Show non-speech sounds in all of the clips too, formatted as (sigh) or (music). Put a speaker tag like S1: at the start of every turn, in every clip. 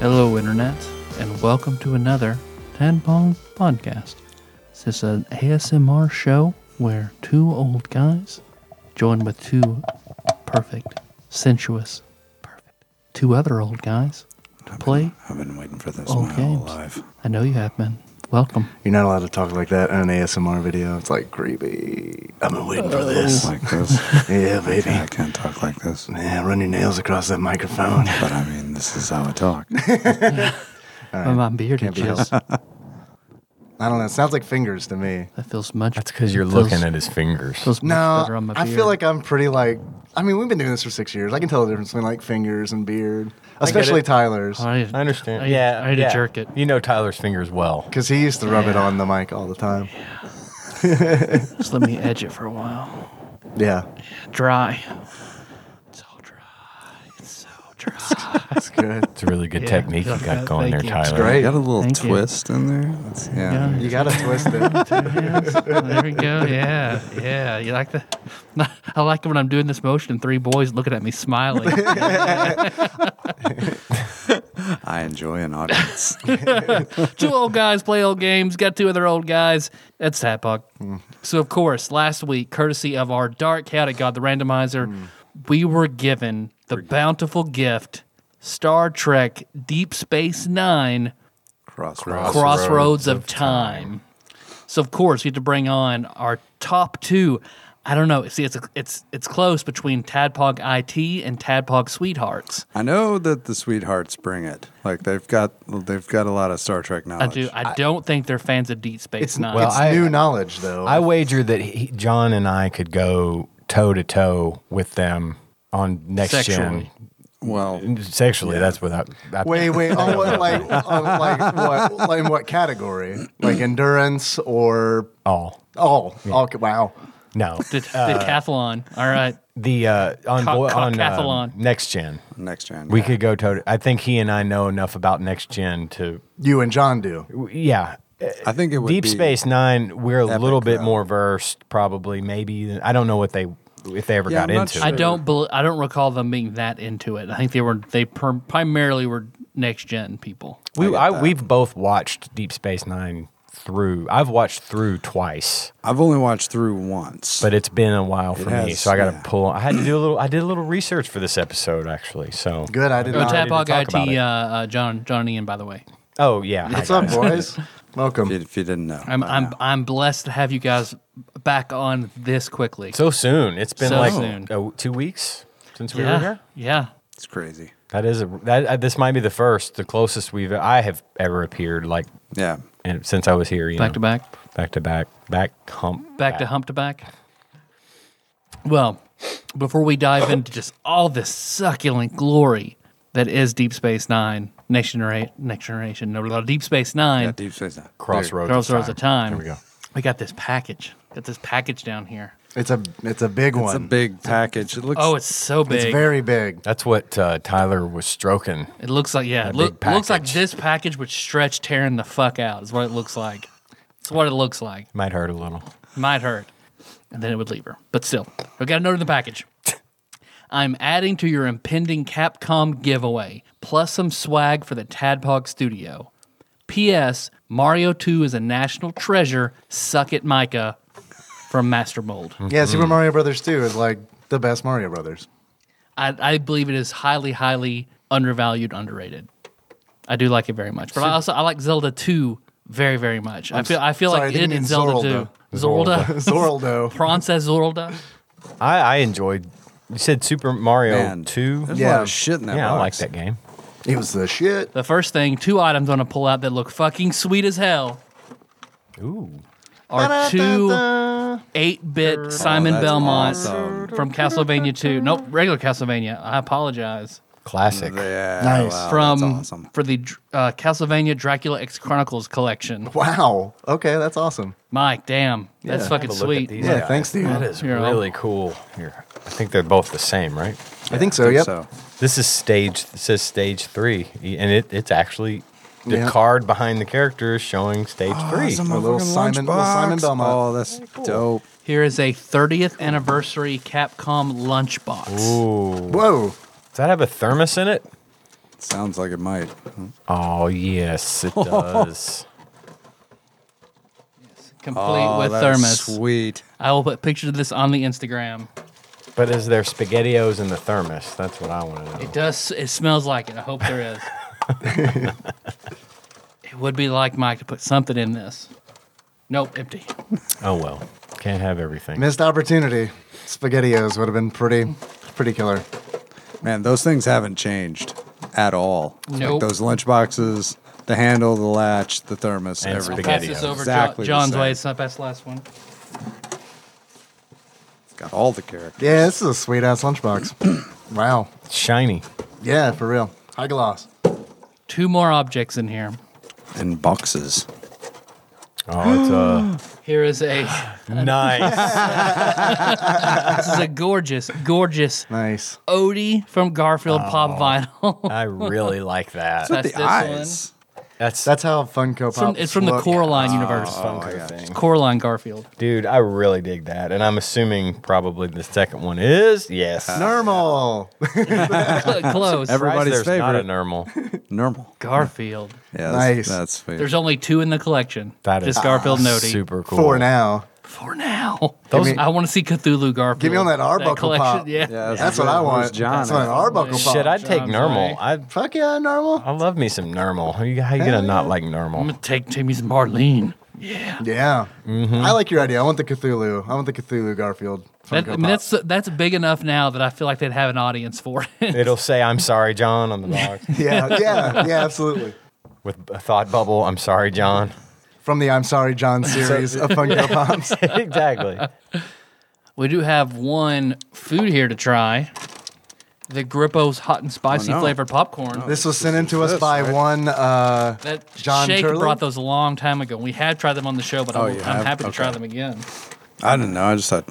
S1: Hello, Internet, and welcome to another Tadpole Podcast. This is an ASMR show where two old guys, joined with two perfect, sensuous, perfect, two other old guys, to play.
S2: I've been waiting for this
S1: Old
S2: my whole
S1: games.
S2: life.
S1: I know you have been. Welcome.
S3: You're not allowed to talk like that on an ASMR video. It's like creepy. Oh, I've been waiting for
S2: It's
S3: this.
S2: like this.
S3: (laughs) Yeah,
S2: I
S3: baby.
S2: can't talk like this.
S3: Yeah, run your nails across that microphone.
S2: But I mean, this is how I
S3: (laughs)
S2: talk.
S1: My beard
S3: Can't be
S1: itches.
S3: (laughs) I don't know. It sounds like fingers to me.
S1: That feels much.
S4: That's because you're
S1: feels-
S4: looking at his fingers.
S1: Feels much better on
S3: No,
S1: my
S3: I
S1: beard.
S3: feel like I'm pretty like. I mean, we've been doing this for six years. I can tell the difference between like fingers and beard, especially
S4: it.
S3: Tyler's,
S1: I, need-
S4: I understand.
S1: I,
S4: yeah,
S1: Oh, I had
S4: yeah.
S1: to jerk it.
S4: You know Tyler's fingers well.
S3: because he used to rub it on the mic all the time.
S1: Just let me edge it for a while.
S3: Yeah,
S1: Dry. It's all dry. It's so dry.
S3: that's good. (laughs)
S4: It's a really good
S1: Yeah.
S4: technique you
S1: Yeah,
S4: got going there,
S1: thank you. It's
S4: Tyler.
S3: Great.
S2: Got a little
S1: Thank you.
S2: twist in there. That's, yeah.
S1: Yeah.
S3: You gotta twist it.
S1: There we go. Yeah, yeah. You like that? (laughs) I like it when I'm doing this motion and three boys looking at me smiling.
S2: I enjoy an
S3: (laughs)
S2: audience.
S1: two old guys play old games. Got two other old guys. That's Tatbuck. So of course, last week, courtesy of our dark at god, the randomizer, we were given the bountiful gift Star Trek Deep Space Nine.
S2: Crossroads.
S1: Crossroads, of, time. So of course we had to bring on our top two. I don't know. See, it's it's it's close between Tadpog IT and Tadpog Sweethearts.
S2: I know that the sweethearts bring it. Like they've got they've got a lot of Star Trek
S1: I
S2: knowledge.
S1: do. I, don't think they're fans of Deep Space Nine.
S4: well,
S3: It's
S4: I-
S3: new knowledge, though.
S4: I wager that he, John and I could go toe to toe with them on next
S1: Sexually.
S2: Well,
S4: gen. Sexually, that's what I. I
S3: (laughs) Wait, wait. On what, like, on, like what? Like in what category? Like endurance or
S4: (laughs) all.
S3: all? All Oh, wow.
S1: (laughs)
S4: No,
S1: the, the Cathlon. All right.
S4: the uh, on
S1: Cock-
S4: boy- on uh,
S1: cockathlon.
S4: next gen.
S2: next gen.
S4: We could go toe. to I think he and I know enough about next gen to.
S3: You and John do.
S4: Yeah,
S2: I think it would
S4: Deep
S2: be
S4: Space Nine, we're a
S2: epic, uh,
S4: little bit
S2: though.
S4: more versed, probably, maybe. I don't know what they if they ever
S2: Yeah,
S4: got
S2: I'm not
S4: into
S2: sure.
S1: I
S4: it.
S1: don't. Bel I don't recall them being that into it. I think they were. They per- primarily were next gen people.
S4: We I we've both watched Deep Space Nine through. I've watched through twice,
S2: I've only watched through once.
S4: but it's been a while for me,
S2: has,
S4: so I got to
S2: yeah.
S4: pull. I had to do a little. I did a little research for this episode, actually. So
S3: Good. I did
S1: Oh,
S3: not.
S4: tap-
S1: Tadpog
S4: talk about
S1: IT.
S4: it.
S1: Uh, uh, John John and Ian. By the way,
S4: Oh yeah, hi,
S3: What's up,
S4: guys.
S3: boys?
S2: if, you,
S3: Welcome.
S2: if you didn't know,
S1: I'm I'm I'm blessed to have you guys back on this quickly.
S4: So soon. It's been
S1: So
S4: like
S1: soon.
S4: oh, two weeks since we were
S1: yeah,
S4: here.
S1: yeah.
S2: it's crazy.
S4: That is a, that. Uh, this might be the first, the closest we've I have ever appeared like,
S2: Yeah.
S4: and since I was here, you
S1: Back
S4: know.
S1: to back.
S4: back to back, back hump,
S1: back to hump to back. Well, before we dive into just all this succulent glory that is Deep Space Nine, Next Generation, Next Generation, no, no, Deep Space Nine,
S2: Yeah, Deep Space Nine.
S4: crossroads.
S1: Crossroads of Time.
S4: There we go.
S1: We got this package. Got this package down here.
S3: It's a it's a big
S2: It's a
S3: one.
S2: big package. It looks.
S1: Oh, it's so big.
S3: It's very big.
S4: That's what uh, Tyler was stroking.
S1: it looks like yeah. It
S4: big
S1: look, looks like
S4: package.
S1: this package would stretch tearing the fuck out. Is what it looks like. It's what it looks like.
S4: Might hurt a little.
S1: Might hurt. And then it would leave her. But still, we got a note in the package. I'm adding to your impending Capcom giveaway, plus some swag for the Tadpog Studio. P.S. Mario 2 is a national treasure. Suck it, Micah, from Master Mold.
S3: Yeah, Super Mario Brothers 2 is like the best Mario Brothers.
S1: I, I believe it is highly, highly undervalued, underrated. I do like it very much. But I also I like Zelda 2 very, very much. i feel I feel
S3: sorry, I
S1: like
S3: didn't
S1: it
S3: mean
S1: and Zelda
S3: Zorlda.
S1: 2. Zelda.
S3: (laughs) Zoraldo.
S1: (laughs) Princess Zorlda.
S4: I, I enjoyed. You said Super Mario
S2: Man,
S4: Two.
S2: There's
S4: Yeah,
S2: a lot
S3: Yeah.
S2: of shit in that
S4: I like
S2: box.
S4: that game.
S3: It was the shit.
S1: The first thing, two items I'm gonna pull out that look fucking sweet as hell
S4: Ooh,
S1: are two eight bit Simon
S2: that's
S1: Belmont
S2: awesome.
S1: from Castlevania Two. Nope, regular Castlevania. I apologize.
S4: Classic.
S2: Yeah.
S3: Nice.
S2: wow,
S1: From
S2: Oh, that's awesome.
S1: for the dr- uh, Castlevania Dracula X Chronicles collection.
S3: Wow. Okay, that's awesome.
S1: Mike, damn, that's
S4: Yeah,
S1: fucking
S4: have a look at
S1: sweet.
S4: these
S3: Yeah,
S4: guys.
S3: thanks, dude.
S4: That is
S1: Here, I'll-
S4: really cool. Here, I think they're both the same, right?
S3: I think so.
S2: Think
S3: Yep.
S2: So
S4: This is stage. This says stage three, e- and it, it's actually the
S3: Yeah.
S4: card behind the character is showing stage three.
S2: Awesome,
S3: A little
S2: motherfucking
S3: Simon- little
S2: lunchbox.
S3: Simon Belmont.
S2: Oh, that's dope.
S1: Here is a 30th anniversary Capcom lunchbox.
S4: Ooh,
S3: Whoa.
S4: does that have a thermos in it?
S2: Sounds like it might.
S4: Oh yes, it does.
S1: complete
S2: Oh,
S1: with
S2: that's
S1: thermos.
S2: Sweet.
S1: I will put pictures of this on the Instagram.
S4: but is there spaghettios in the thermos? That's what I want to know.
S1: It does. It smells like it. I hope there is.
S2: (laughs)
S1: it would be like Mike to put something in this. Nope, empty.
S4: Oh well, can't have everything.
S3: Missed opportunity. Spaghettios would have been pretty, pretty killer.
S2: Man, those things haven't changed at all. It's
S1: Nope.
S2: Like those lunch boxes, the handle, the latch, the thermos,
S4: And
S2: everything.
S1: Pass
S4: Spaghettios.
S1: this over
S2: Exactly the
S1: jo- John's
S2: same.
S1: way. It's not that's the last one.
S2: It's got all the characters.
S3: Yeah, this is a sweet ass lunchbox. (clears throat) wow.
S4: It's shiny.
S3: Yeah, for real. High gloss.
S1: Two more objects in here.
S2: And boxes.
S4: Oh, it's
S1: Here is a.
S4: uh, nice.
S1: This
S2: (laughs)
S1: is a gorgeous, gorgeous
S3: Nice.
S1: Odie from Garfield
S2: Oh.
S1: pop vinyl.
S4: (laughs)
S1: (laughs)
S4: I really like that.
S1: That's
S2: the
S1: this
S2: eyes.
S4: That's
S3: That's how Funko
S1: one. It's
S3: Pop.
S1: from, it's from the
S2: Oh.
S1: Coraline universe.
S4: Funko thing.
S1: Coraline
S2: (laughs)
S1: Garfield.
S4: Dude, I really dig that. And I'm assuming probably the second one is yes.
S3: Normal.
S1: Close.
S2: Everybody's
S4: Surprised there's Not a
S2: favorite.
S4: normal.
S2: Normal.
S1: Garfield.
S2: Yeah,
S3: Nice.
S2: That's, that's sweet.
S1: There's only two in the collection.
S4: That is
S1: just Garfield and Odie.
S4: Super cool.
S3: For now.
S1: For now.
S4: Those-
S1: I want to see Cthulhu Garfield.
S3: Give me on that Arbuckle
S1: collection.
S3: Pop.
S1: Yeah.
S2: Yeah,
S3: That's what I
S2: where's
S3: want.
S2: John
S3: That's what
S2: at?
S3: an Arbuckle Pop.
S4: Shit, I'd take
S1: John's
S4: normal.
S1: way.
S4: I
S3: Fuck yeah, normal.
S4: I love me some normal. How you, how you gonna not like
S1: I'm (laughs)
S4: normal?
S1: going to take Timmy's Marlene.
S3: Yeah.
S2: Mm-hmm.
S3: I like your idea. I want the Cthulhu. I want the Cthulhu Garfield.
S1: That,
S3: Funko
S1: I mean,
S3: Pop.
S1: that's that's big enough now that I feel like they'd have an audience for it.
S4: It'll say I'm sorry, John on the box
S3: (laughs) yeah, yeah, yeah, absolutely.
S4: with a thought bubble. I'm sorry, John. (laughs)
S3: From the I'm Sorry John
S2: (laughs)
S3: series of Funko Pops.
S1: (laughs)
S4: exactly.
S1: (laughs) we do have one food here to try the Grippo's hot and spicy
S2: Oh, no.
S1: flavored popcorn.
S3: This was sent in to
S2: This
S3: us
S2: is
S3: by
S2: right.
S3: one. Uh,
S1: that
S3: John
S1: Shake
S3: Turley?
S1: brought those a long time ago. We had tried them on the show, but
S2: Oh,
S1: I'm,
S2: you
S1: I'm
S2: have?
S1: happy to try
S2: Okay.
S1: them again.
S2: I don't know. I just thought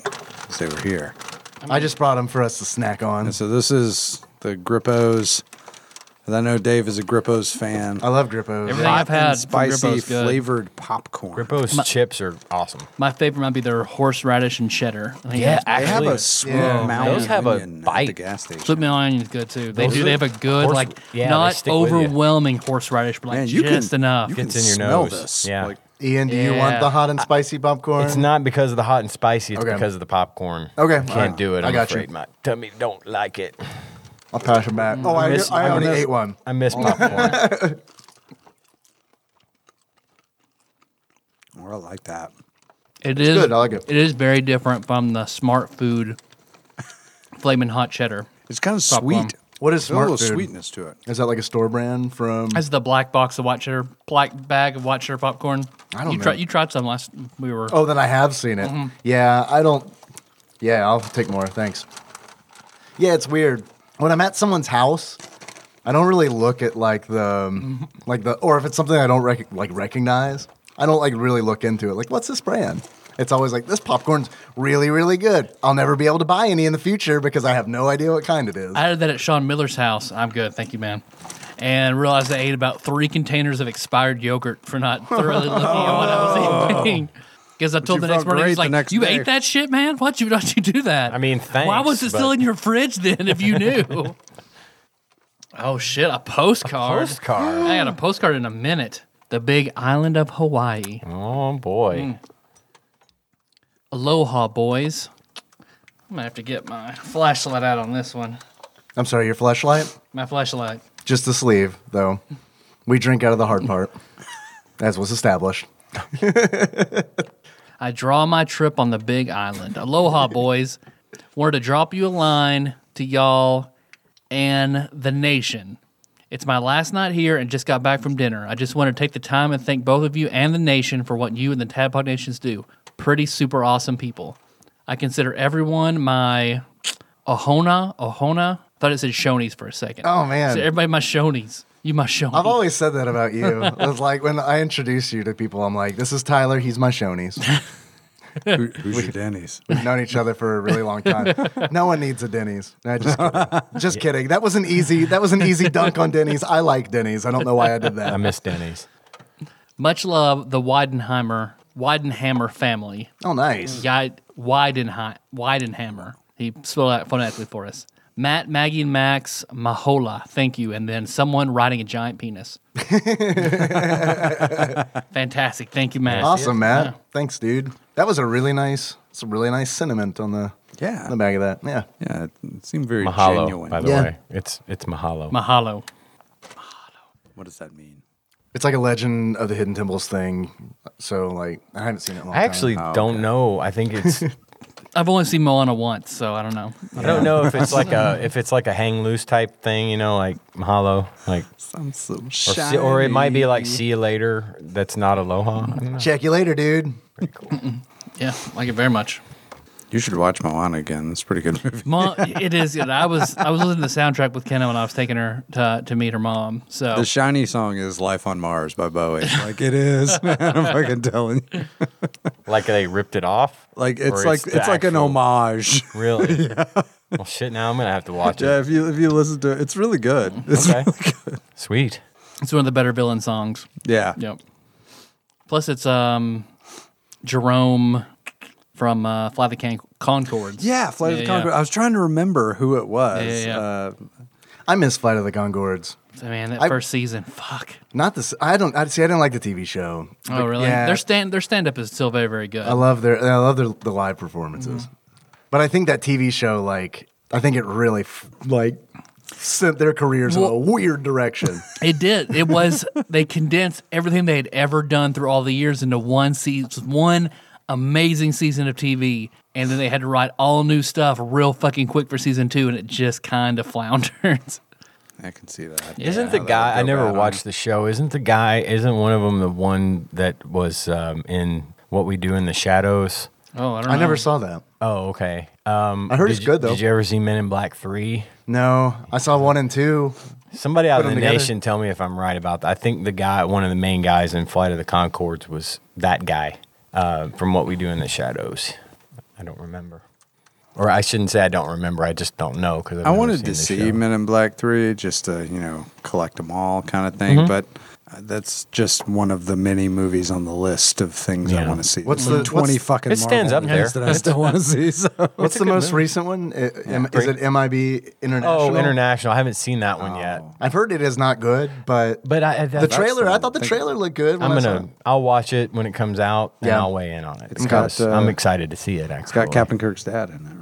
S2: they were here.
S3: I just brought them for us to snack on.
S2: And so this is the Grippos. 'Cause I know Dave is a Grippos fan.
S3: I love Grippos.
S1: Everything I've
S2: And
S1: had from
S2: spicy
S1: Grippo's good.
S2: flavored popcorn.
S4: Grippo's chips are awesome.
S1: My favorite might be their horseradish and cheddar. I think
S4: Yeah,
S1: that's
S4: I
S2: They have
S1: probably
S2: a
S1: it.
S2: sweet
S3: Yeah.
S2: mountain
S4: Those have a
S2: onion at the
S4: bite.
S2: gas station.
S1: Flip Mill Onion is good too. They
S4: Those
S1: do.
S4: are-
S1: They have a good,
S4: horse-
S1: like,
S4: yeah, they
S1: not
S4: stick with you.
S1: overwhelming horseradish, but like
S2: Man, you
S1: just
S2: can,
S1: enough.
S2: You can
S4: Gets in your
S2: smell
S4: nose.
S2: This.
S4: Yeah.
S2: Like,
S3: Ian, do you
S1: Yeah.
S3: want the hot and spicy popcorn?
S4: It's not because of the hot and spicy. It's
S3: Okay.
S4: because of the popcorn.
S3: Okay,
S4: can't
S3: alright.
S4: do it. I'm
S3: I got you.
S4: afraid my tummy don't like it.
S3: I'll pass them
S1: Mm-hmm.
S3: back. Oh, I,
S4: miss-
S3: I
S4: I
S3: already
S4: miss-
S3: ate one.
S4: I miss popcorn.
S2: oh, I like that.
S1: It is
S3: good. I like it.
S1: It is very different from the smart food flaming hot cheddar.
S2: It's kind of
S1: Popcorn.
S2: sweet.
S3: What is
S2: There's a little
S3: smart food?
S2: sweetness to
S4: (laughs)
S2: it.
S3: Is that like a store brand from?
S1: That's the black box of white cheddar, black bag of white cheddar popcorn.
S3: I don't
S1: you
S3: know.
S1: Tried, you tried some last we were.
S3: Oh, then I have seen it. Yeah, I don't. Yeah, I'll take more. Thanks. Yeah, it's weird. When I'm at someone's house, I don't really look at like the um, like the or if it's something I don't rec- like recognize, I don't like really look into it. Like, what's this brand? It's always like this popcorn's really, really good. I'll never be able to buy any in the future because I have no idea what kind it is.
S1: I did that at Sean Miller's house. I'm good, thank you, man. And realized I ate about three containers of expired yogurt for not thoroughly looking at what I
S4: Oh.
S1: was eating. Because I told
S2: you
S1: the next
S2: felt
S1: morning,
S2: great
S1: he's
S2: the
S1: like,
S2: next
S1: "You
S2: day."
S1: ate that shit, man. Why'd you why'd you do that?
S4: I mean,
S1: why was
S4: thanks,
S1: it still
S4: but-
S1: in your fridge then if you
S4: (laughs)
S1: knew?" oh shit, a postcard.
S4: Postcard.
S1: I got a postcard in a minute. The big island of Hawaii.
S4: Oh boy.
S1: Aloha, boys. I'm gonna have to get my flashlight out on this one.
S3: I'm sorry, your flashlight.
S1: My flashlight.
S3: Just the sleeve, though. We drink out of the hard (laughs) part, as was established.
S1: I draw my trip on the big island. Aloha, boys. Wanted to drop you a line to y'all and the nation. It's my last night here and just got back from dinner. I just want to take the time and thank both of you and the nation for what you and the Tadpog Nations do. Pretty super awesome people. I consider everyone my Ohona, Ohona. I thought it said Shonies for a second.
S3: Oh, man.
S1: So everybody my Shonies. You my Shonies.
S3: I've always said that about you. It was like when I introduce you to people, I'm like, this is Tyler. He's my Shoney's.
S2: Who, who's your Denny's?
S3: We've known each other for a really long time. No one needs a Denny's. No, just
S4: (laughs)
S3: kidding. just kidding. That was an easy. That was an easy dunk on Denny's. I like Denny's. I don't know why I did
S4: I
S3: that.
S4: miss Denny's.
S1: Much love, the Weidenheimer, Weidenhammer family.
S3: Oh, nice.
S1: Guy Weidenhi- Weidenhammer. He spelled that phonetically for us. Matt, Maggie, and Max, Mahola. Thank you. And then someone riding a giant penis. Fantastic. Thank you, Matt.
S3: Awesome, Matt. Thanks, dude. That was a really nice. It's a really nice sentiment on the
S2: Yeah.
S3: the back of that. Yeah.
S2: Yeah, it, it seemed very
S4: Mahalo,
S2: genuine.
S4: by the
S3: Yeah.
S4: way. It's it's Mahalo.
S1: Mahalo.
S2: What does that mean?
S3: It's like a Legend of the Hidden Temples thing. So like, I haven't seen it. In a long
S4: I actually
S2: Oh,
S4: don't
S2: okay.
S4: know. I think it's
S1: I've only seen Moana once, so I don't know.
S4: I don't know if it's like a if it's like a hang loose type thing, you know, like Mahalo, like
S2: I'm so
S4: or,
S2: shy.
S4: see- or it might be like see you later. That's not aloha. I don't know.
S3: time. Check you later, dude.
S1: Yeah, like it very much.
S2: You should watch Moana again. It's a pretty good (laughs) movie.
S1: Mo- it is. and I was I was listening to the soundtrack with Kenna when I was taking her to, to meet her mom. So
S2: The shiny song is "Life on Mars" by Bowie. Like it is, (laughs) man. I'm fucking telling you.
S4: Like they ripped it off.
S2: Like
S4: Or
S2: it's like it's,
S4: the
S2: like an
S4: actual-
S2: homage. (laughs)
S4: Really? Well, shit. Now I'm gonna have to watch
S2: Yeah,
S4: it.
S2: if you if you listen to it, it's really good. It's
S4: Okay.
S2: really good.
S4: Sweet.
S1: it's one of the better villain songs.
S2: Yeah.
S1: Yep. Plus, it's um, Jerome from uh, Fly the Can- Concords.
S2: Yeah, Flight of the
S1: Yeah,
S2: Conchords.
S1: yeah.
S2: I was trying to remember who it was.
S1: Yeah, yeah, yeah.
S2: Uh,
S3: I miss Flight of the Concords.
S1: So, man, that
S3: I-
S1: first season, fuck.
S3: Not this. I don't. I see. I didn't like the TV show.
S1: Oh, really?
S3: yeah.
S1: Their stand their stand up is still very very good.
S3: I love their I love their the live performances.
S1: Mm-hmm.
S3: But I think that TV show like I think it really f- like sent their careers in a weird direction.
S1: it did. It was (laughs) they condensed everything they had ever done through all the years into one season, one amazing season of TV, and then they had to write all new stuff real fucking quick for season two, and it just kind of flounders.
S2: I can see that.
S4: Isn't
S2: Yeah,
S4: the
S2: that
S4: guy?
S2: would
S4: I
S2: go
S4: never
S2: bad on
S4: watched the show. Isn't the guy? Isn't one of them the one that was um, in What We Do in the Shadows?
S1: Oh, (laughs) I don't.
S3: I
S1: know.
S3: never saw that.
S4: Oh, okay. Um,
S3: I heard
S4: did
S3: it's
S4: you-
S3: good, though.
S4: Did you ever see Men in Black Three?
S3: No, I saw one and two.
S4: Somebody out
S3: Put
S4: of the
S3: them together.
S4: nation tell me if I'm right about that. I think the guy, one of the main guys in Flight of the Concords was that guy uh, from What We Do in the Shadows. I don't remember. Or I shouldn't say I don't remember. I just don't know because
S2: I wanted to see Men in Black Three just to you know collect them all kind of thing, but uh, that's just one of the many movies on the list of things I
S4: Yeah.
S2: want to see.
S3: What's
S2: There's
S3: the-
S2: twenty
S3: what's-
S2: fucking?
S4: It stands
S2: Marvel
S4: up there.
S2: movies That I still want to see. So
S3: What's the most recent one? I- am- is it MIB International?
S4: Oh, international. I haven't seen that one yet.
S2: Oh.
S3: I've heard it is not good, but
S4: But I, I-
S3: the
S4: that's-
S3: trailer. I thought the
S2: Think-
S3: trailer looked good. When
S4: I'm
S3: I saw
S4: gonna. I'll watch it when it comes out, and
S3: Yeah.
S4: I'll weigh in on it.
S2: It's got,
S4: because I'm
S2: uh,
S4: excited to see it. Actually,
S2: It's got Captain Kirk's dad in it, right?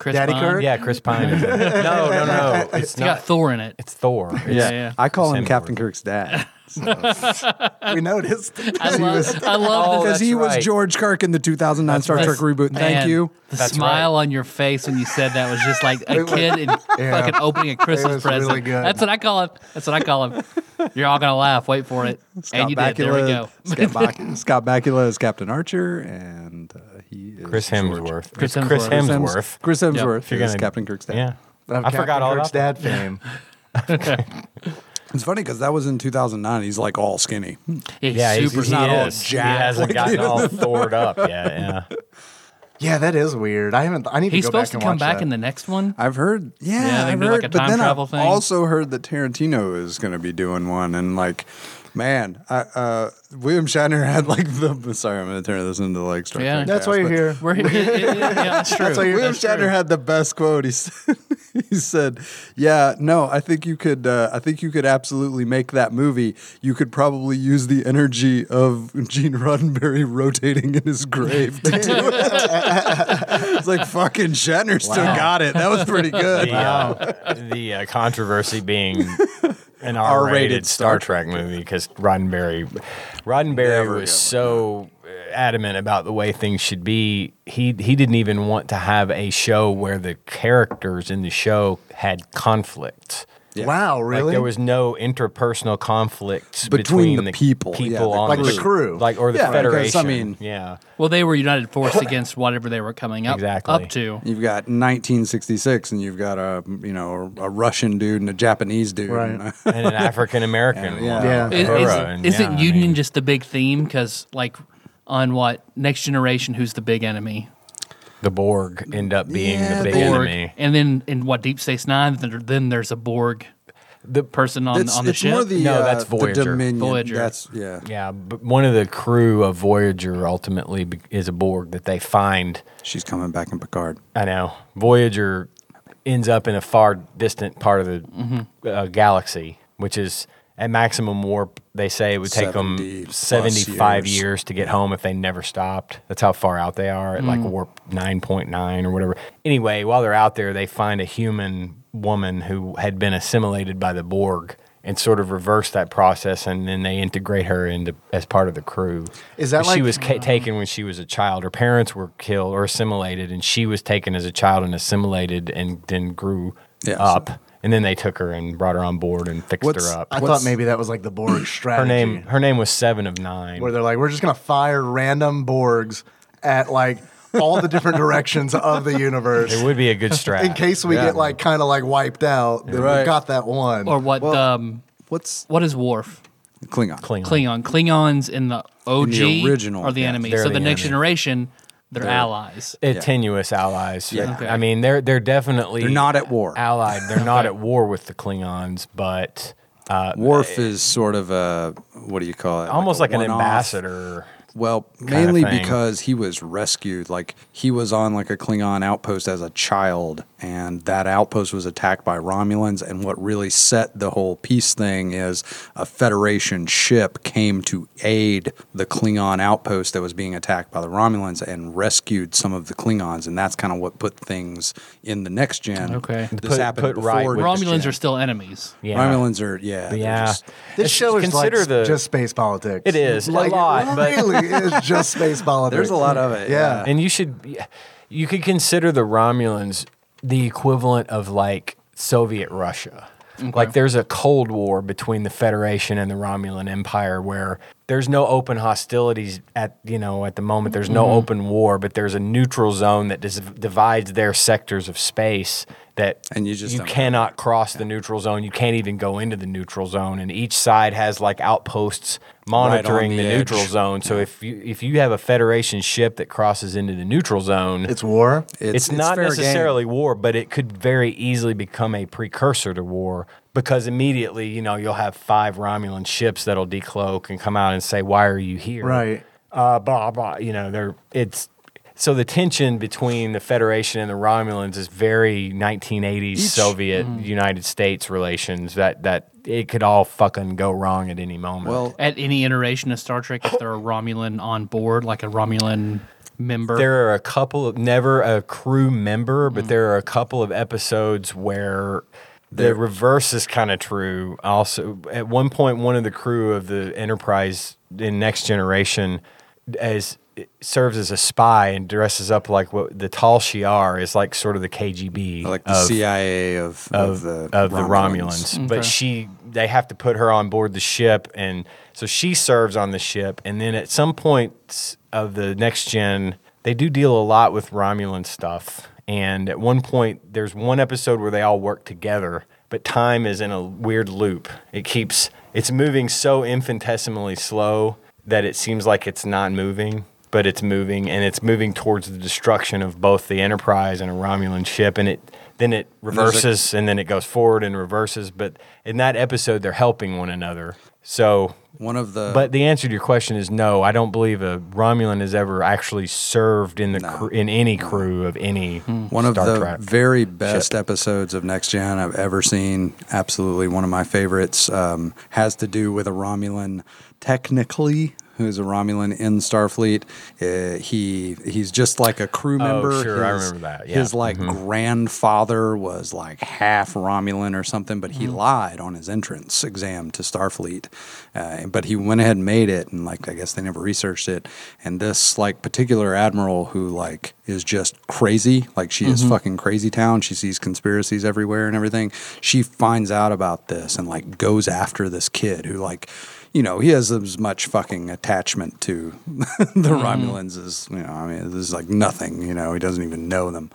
S1: Chris
S3: Daddy
S1: Pine.
S3: Kirk?
S4: Yeah, Chris Pine. Is in it. No, no, no. It's
S1: It's got
S4: not.
S1: Thor in
S3: (laughs)
S1: it.
S4: It's Thor. It's-
S1: Yeah, Oh, yeah.
S2: I call him
S4: Same
S2: Captain
S4: word.
S1: (laughs)
S2: Kirk's dad
S3: it. We noticed. (laughs)
S1: I love, I love
S4: Oh,
S1: the,
S2: because he
S4: that's
S2: was
S4: right.
S2: George Kirk in the 2009 Star
S1: that's-
S2: Trek reboot. Thank
S1: man,
S2: you.
S1: The
S4: That's
S1: smile on your face when you said that was just like a kid in fucking opening a Christmas
S3: was really
S1: present.
S3: good.
S1: That's what I call it. That's what I call it. You're all gonna laugh. Wait for it. and you did. There we go.
S2: (laughs) Scott, Bac- Scott Bakula is Captain Archer, and uh, he is
S4: Chris
S2: George.
S4: Hemsworth.
S1: Chris
S4: It's Chris
S1: Hemsworth.
S4: Hemsworth.
S2: Hems- Chris Hemsworth
S4: If you're
S2: is
S4: gonna-
S2: Captain Kirk's dad.
S4: Yeah.
S3: I
S4: I forgot all
S3: Kirk's
S4: about that.
S3: dad
S4: (laughs)
S3: fame.
S2: It's funny because that was in 2009. He's like all skinny.
S1: He's
S4: Yeah, he's,
S1: super
S4: he's,
S1: not
S4: he
S1: all
S4: is. He
S2: jacked
S4: hasn't
S2: like
S4: gotten
S2: the-
S4: all thored up yet. Yeah.
S3: Yeah, that is weird. I haven't. I need
S1: He's
S3: to go back
S1: supposed to
S3: and
S1: come
S3: watch
S1: back
S3: that.
S1: in the next
S2: (laughs)
S1: one.
S2: I've heard, yeah,
S1: Yeah, they
S2: I've
S1: do,
S2: heard,
S1: like, a
S2: but
S1: time
S2: then
S1: travel
S2: I've
S1: thing.
S2: also heard that Tarantino is going to be doing one, and like, man, I, uh, William Shatner had like (laughs) the. Sorry, I'm going to turn this into like Star
S1: Yeah.
S2: Trek
S3: That's
S2: cast,
S3: why you're
S2: but
S3: here.
S1: We're, yeah, that's true.
S3: That's
S4: (laughs)
S3: why you're
S2: William Shatner had the best quote. He said, (laughs) he said, "Yeah, no, I think you could. Uh, I think you could absolutely make that movie. You could probably use the energy of Gene Roddenberry (laughs) rotating in his grave to do it." (laughs) it's like fucking Shatner still
S4: Wow.
S2: got it. That was pretty good.
S4: (laughs) The, uh, the uh, controversy being an R-rated, Star Trek movie because Roddenberry, Roddenberry
S2: Never
S4: was
S2: go.
S4: so adamant about the way things should be. He he didn't even want to have a show where the characters in the show had conflict.
S3: Wow, really?
S4: Like there was no interpersonal conflicts
S2: Between
S4: between,
S2: the people, yeah,
S4: people
S2: the
S4: on
S3: Like the
S4: ship.
S3: crew.
S4: like or the
S2: Yeah, because,
S4: Federation.
S2: I mean-
S4: yeah,
S1: Well, they were united force against whatever they were coming up
S4: Exactly.
S1: up to.
S2: You've got 1966, and you've got a you know a Russian dude and a Japanese dude.
S3: Right.
S2: and uh, a-
S4: and an African American.
S2: Yeah.
S4: one.
S3: Yeah.
S1: Is, is,
S4: Era, and
S1: isn't
S4: yeah, I
S1: union
S4: mean-
S1: just the big theme? Because like on what next generation, who's the big enemy?
S4: the Borg end up being
S2: Yeah,
S4: the big
S2: they-
S1: Borg,
S4: enemy.
S1: and then in what Deep Space Nine, then there- then there's a Borg
S4: The
S1: person on
S2: (laughs) it's
S1: on the
S2: it's
S1: ship.
S2: more the
S4: No,
S2: uh,
S4: that's Voyager.
S2: The Dominion.
S1: Voyager.
S2: That's yeah.
S4: Yeah, but one of the crew of Voyager ultimately be- is a Borg that they find.
S2: She's coming back in Picard.
S4: I know Voyager ends up in a far distant part of the
S2: Mm-hmm.
S4: uh, galaxy, which is at maximum warp. They say it would
S2: 70
S4: take them
S2: plus
S4: seventy-five
S2: years.
S4: years. to get home if they never stopped. That's how far out they are at like
S2: Mm.
S4: warp nine point nine or whatever. Anyway, while they're out there, they find a human woman who had been assimilated by the Borg. And sort of reverse that process, and then they integrate her into as part of the crew.
S3: Is that
S4: But she
S3: like-
S4: was ca- taken when she was a child. Her parents were killed or assimilated, and she was taken as a child and assimilated, and then grew
S2: Yeah, so-
S4: up. And then they took her and brought her on board and fixed
S2: What's-
S4: her up.
S3: I
S2: What's-
S3: thought maybe that was like the Borg strategy.
S4: (clears throat) her name her name was Seven of Nine.
S3: where they're like, we're just gonna fire random Borgs at like all the different directions of the universe.
S4: It would be a good strat.
S3: in case we
S2: Yeah.
S3: get like kind of like wiped out, then
S2: Right.
S3: we got that one.
S1: or what? um,
S2: What's
S1: what is Worf?
S2: Klingon?
S4: Klingon.
S1: Klingon. Klingons in the OG
S2: original,
S1: are the
S2: yeah,
S1: enemy.
S4: they're
S1: So the,
S4: the
S1: next
S4: enemy.
S1: generation, they're allies.
S4: Uh, Tenuous allies.
S2: Yeah.
S1: Okay.
S4: I mean, they're they're definitely
S2: They're not at war.
S4: allied. They're not at war with the Klingons, but uh,
S2: Worf is sort of a what do you call it?
S4: almost like, an
S2: one-off.
S4: ambassador.
S2: Well, mainly
S4: thing.
S2: because he was rescued. Like he was on like a Klingon outpost as a child, and that outpost was attacked by Romulans. And what really set the whole peace thing is a Federation ship came to aid the Klingon outpost that was being attacked by the Romulans and rescued some of the Klingons. And that's kind of what put things in the next gen.
S1: Okay.
S2: this
S4: Put-
S2: happened
S4: put
S2: before
S4: right with
S2: next
S1: Romulans
S2: gen.
S1: are still enemies.
S4: Yeah.
S2: Romulans are yeah they're
S4: yeah.
S2: just-
S3: this
S4: It's-
S3: show is like
S4: consider the
S3: just space politics.
S4: It is, a
S3: like,
S4: lot, but-
S3: It really is just space politics.
S2: there's a lot of it yeah.
S3: Yeah.
S4: and you should you could consider the Romulans the equivalent of like Soviet Russia. Like there's a cold war between the Federation and the Romulan Empire where there's no open hostilities at you know at the moment there's no
S2: Mm-hmm.
S4: open war but there's a neutral zone that dis- divides their sectors of space that
S2: And you just
S4: you
S2: don't-
S4: cannot cross the neutral zone you can't even go into the neutral zone and each side has like outposts
S2: on
S4: monitoring
S2: the
S4: the,
S2: edge.
S4: neutral zone. So if you if you have a Federation ship that crosses into the neutral zone, it's
S3: It's war.
S4: it's, not
S2: fair game.
S4: necessarily war, but it could very easily become a precursor to war because immediately you know you'll have five Romulan ships that'll decloak and come out and say, "Why are you here?"
S3: Right.
S4: Uh, blah blah. You know, they're it's. So the tension between the Federation and the Romulans is very 1980s Soviet United States relations. That that it could all fucking go wrong at any moment.
S2: Well,
S1: At any iteration of Star Trek, if there are Romulan on board, like a Romulan member,
S4: There are a couple of never a crew member,
S2: Mm.
S4: but there are a couple of episodes where the reverse is kind of true. Also, at one point, one of the crew of the Enterprise in Next Generation as serves as a spy and dresses up like what the Tal Shiar is like, sort of the KGB,
S2: like the
S4: of-
S2: CIA of of, the
S4: of the Romulans. But she, they have to put her on board the ship, and so she serves on the ship. And then at some point of the next gen, they do deal a lot with Romulan stuff. And at one point, there's one episode where they all work together, but time is in a weird loop. It keeps it's moving so infinitesimally slow that it seems like it's not moving but it's moving and it's moving towards the destruction of both the Enterprise and a Romulan ship and it then it reverses and, then it goes forward and reverses but in that episode they're helping one another. So
S2: One of the
S4: but the answer to your question is no, I don't believe a Romulan has ever actually served in the cr- in any crew of any
S2: one of
S4: Star
S2: the
S4: Trek.
S2: very best episodes of Next Gen I've ever seen. Absolutely one of my favorites. Um, has to do with a Romulan, technically who is a Romulan in Starfleet. Uh, he he's just like a crew member.
S4: Oh, sure, I remember that, yeah. Mm-hmm.
S2: His like grandfather was like half Romulan or something, but he lied on his entrance exam to Starfleet. Uh, but he went ahead and made it, and like I guess they never researched it. And this like particular admiral who like is just crazy, like she is fucking crazy town. She sees conspiracies everywhere and everything. She finds out about this and like goes after this kid who like you know, he has as much fucking attachment to (laughs) the
S4: Mm-hmm.
S2: Romulans as, you know, I mean, this is like nothing, you know, he doesn't even know them.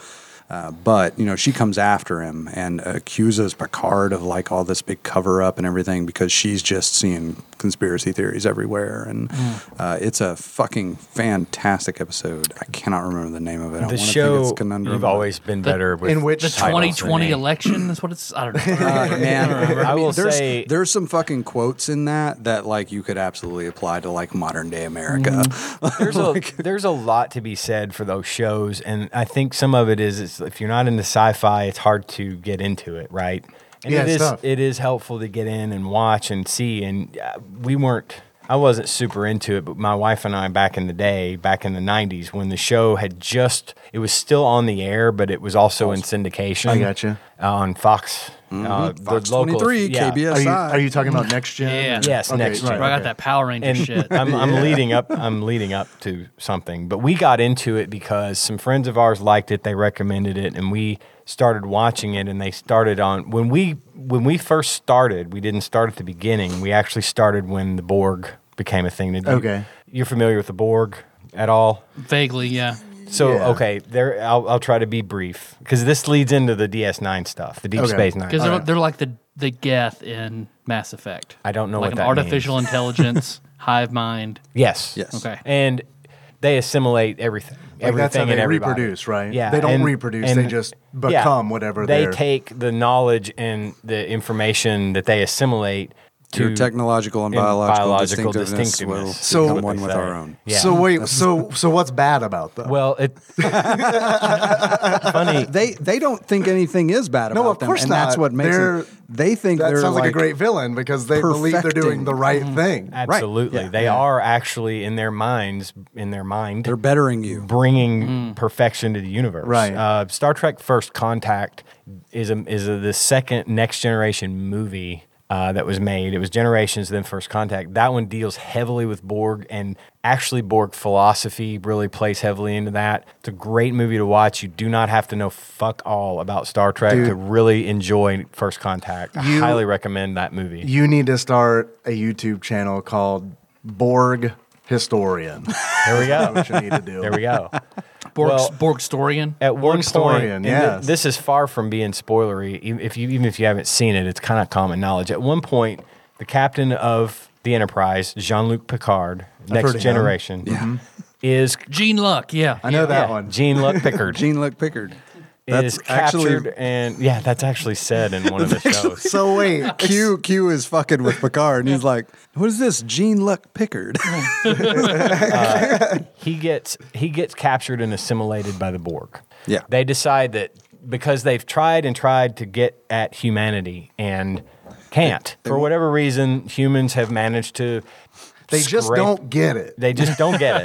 S2: Uh, but, you know, she comes after him and accuses Picard of like all this big cover up and everything because she's just seeing conspiracy theories everywhere. And
S4: Mm.
S2: uh, it's a fucking fantastic episode. I cannot remember the name of it. I
S4: The
S2: wanna
S4: show
S2: think it's Conundrum.
S4: you've
S2: but- (laughs)
S4: always been better with
S3: in which-
S1: The
S3: The
S4: titles than
S1: 2020
S4: me.
S1: election. That's what it's. I don't know.
S2: (laughs) Uh,
S4: (laughs)
S2: man,
S4: I will
S2: there's,
S4: say-
S2: there's some fucking quotes in that that like you could absolutely apply to like modern day America. (laughs)
S3: (laughs)
S4: there's a there's a lot to be said for those shows, and I think some of it is, is if you're not into sci-fi, it's hard to get into it, right? And
S3: Yeah,
S4: it
S3: it's
S4: is
S3: tough.
S4: it is helpful to get in and watch and see. And uh, we weren't, I wasn't super into it, but my wife and I back in the day, back in the '90s, when the show had just, it was still on the air, but it was also in syndication.
S3: I gotcha. Mm-hmm.
S4: on Fox, uh,
S2: Fox
S4: the local
S2: 23,
S4: yeah.
S2: KBS.
S3: Are you,
S2: Aside.
S3: are you talking about next gen?
S1: Yeah.
S3: or-
S4: Yes, next gen.
S1: Bro, I got that Power Ranger
S4: and
S1: shit.
S4: I'm, I'm leading up. I'm leading up to something, but we got into it because some friends of ours liked it. They recommended it, and we started watching it. And they started on when we when we first started. We didn't start at the beginning. We actually started when the Borg became a thing. Did you-
S3: Okay.
S4: you're familiar with the Borg at all?
S1: Vaguely, yeah.
S4: So
S3: Yeah.
S4: okay, there. I'll, I'll try to be brief because this leads into the DS9 stuff, the Deep
S3: Okay.
S4: Space Nine.
S1: Because they're,
S3: Alright.
S1: they're like the the Geth in Mass Effect.
S4: I don't know
S1: like
S4: what
S1: an
S4: that
S1: artificial
S4: (laughs)
S1: intelligence hive mind.
S4: Yes.
S2: Yes.
S1: Okay.
S4: And they assimilate everything.
S3: Like,
S4: everything
S3: that's how
S4: and
S3: they
S4: everybody.
S3: reproduce, right?
S4: Yeah.
S3: They don't
S4: and-
S3: reproduce, they
S4: and-
S3: just
S4: yeah.
S3: become whatever
S4: they
S3: they're-
S4: take the knowledge and the information that they assimilate to
S2: Your technological and
S4: in
S2: biological,
S4: biological
S2: distinctiveness, will
S4: distinctiveness.
S3: So-
S2: become one
S4: They
S2: with
S4: say.
S2: our own.
S4: Yeah.
S3: So wait, so so what's bad about them?
S4: well, it
S3: (laughs)
S4: funny.
S2: They they don't think anything is bad
S3: No,
S2: about
S3: of
S2: them,
S3: course
S2: and
S3: not.
S2: that's what makes
S3: They're-
S2: it. They think
S3: that
S2: they're
S3: sounds like,
S2: like,
S3: a great villain because they believe they're
S2: perfecting-
S3: doing the right
S4: Mm-hmm.
S3: thing.
S4: Absolutely,
S2: Yeah.
S4: they are actually in their minds, in their mind,
S2: They're bettering you.
S4: bringing perfection to the universe.
S3: Right.
S4: Uh, Star Trek: First Contact is a, is a, the second next generation movie. Uh, that was made. It was Generations, then First Contact. That one deals heavily with Borg, and actually, Borg philosophy really plays heavily into that. It's a great movie to watch. You do not have to know fuck all about Star Trek to really enjoy First Contact. I
S3: You-
S4: highly recommend that movie.
S3: (laughs) You need to start a YouTube channel called Borg Historian.
S4: there we
S3: That's
S4: go.
S3: what you need to do.
S4: (laughs) there we one
S1: Borg,
S4: Well-
S1: Borgstorian.
S4: at one point,
S3: Historian,
S4: and
S3: yes.
S4: thi- this is far from being spoilery. Even if you even if you haven't seen it, it's kind of common knowledge. At one point, the captain of the Enterprise, Jean Luc Picard,
S3: heard of
S4: Next
S3: him.
S4: Generation, is
S1: Gene Luck, yeah.
S3: I know that
S4: yeah,
S3: one.
S4: Jean Luc
S3: (laughs)
S4: Picard
S2: Jean Luc Pickard.
S4: is
S2: That's actually-
S4: captured and yeah, that's actually said in
S3: (laughs)
S4: one of the shows.
S3: So
S4: (laughs)
S3: wait,
S2: Q Q is fucking with Picard, and he's like, "What is this, Jean Luc Pickard?"
S4: he gets he gets captured and assimilated by the Borg.
S2: Yeah.
S4: They decide that because they've tried and tried to get at humanity and can't. For whatever reason, humans have managed to
S3: they just
S4: scrape-
S3: don't get it.
S4: they just don't get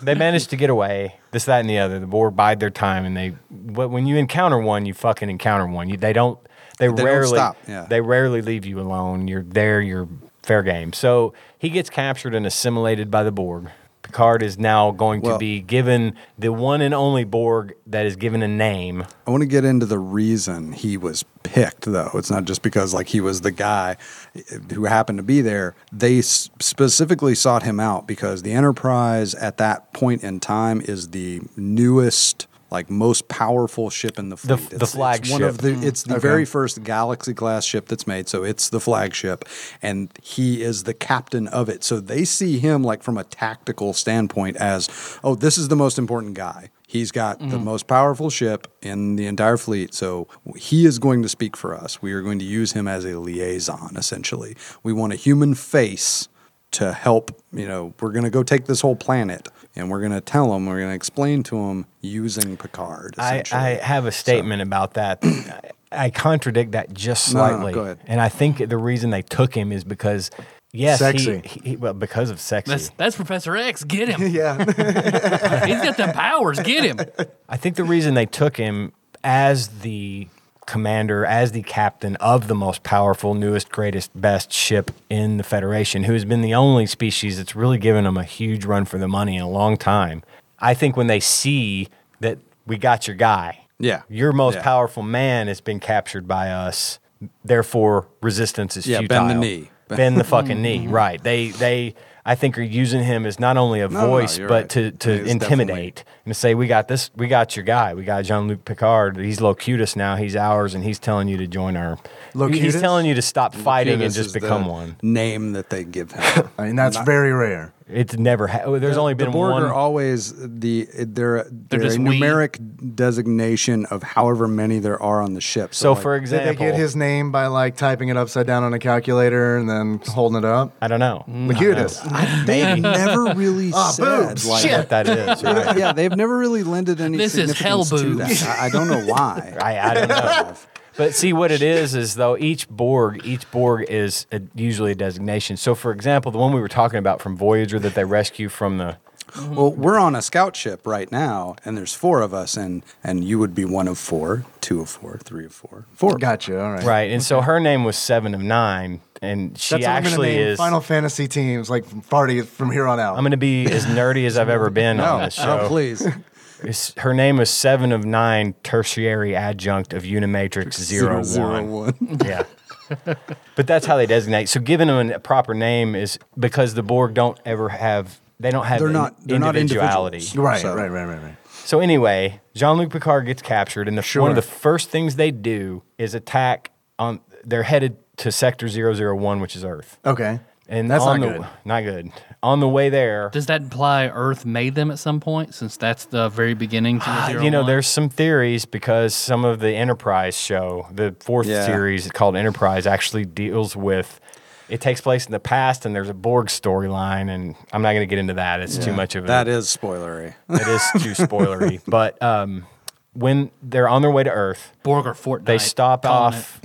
S2: (laughs)
S4: they manage to get away. This, that, and the other. The Borg bide their time, and they. But when you encounter one, you fucking encounter one. You, they don't. They,
S2: don't
S4: rarely.
S2: stop, yeah.
S4: They rarely leave you alone. You're there. You're fair game. So he gets captured and assimilated by the Borg. Picard is now going to
S2: Well-
S4: be given the one and only Borg that is given a name.
S2: I want to get into the reason he was picked, though. It's not just because like he was the guy eh, who happened to be there. They s- specifically sought him out because the Enterprise at that point in time is the newest, like most powerful ship in the fleet.
S4: The f- the
S2: It's- It's, one
S4: flagship.
S2: of the. It's the very first Galaxy class ship that's made, so it's the flagship, and he is the captain of it. So they see him like from a tactical standpoint as, oh, this is the most important guy. He's got
S4: Mm-hmm.
S2: the most powerful ship in the entire fleet, so he is going to speak for us. We are going to use him as a liaison, essentially. We want a human face to help. You know, we're going to go take this whole planet, and we're going to tell him, we're going to explain to him using Picard.
S4: I,
S2: Essentially.
S4: I have a statement about that. I I contradict that just
S2: No, no, no,
S4: slightly.
S2: go ahead.
S4: And I think the reason they took him is because Yes, he-
S3: Sexy.
S4: He, he- well, because of sexy.
S1: That's that's Professor X. Get
S4: (laughs)
S1: him.
S3: Yeah.
S1: (laughs) He's got the powers. Get him.
S4: I think the reason they took him as the commander, as the captain of the most powerful, newest, greatest, best ship in the Federation, who has been the only species that's really given them a huge run for the money in a long time. I think when they see that we got your guy,
S2: Yeah.
S4: your most
S2: Yeah.
S4: powerful man has been captured by us. Therefore, resistance is
S2: Yeah, bend the
S4: futile.
S2: knee.
S4: (laughs)
S2: Mm-hmm.
S4: Bend the fucking knee. Right? They they I think are using him as not only a
S2: no, no,
S4: voice,
S2: you're
S4: but
S2: right.
S4: to to
S2: It is
S4: intimidate and to say, "We got this. We got your guy. We got Jean Luc Picard. He's Locutus now. He's ours, and he's telling you to join our. He's
S3: Locutus?
S4: telling you to stop fighting and
S2: Locutus
S4: just
S2: is the
S4: become one.
S2: Name that they give
S4: (laughs)
S2: him.
S3: I mean, that's very rare.
S4: It's never. Ha- oh, there's only
S2: the
S4: been
S2: Borg
S4: one.
S2: are always the they're they're,
S1: just
S2: a
S1: we.
S2: numeric designation of however many there are on the ship.
S4: so,
S2: like,
S4: for
S3: Did they
S4: example,
S3: get his name by like typing it upside down on a calculator and then holding it up?
S4: I don't know.
S3: Mm. Locutus.
S4: (laughs)
S2: they've never really
S3: Ah,
S2: said
S3: boobs.
S2: like,
S3: Shit.
S4: What that
S3: (laughs)
S4: is. Right? (laughs)
S2: yeah, they've never really lended any
S1: This is hell
S2: significance to
S1: boobs.
S2: that. I, I don't
S4: (laughs)
S2: know why.
S4: I, I don't know. But see, what it is is though each Borg, each Borg is a, usually a designation. So, for example, the one we were talking about from Voyager that they rescue from the
S2: Well, we're on a scout ship right now, and there's four of us, and and you would be one of four, two of four, three of four, four.
S3: Gotcha. All right.
S4: right, and so her name was Seven of Nine, and she
S3: That's what I'm
S4: actually
S3: gonna name
S4: is.
S3: Final Fantasy teams like from party from here on out.
S4: I'm going to be as nerdy as I've ever been on
S2: No,
S4: this
S2: no,
S4: show.
S2: Oh,
S4: (laughs)
S2: please.
S4: It's- her name is Seven of Nine, tertiary adjunct of Unimatrix Zero One.
S2: Zero, one.
S4: Yeah. but that's how they designate. So giving them a proper name is because the Borg don't ever have they don't have
S2: They're
S4: an
S2: not- they're not
S4: individuality.
S2: individuals.
S3: right,
S2: So-
S3: right, right, right, right.
S4: So anyway, Jean-Luc Picard gets captured and the one
S3: Sure.
S4: of the first things they do is attack on they're headed to sector 001 which is Earth.
S3: Okay.
S4: And
S3: that's
S4: on
S3: not
S4: the,
S3: good.
S4: Not good. On the way there,
S1: Does that imply Earth made them at some point? Since that's the very beginning. To the zero
S4: Uh, Ah, you know,
S1: one?
S4: there's some theories because some of the Enterprise show, the fourth
S2: Yeah.
S4: series called Enterprise, actually deals with. It takes place in the past, and there's a Borg storyline, and I'm not going to get into that. It's too much of a, (laughs)
S2: That is spoilery.
S4: it is too
S2: (laughs)
S4: spoilery. but um, when they're on their way to Earth,
S1: Borg or Fortnite.
S4: they stop
S1: Calling
S2: (laughs)
S4: off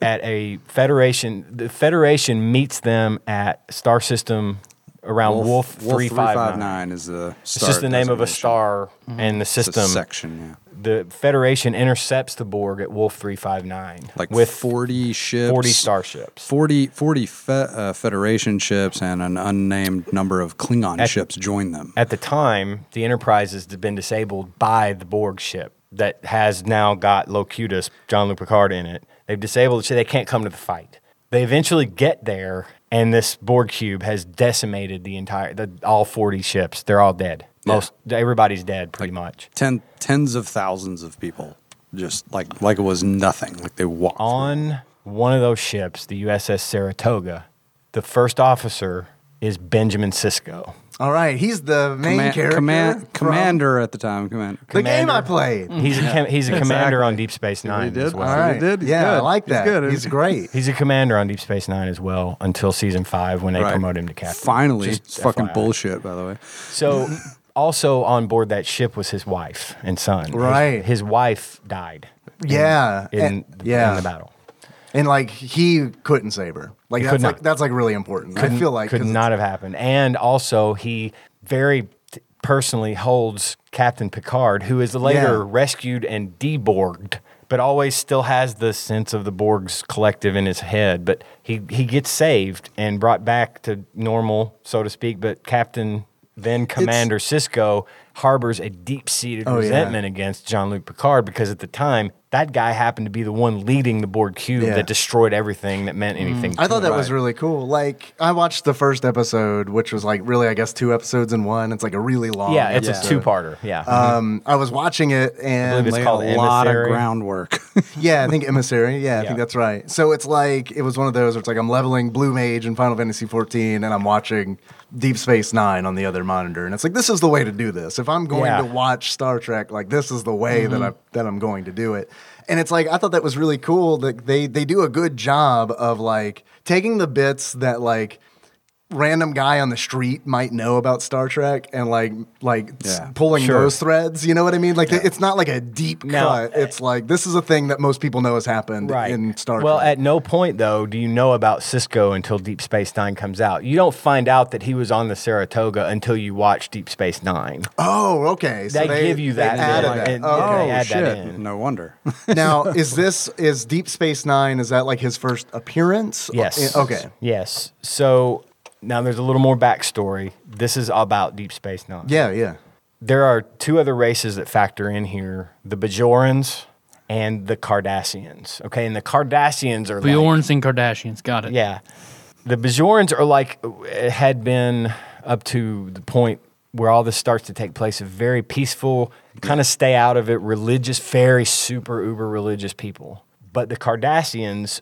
S4: at a Federation. The Federation meets them at Star System around Wolf, three five nine.
S2: is the.
S4: It's just the name of a star and
S2: Mm-hmm.
S4: the
S2: It's a
S4: system
S2: section, yeah.
S4: the Federation intercepts the Borg at Wolf 359
S2: Like
S4: with
S2: with 40 ships.
S4: 40 starships.
S2: 40, 40 fe- uh, Federation ships and an unnamed number of Klingon ships join them.
S4: At the time, the Enterprise has been disabled by the Borg ship that has now got Locutus, John Luke Picard, in it. They've disabled it, so they can't come to the fight. They eventually get there, and this Borg cube has decimated the entire, the, all 40 ships. They're all dead. Most everybody's dead, pretty much.
S2: Ten, tens of thousands of people, just like like it was nothing. Like they walked. through.
S4: on one of those ships, the USS Saratoga, the first officer is Benjamin Sisko.
S3: All right. He's the main
S2: Command-
S3: character.
S2: command-
S3: from
S2: commander at the time. Commander.
S3: The game
S4: Commander. Mm.
S3: I played.
S2: Mm.
S3: All
S4: He's a com- he's a commander on Deep Space Nine as well.
S2: All right.
S3: right.
S2: He did. He's
S3: yeah, I
S2: good.
S3: like
S2: He's
S3: that.
S2: good. (laughs)
S3: He's great.
S4: He's a commander on Deep Space Nine as well until season five when they
S2: Right.
S4: promote him to captain.
S2: Finally,
S4: Just
S2: it's fucking
S4: FYI.
S2: bullshit. By the way,
S4: So, also on board that ship was his wife and son. His-
S3: Right.
S4: his, wife died. in-
S3: Yeah,
S2: Eh,
S4: in,
S3: and-
S4: the,
S3: yeah.
S4: in the battle,
S3: And like he couldn't save her. Like
S4: He
S3: that's
S4: could
S3: like
S4: not.
S3: that's like really important. I feel like
S4: could
S3: 'cause
S4: not have happened. And also, he very t- personally holds Captain Picard, who is later
S3: Yeah.
S4: rescued and deborged, but always still has the sense of the Borg's collective in his head. But he he gets saved and brought back to normal, so to speak. But Captain then Commander Cisco harbors a deep seated
S3: Oh, yeah.
S4: resentment against Jean Luc Picard because at the time that guy happened to be the one leading the Borg cube
S3: Yeah. Mm.
S4: that destroyed everything that meant anything.
S3: I
S4: to
S3: thought that
S4: him.
S3: was really cool. Like I watched the first episode, which was like really, I guess, two episodes in one. It's like a really long.
S4: Yeah, it's
S3: episode.
S4: a two-parter. Yeah.
S3: Um, I was watching it, and
S4: believe it's
S2: Laid
S4: called
S2: a lot of
S4: Emissary.
S2: groundwork. (laughs)
S3: yeah, I
S4: (laughs)
S3: think emissary. Yeah, I
S4: Yeah.
S3: think that's right. So it's like it was one of those. Where it's like I'm leveling Blue Mage in Final Fantasy 14, and I'm watching Deep Space Nine on the other monitor, and it's like this is the way to do this. If I'm going
S4: Yeah. Mm-hmm.
S3: to watch Star Trek, like this is the way that I that I'm going to do it. And it's like I thought that was really cool. That they they do a good job of like taking the bits that like random guy on the street might know about Star Trek and like like s-
S2: Yeah.
S3: pulling
S4: Sure.
S3: those threads. You know what I mean? Like it's not like a deep
S4: Now- uh,
S3: cut. It's like this is a thing that most people know has happened
S4: right
S3: in Star
S4: well
S3: Trek.
S4: at no point though do you know about cisco until deep space nine comes out you don't find out that he was on the saratoga until you watch deep space nine
S3: oh, okay. So
S4: they, give you that
S3: They added
S4: like,
S3: that.
S4: and-
S3: Oh,
S4: yeah,
S2: Oh
S4: they add
S2: shit!
S4: that in.
S2: No wonder. (laughs)
S4: (laughs)
S3: now is this is Deep Space Nine? Is that like his first appearance?
S4: Yes.
S3: Uh, Okay.
S4: Yes. So now there's a little more backstory. This is about Deep Space Nine.
S3: Yeah. Yeah.
S4: There are two other races that factor in here: the Bajorans and the Cardassians. Okay, and the Cardassians are like-
S1: Bjorns and Kardashians. Got it.
S4: yeah. The Bajorans are like it had been up to the point where all this starts to take place. A very peaceful, kind of stay out of it. Religious, very super uber religious people. But the Cardassians,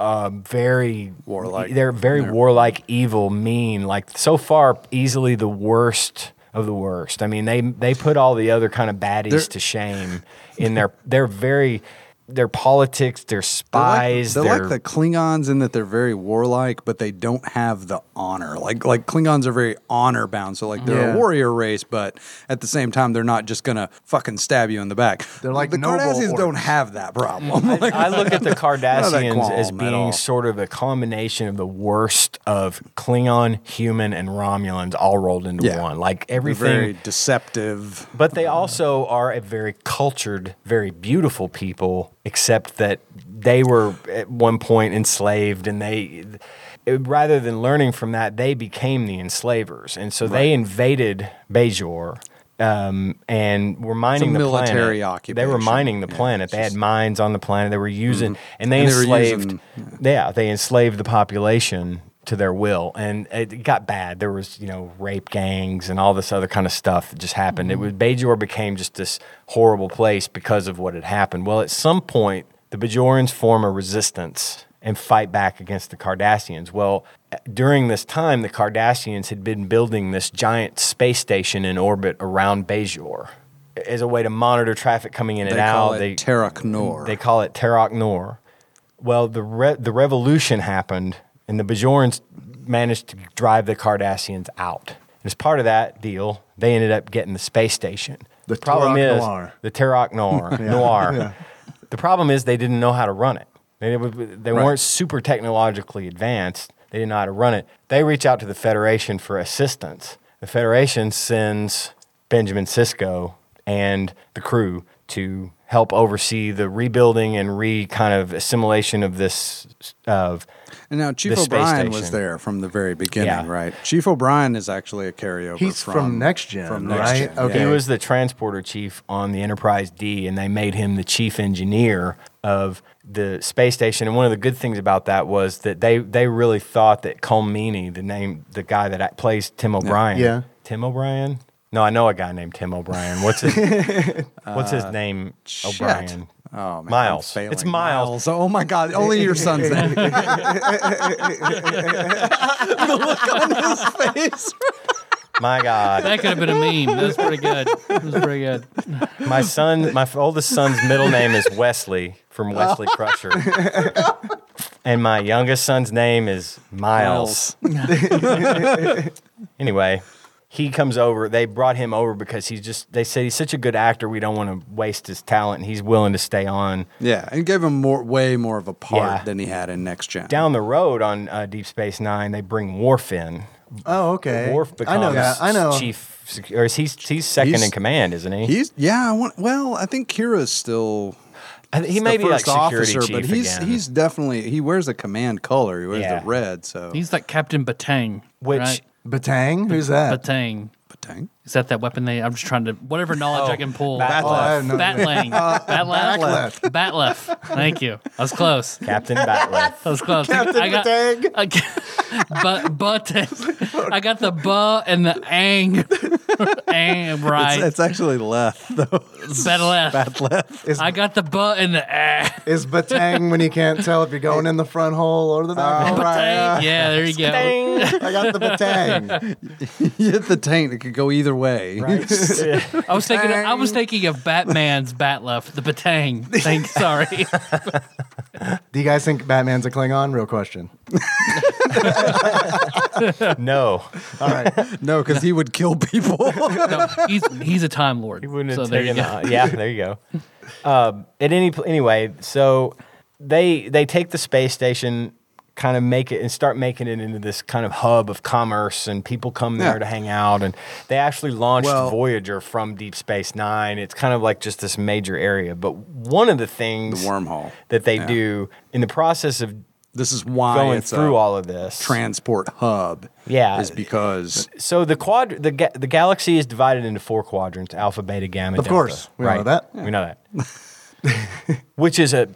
S4: uh, very
S2: Warlike.
S4: They're very warlike, evil, mean. Like so far, easily the worst of the worst. I mean, they they put all the other kind of baddies to shame in their. They're very. Their politics, their spies,
S2: They're like, they're
S4: their-
S2: like the Klingons in that they're very warlike, but they don't have the honor. Like like Klingons are very honor bound, so like they're
S3: Yeah.
S2: a warrior race, but at the same time they're not just gonna fucking stab you in the back.
S3: They're like
S2: the
S3: noble
S2: Cardassians
S3: orcs. Mm-hmm.
S2: don't have that problem. Like,
S4: I look at the Cardassians
S2: qualm
S4: as
S2: at
S4: being
S2: all.
S4: sort of a combination of the worst of Klingon, human, and Romulans all rolled into
S2: Yeah.
S4: one.
S2: (laughs)
S4: Like
S2: they're very
S4: everything.
S2: deceptive.
S4: But they also are a very cultured, very beautiful people, except that they were at one point enslaved and they. Rather than learning from that, they became the enslavers, and so they invaded Bejor um, and were mining the
S2: military
S4: planet. They were
S2: occupation.
S4: mining the
S2: Yeah,
S4: planet.
S2: it's Mm-hmm.
S4: They had mines on the planet. They were using, and they
S2: And they were
S4: enslaved.
S2: using-
S4: yeah. they enslaved the population to their will, and it got bad. There was, you know, rape gangs and all this other kind of stuff that just happened.
S2: Mm-hmm.
S4: It was Bajor became just this horrible place because of what had happened. Well, at some point, the Bajorans form a resistance and fight back against the Cardassians. Well, during this time, the Cardassians had been building this giant space station in orbit around Bajor as a way to monitor traffic coming in
S2: They
S4: and out.
S2: call it they, Terraknor.
S4: They call it Terok Nor. Well, the re- the revolution happened, and the Bajorans managed to drive the Cardassians out. And as part of that deal, they ended up getting the space station.
S3: The Terok Nor.
S4: the Terok Nor. Noir. The problem is they didn't know how to run it. They, they weren't super technologically advanced. They didn't know how to run it. They reach out to the Federation for assistance. The Federation sends Benjamin Sisko and the crew to help oversee the rebuilding and re kind of assimilation of this of
S2: and now Chief
S4: the space
S2: O'Brien was
S4: station.
S2: there from the very beginning,
S4: Yeah.
S2: right? Chief O'Brien is actually a carryover.
S3: He's from, Next Gen.
S2: from Next
S3: right?
S2: Gen, yeah.
S3: Okay.
S4: He was the transporter chief on the Enterprise D, and they made him the chief engineer of the space station. And one of the good things about that was that they they really thought that Colmini, the name, the guy that act- plays Tim O'Brien,
S3: Yeah.
S4: Tim O'Brien. No, I know a guy named Tim O'Brien.
S2: (laughs)
S4: What's his What's his name?
S2: Uh, shit.
S4: O'Brien.
S2: Oh, man, I'm
S4: Miles.
S2: failing.
S4: It's Miles.
S2: Oh my God! Only your (laughs)
S4: (laughs)
S2: son's name. the look on his face.
S4: My God.
S1: That could have been a meme. That was pretty good. That was pretty good.
S4: My son, my f- oldest son's middle name is Wesley from Wesley
S2: Oh.
S4: Crusher. and my youngest son's name is Miles. anyway, he comes over. They brought him over because he's just, they said he's such a good actor. We don't want to waste his talent. And he's willing to stay on.
S2: Yeah, and gave him more, way more of a part
S4: Yeah.
S2: than he had in Next Gen.
S4: Down the road on uh, Deep Space Nine, they bring Worf in.
S3: Oh, okay.
S4: Worf becomes
S3: I know that. I know.
S4: chief, sec- or is he, he's second
S2: He's-
S4: in command, isn't he?
S2: He's yeah. I want, well, I think Kira's still.
S4: I think he
S2: the
S4: may be
S2: first
S4: like security
S2: officer,
S4: chief
S2: but he's
S4: again.
S2: he's definitely he wears a command color. He wears
S4: Yeah.
S2: the red. So
S1: He's like Captain Batang.
S4: Which-
S1: right?
S3: Batang? Who's that?
S1: Batang.
S2: but dang.
S1: Is that that weapon they? I'm just trying to whatever knowledge I can pull.
S4: Bat-
S3: Oh, I have no idea.
S1: Batlang. Batleft. Batleft. Thank you. I was close. I
S4: Captain Batleth.
S1: was close. Captain I got,
S3: Batang.
S1: I got, but but I got the buh and the ang, ang
S2: It's,
S1: right.
S2: it's actually Leth (laughs) though.
S1: Batleth.
S3: Is-
S1: I got the buh and the ah.
S3: Is Batang when you can't tell if you're
S4: (laughs)
S3: going in the front hole or the back hole?
S1: Batang. Yeah, there you go.
S3: I got the Batang.
S2: you hit the taint. It could go either way. (laughs)
S4: (laughs)
S1: I was thinking. I was thinking of Batman's Batleft, the Batang. Thank. Sorry.
S3: Do you guys think Batman's a Klingon? Real question.
S4: no,
S3: All right.
S2: No, because he would kill
S4: (laughs)
S2: people.
S1: No, he's he's a time lord.
S4: He wouldn't
S1: so
S4: have
S1: there you
S4: taken
S1: go.
S4: the- yeah, there you go. Um, at any pl- anyway, so they they take the space station, kind of make it and start making it into this kind of hub of commerce, and people come there
S2: Yeah.
S4: to hang out. And they actually launched
S2: Well-
S4: Voyager from Deep Space Nine. It's kind of like just this major area. But one of the things
S2: wormhole.
S4: that they
S2: Yeah.
S4: do in the process of
S2: this is why
S4: going
S2: it's
S4: through
S2: a
S4: all of this
S2: transport hub.
S4: Yeah.
S2: is because
S4: so the quad the ga- the galaxy is divided into four quadrants: alpha, beta, gamma.
S3: Of
S4: delta,
S3: course. We know
S4: right?
S3: that.
S4: We know that. (laughs) Which is a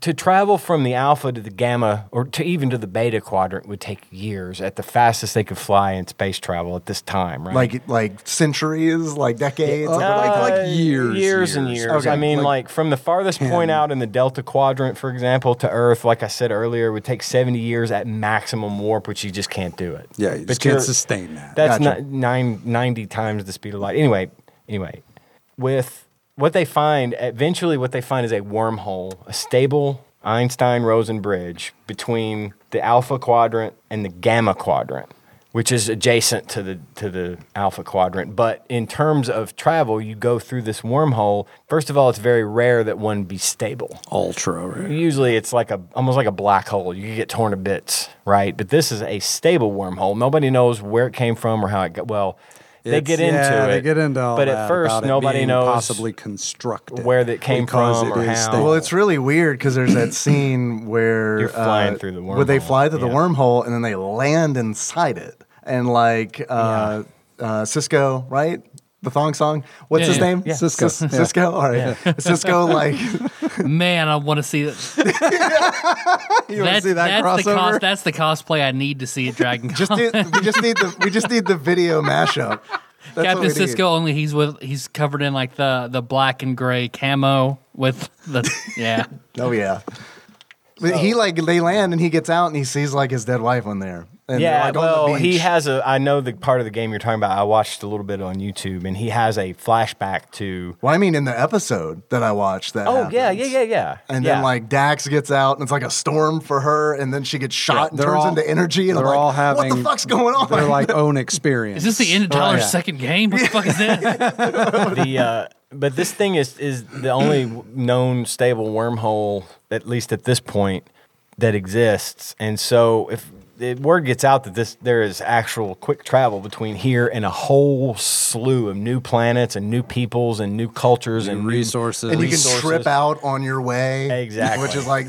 S4: to travel from the alpha to the gamma, or to even to the beta quadrant, would take years. At the fastest they could fly in space travel at this time, right?
S3: Like like centuries, like decades.
S2: Uh,
S3: like-
S2: like- like years,
S4: years, and
S2: years.
S4: years.
S3: Okay,
S4: I mean,
S3: like
S4: like, from the farthest point out in the Delta Quadrant, for example, to Earth, like I said earlier, would take seventy years at maximum warp, which you just can't do it.
S2: yeah, you
S4: But
S2: just can't
S4: you're-
S2: sustain that.
S4: That's
S3: Gotcha.
S4: ni- nine, 90 times the speed of light. Anyway, anyway, with what they find, eventually what they find is a wormhole, a stable Einstein-Rosen bridge between the alpha quadrant and the gamma quadrant, which is adjacent to the to the alpha quadrant. But in terms of travel, you go through this wormhole. First of all, it's very rare that one be stable.
S2: Ultra rare.
S4: Usually it's like a almost like a black hole. You get torn to bits, right? But this is a stable wormhole. Nobody knows where it came from or how it got. Well, they
S2: It's-
S4: get into
S2: yeah,
S4: it.
S2: They get into all
S4: But
S2: that
S4: at first,
S2: about it
S4: nobody
S2: being
S4: knows
S2: possibly constructed
S4: where that came
S2: because
S4: from
S2: it
S4: or
S2: is
S4: how.
S2: stable.
S3: well, it's really weird because there's
S4: (coughs)
S3: that scene where uh,
S4: Oh. You're flying through the
S3: Where they
S4: wormhole,
S3: fly through the
S4: yeah.
S3: wormhole and then they land inside it, and like uh, uh, Cisco, right? The thong song. What's
S1: Yeah,
S3: his
S1: yeah,
S3: name?
S4: yeah.
S3: Cisco. Cisco. All right. Cisco.
S4: (laughs)
S3: Like
S1: Man, I want to see
S3: (laughs)
S1: it. (laughs)
S3: you want to see that
S1: that's The
S3: crossover?
S1: cos, that's the cosplay I need to see at
S3: (laughs)
S1: Dragon Con.
S3: just need, we just need the we just need the video mashup. That's what we
S1: Captain
S3: need.
S1: Cisco only he's with he's covered in like the the black and gray camo with the
S3: (laughs)
S1: yeah.
S3: Oh yeah. But he like they land and he gets out and he sees like his dead wife on there. And they're,
S4: yeah,
S3: like, on the
S4: well, he
S3: beach.
S4: has a. I know the part of the game you're talking about. I watched a little bit on YouTube, and he has a flashback to.
S3: Well, I mean, in the episode that I watched, that.
S4: Oh yeah, yeah,
S3: happens.
S4: yeah, yeah.
S3: And
S4: Yeah.
S3: then like Dax gets out and it's like a storm for her, and then she gets shot and
S2: they're
S3: turns
S2: all-
S3: into energy. And I'm
S2: they're
S3: like,
S2: all having
S3: what the fuck's going on?
S2: their like
S3: (laughs)
S2: own experience.
S1: Is this the end of
S3: Oh,
S1: Tyler's
S2: yeah.
S1: second game? What the fuck is
S3: (laughs)
S1: this?
S4: the uh, but this thing is is the only known stable wormhole at least at this point that exists and so if the word gets out that this there is actual quick travel between here and a whole slew of new planets and new peoples and new cultures and new-
S2: resources?
S3: and you can
S4: resources.
S3: trip out on your way,
S4: Exactly.
S3: which is like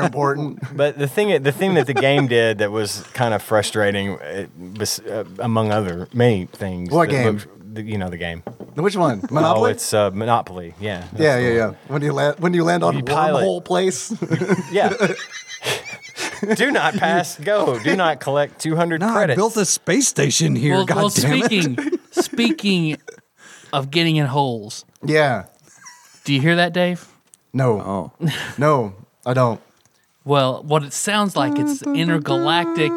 S2: (laughs)
S3: important.
S4: but the thing the thing that the game did that was kind of frustrating uh, bes- uh, among other many things
S3: What
S4: that
S3: game?
S4: looked- the- you know the game
S3: Which one?
S4: oh
S3: Monopoly.
S4: it's uh, monopoly yeah that's
S3: yeah,
S4: the
S3: yeah,
S4: one.
S3: yeah. When you land, when you land on
S4: You pilot.
S3: wormhole place, (laughs)
S4: Yeah. do not pass go. Do not collect 200
S2: No, I
S4: credits.
S2: built a space station here.
S1: well,
S2: God
S1: well
S2: damn it. (laughs)
S1: speaking speaking of getting in holes,
S3: yeah.
S1: do you hear that, Dave?
S2: Oh.
S4: (laughs)
S3: No, no, I don't.
S1: Well, what it sounds like it's intergalactic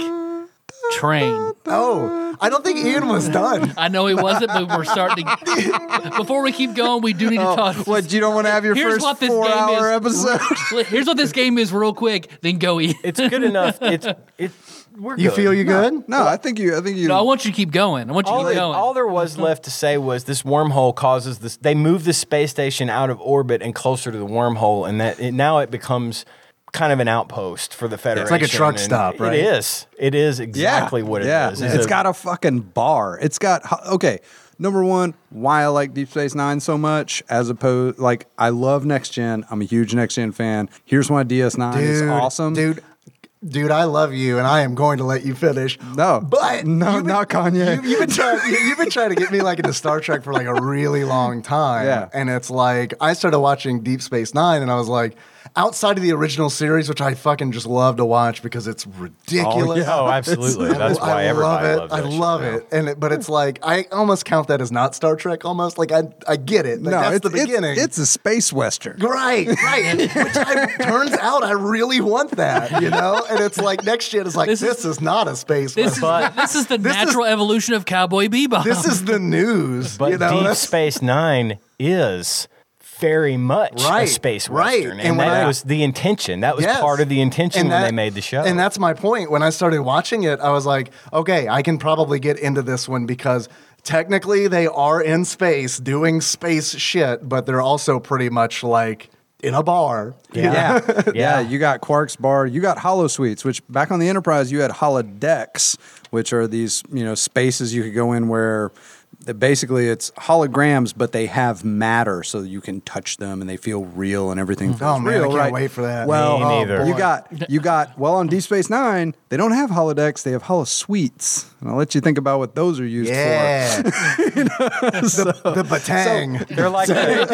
S1: train.
S3: Oh, I don't think Ian was
S2: (laughs)
S3: done.
S1: I know it wasn't, but we're starting.
S3: (laughs)
S1: To, before we keep going, we do need to
S3: Oh,
S1: talk.
S2: What you don't want to have your
S1: Here's
S2: first
S1: what this game
S2: four-hour
S1: is.
S2: episode?
S1: Here's what this game is, real quick. Then go eat.
S4: it's
S3: (laughs)
S4: good enough. It's it's we're
S3: You
S4: good.
S3: feel you
S2: (laughs)
S3: good?
S2: no, I think you. I think you.
S1: No, I want you to keep going. I want you
S4: all,
S1: to keep
S4: they-
S1: going. Mm-hmm.
S4: all there was left to say was this wormhole causes this. They move the space station out of orbit and closer to the wormhole, and that it, now it becomes kind of an outpost for the Federation.
S3: like a truck
S4: and
S3: stop, right?
S4: It is. It is
S2: yeah,
S4: exactly what it
S2: yeah.
S4: is.
S2: It's
S4: a-
S2: got a fucking bar. It's got ho- okay. Number one, why I like Deep Space Nine so much, as opposed, like I love Next Gen. I'm a huge Next Gen fan. Here's why DS Nine is awesome,
S3: dude. Dude, I love you, and I am going to let you finish.
S2: No.
S3: but
S2: No,
S3: you've been-
S2: not Kanye.
S3: You, you've been trying. You, have been trying to get me like into Star Trek for like a really long time.
S2: Yeah.
S3: and it's like I started watching Deep Space Nine, and I was like, outside of the original series, which I fucking just love to watch because it's ridiculous.
S4: (laughs) Oh,
S3: (laughs)
S4: absolutely. That's why everybody
S3: love it.
S4: loves
S3: I
S4: that show
S3: love
S4: now.
S3: it, and it, but it's like I almost count that as not Star Trek. Almost like I, I get it.
S2: (laughs)
S3: Like,
S2: No,
S3: that's
S2: it's
S3: the beginning.
S2: It's, it's a space western.
S3: Right,
S4: (laughs)
S3: right. Which I, turns out I really want that, you know? And it's like next gen is like, this,
S1: This is-
S3: is, not a space
S1: this, is,
S3: western.
S1: this is the
S3: This is-
S1: natural evolution of Cowboy Bebop.
S3: This is the news,
S4: But
S3: you know?
S4: Deep
S3: That's-
S4: Space Nine is very much a
S3: Right,
S4: space
S3: right.
S4: western, and,
S3: And when
S4: that
S3: I-
S4: was the intention. That was
S3: Yes.
S4: part of the intention
S3: And
S4: when
S3: that-
S4: they made the show.
S3: And that's my point. When I started watching it, I was like, okay, I can probably get into this one because technically they are in space doing space shit, but they're also pretty much like in a bar.
S4: yeah, yeah.
S2: (laughs) Yeah. you got Quark's Bar, you got Hollow Suites, which back on the Enterprise you had holodecks, which are these you know spaces you could go in where basically it's holograms, but they have matter, so you can touch them and they feel real and everything. Feels
S3: Mm. Oh, man, I
S2: real,
S3: can't
S2: right?
S3: wait for that.
S2: Well,
S4: Me
S2: oh,
S4: neither.
S2: you
S4: boy.
S2: got you got well on Deep Space Nine, they don't have holodecks, they have holo suites, and I'll let you think about what those are used (laughs)
S3: Yeah.
S4: (laughs)
S3: the, the batang.
S4: (laughs) They're like, they're, they're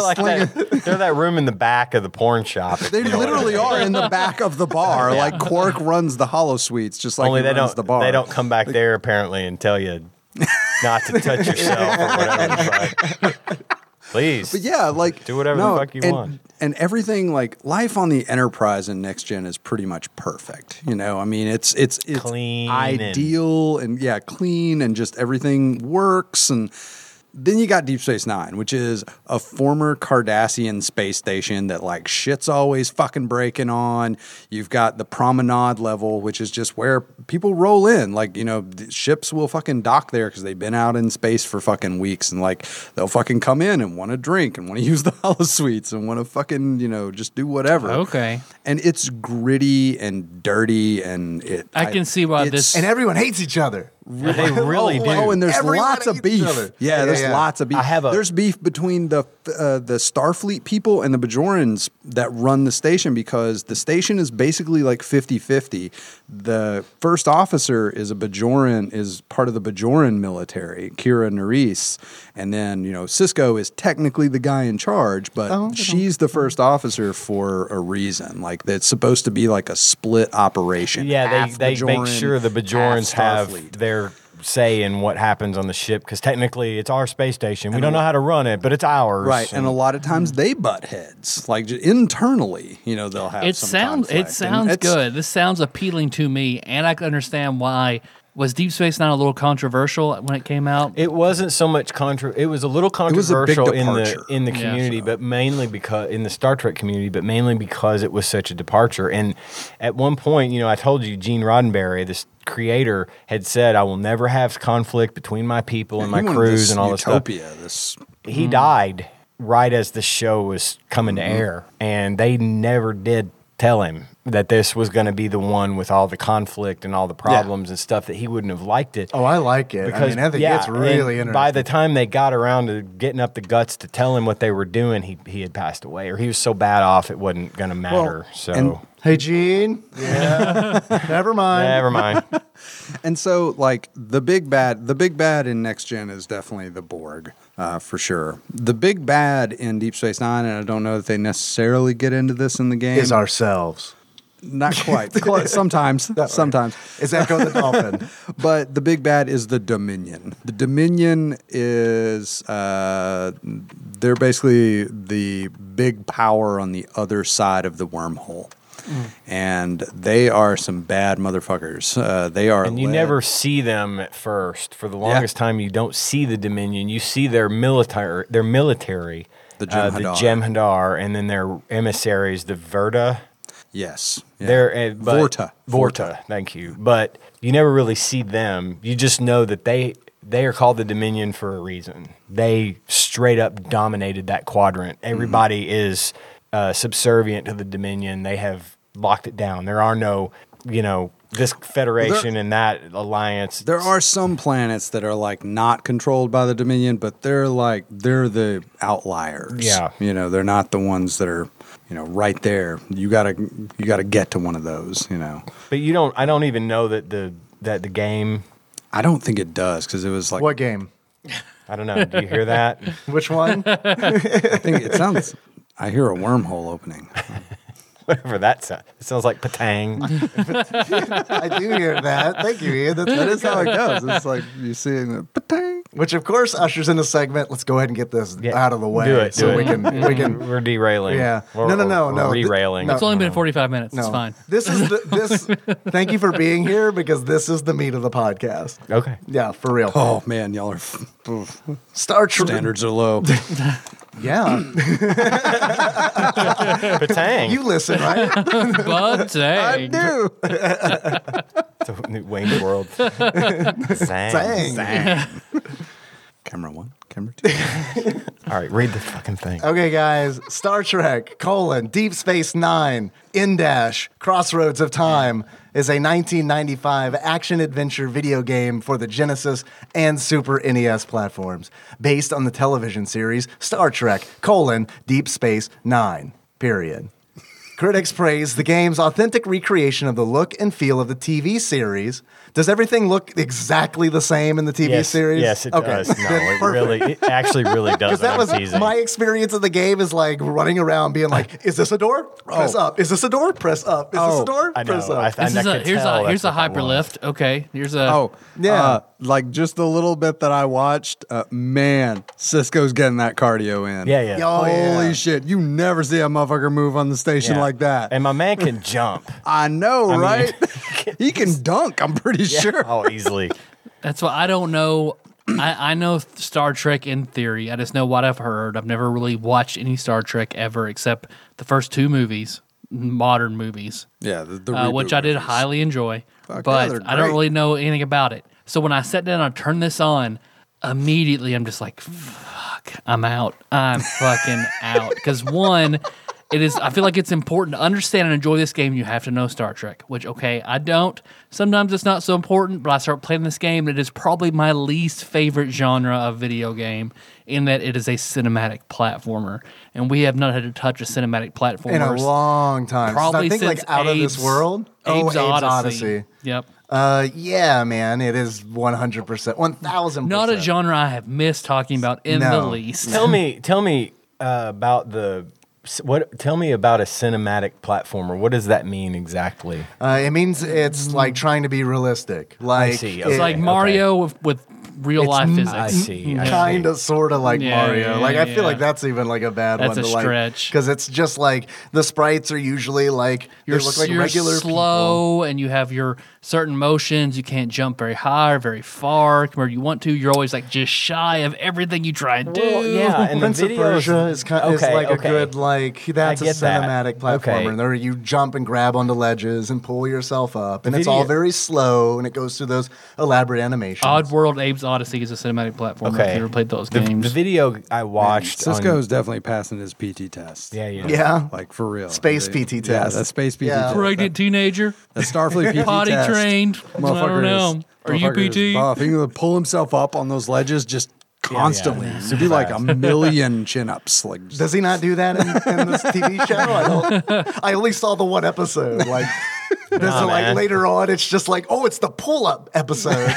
S4: like that, they're that room in the back of the porn shop. if
S2: for.
S4: (laughs)
S2: They
S4: you know what I
S2: literally
S4: mean.
S2: are in the back of the bar. Like Quark runs the hollow suites, just like
S4: Only
S2: he
S4: they
S2: runs
S4: don't.
S2: the bar.
S4: They don't come back there apparently and tell you not to touch yourself or whatever. It's like, Please,
S2: But yeah, like
S4: Do whatever the
S2: no,
S4: fuck you
S2: and,
S4: want.
S2: And everything like life on the Enterprise and Next Gen is pretty much perfect. You know, I mean, it's it's it's
S4: Clean and-
S2: ideal, and, yeah, clean, and just everything works. And then you got Deep Space Nine, which is a former Cardassian space station that like shit's always fucking breaking on. You've got the promenade level, which is just where people roll in. Like you know, th- ships will fucking dock there because they've been out in space for fucking weeks, and like they'll fucking come in and want to drink and want to (laughs) use the holosuites and want to fucking you know just do whatever.
S1: Okay.
S2: and it's gritty and dirty, and it.
S1: I can see why
S2: it's-
S1: this-
S3: And everyone hates each other.
S4: they really do.
S2: Oh, and there's
S3: Everybody
S2: lots of
S3: eats
S2: beef.
S3: each other.
S2: Yeah,
S3: Yeah,
S2: there's
S3: yeah.
S2: lots of beef.
S4: I have a-
S2: there's beef between the uh, the Starfleet people and the Bajorans that run the station because the station is basically like 50-50. The first officer is a Bajoran, is part of the Bajoran military, Kira Nerys, and then you know Cisco is technically the guy in charge, but
S3: Oh,
S2: she's the first officer for a reason. Like that's supposed to be like a split operation.
S4: Yeah,
S2: Half
S4: they, they make
S2: Bajoran,
S4: sure the Bajorans
S2: half
S4: have
S2: Starfleet.
S4: their say in what happens on the ship because technically it's our space station. We don't know how to run it, but it's ours.
S2: Right, and a lot of
S4: Mm-hmm.
S2: times they butt heads, like j- internally. You know, they'll have.
S1: It
S2: some
S1: sounds
S2: conflict.
S1: it
S2: And
S1: sounds
S2: it's-
S1: good. This sounds appealing to me, and I can understand why. Was Deep Space Nine a little controversial when it came out?
S4: It wasn't so much contro. It was a little
S2: was a big
S4: controversial in the
S2: departure.
S4: in the
S1: Yeah.
S4: community, but mainly because in the Star Trek community, but mainly because it was such a departure. And at one point, you know, I told you Gene Roddenberry, this creator, had said, "I will never have conflict between my people and my
S2: You wanted
S4: crews
S2: this
S4: and all this stuff."
S2: utopia, this
S4: he
S3: Mm-hmm.
S4: died right as the show was coming to air, and they never did tell him that this was going to be the one with all the conflict and all the problems and stuff that he wouldn't have liked it.
S3: Oh, I like it. I mean, I think it's
S4: and
S3: really interesting.
S4: By the time they got around to getting up the guts to tell him what they were doing, he he had passed away, or he was so bad off it wasn't going to matter. so
S2: and-
S3: Hey, Gene.
S4: (laughs)
S3: Yeah. Never mind.
S4: never mind.
S2: and so like the big bad the big bad in next gen is definitely the borg uh, for sure the big bad in deep space nine and i don't know that they necessarily get into this in the game
S3: Is ourselves.
S2: not
S4: (laughs)
S2: quite Cl- sometimes sometimes
S3: Is Echo the Dolphin?
S2: but the big bad is the Dominion. The Dominion is uh, they're basically the big power on the other side of the wormhole,
S4: Mm.
S2: and they are some bad motherfuckers. Uh, they are.
S4: And you
S2: led-
S4: never see them at first. For the longest time, you don't see the Dominion. You see their military, their military,
S2: The
S4: uh,
S2: Jem'Hadar.
S4: the Jem'Hadar, and then their emissaries, the Verda.
S2: Yes. yeah.
S4: They're uh, but-
S2: Vorta.
S4: Vorta. Thank you. But you never really see them. You just know that they they are called the Dominion for a reason. They straight up dominated that quadrant.
S2: Mm-hmm.
S4: Everybody is uh, subservient to the Dominion. They have locked it down. There are no, you know. This federation and that alliance.
S2: There are some planets that are like not controlled by the Dominion, but they're like they're the outliers.
S4: Yeah.
S2: you know they're not the ones that are you know right there. You gotta you gotta get to one of those. You know.
S4: But you don't. I don't even know that the that the game.
S2: I don't think it does because it was like
S3: what game?
S4: I don't know. Do you
S2: (laughs)
S4: hear that?
S3: Which one?
S2: I think (laughs) it sounds. I hear a wormhole opening.
S4: Whatever that sounds. It sounds like patang.
S3: I do hear that. Thank you, Ian. That's,
S2: That is how it goes. It's like you see it. (laughs) "Patang."
S3: Which, of course, ushers in the segment. Let's go ahead and get this
S4: Yeah.
S3: out of the way,
S4: Do it.
S3: so
S4: do
S3: we
S4: it.
S3: can we can.
S4: (laughs) We're derailing.
S3: Yeah.
S4: Or-
S3: No, no,
S4: or-
S3: no,
S4: or
S3: no. Th-
S4: Derailing.
S3: no.
S1: it's only been forty five minutes.
S3: No,
S1: It's
S3: (laughs)
S1: fine.
S3: This is the, this. thank you for being here because this is the meat of the podcast. (laughs)
S4: Okay.
S3: Yeah, for real.
S2: Oh man, y'all are
S3: Star
S2: (laughs)
S3: Trek.
S2: standards are low.
S3: Yeah.
S4: Batang.
S3: you listen,
S4: (laughs)
S3: right?
S1: But
S3: I
S1: dang.
S3: do. (laughs)
S4: Wayne World. Zang.
S3: Zang.
S2: (laughs) Camera one, camera two.
S4: All right, read the fucking thing.
S3: Okay, guys. Star Trek, colon, Deep Space Nine, in dash, Crossroads of Time is a 1995 action adventure video game for the Genesis and Super NES platforms based on the television series Star Trek, colon, Deep Space Nine, period. Critics praise the game's authentic recreation of the look and feel of the TV series. Does everything look exactly the same in the TV
S4: yes,
S3: series?
S4: Yes, it does.
S3: (laughs)
S4: No,
S3: Then
S4: it
S3: perfect.
S4: really, it
S3: (laughs)
S4: actually really
S3: Because
S4: does.
S3: that was my experience of the game is like running around being like, is this a door? Press up. Is this a door? Press up. Is this a
S2: Oh,
S3: door?
S4: I know.
S3: Press up.
S4: I, I,
S1: This
S4: I
S1: is a,
S4: could
S1: here's
S4: tell
S1: a here's a
S4: that's what that was.
S1: hyperlift. Okay, here's a
S2: (laughs) Oh,
S3: Yeah.
S2: uh, like just a little bit that I watched. Uh, man, Cisco's getting that cardio in.
S4: Yeah, yeah.
S3: Yo, Oh, yeah.
S2: Holy shit. You never see a motherfucker move on the station
S4: Yeah.
S2: like that.
S4: And my man
S3: (laughs)
S4: can jump.
S2: I know,
S4: mean- (laughs)
S2: right? (laughs) he can dunk, I'm pretty sure.
S4: Oh,
S3: (laughs)
S4: easily.
S1: That's why I don't know. I, I know Star Trek in theory. I just know what I've heard. I've never really watched any Star Trek ever except the first two movies, modern movies,
S2: Yeah, the, the
S1: uh,
S2: reboot
S1: which I did
S2: movies.
S1: highly enjoy.
S2: Fuck yeah,
S1: but
S2: they're
S1: I don't
S2: great.
S1: really know anything about it. So when I sat down and I turned this on, immediately I'm just like, fuck, I'm out.
S2: (laughs)
S1: I'm fucking out. Because one, it is, I feel like it's important to understand and enjoy this game. You have to know Star Trek, which, okay, I don't. Sometimes it's not so important, but I start playing this game. and It is probably my least favorite genre of video game in that it is a cinematic platformer. And we have not had to touch a cinematic platformer
S3: In a long time.
S1: probably
S3: I think
S1: since
S3: like out of this
S1: Abe's-
S3: world. oh,
S1: Abe's
S3: Abe's Odyssey.
S1: Yep.
S3: Uh, yeah, man. It is 100%. 1000%.
S1: Not a genre I have missed talking about in the
S3: No.
S1: least.
S4: tell me, tell me uh, about the what? Tell me about a cinematic platformer. What does that mean exactly?
S3: Uh, it means it's like trying to be realistic. Like,
S4: see.
S3: it-
S1: It's like
S4: okay.
S1: Mario with, with real
S3: It's
S1: life
S3: m-
S1: physics.
S4: I see. I
S3: kind
S4: see.
S3: of sort of like
S1: Yeah,
S3: Mario.
S1: yeah,
S3: like I
S1: yeah.
S3: feel like that's even like a bad
S1: That's
S3: one
S1: a
S3: to like
S1: stretch.
S3: because it's just like the sprites are usually like
S1: You're,
S3: they look like
S1: you're
S3: regular
S1: slow and you have your certain motions. You can't jump very high or very far where you want to. You're always like just shy of everything you try and do.
S4: Well, yeah,
S3: People.
S4: and
S3: Prince
S4: the
S3: of
S4: videos,
S3: Persia is kind is
S4: okay,
S3: like
S4: okay.
S3: a good like that's a
S4: get that.
S3: cinematic platformer
S4: Okay.
S3: and there you jump and grab onto ledges and pull yourself up and it's all
S4: Video-
S3: very slow and it goes through those elaborate animations.
S1: Oddworld Abe's Odyssey is a cinematic platform. If
S4: Okay.
S1: you ever played those
S4: The,
S1: games.
S4: the video I watched.
S2: Cisco's
S4: On,
S2: definitely passing his PT
S3: (laughs)
S2: test.
S4: yeah, yeah.
S3: yeah,
S2: Like for real.
S3: Space
S2: They-
S3: PT
S2: Yeah,
S3: test.
S2: that space PT
S3: Yeah.
S2: test.
S1: Pregnant teenager,
S2: That Starfleet
S1: (laughs)
S2: PT
S1: potty
S2: test.
S1: trained. I
S2: Motherfucker
S1: don't know.
S2: Is,
S1: Are you
S2: motherfucker
S1: PT?
S2: is buff. He can pull himself up on those ledges just constantly. He'd do like a million chin ups. Like
S4: (laughs)
S2: just-
S3: Does he not do that in, in this TV show? I don't. I only saw the one episode.
S4: (laughs)
S3: Like, there's
S4: Nah,
S3: like
S4: man.
S3: later on, it's just like, oh, it's the pull up
S4: (laughs)
S3: episode.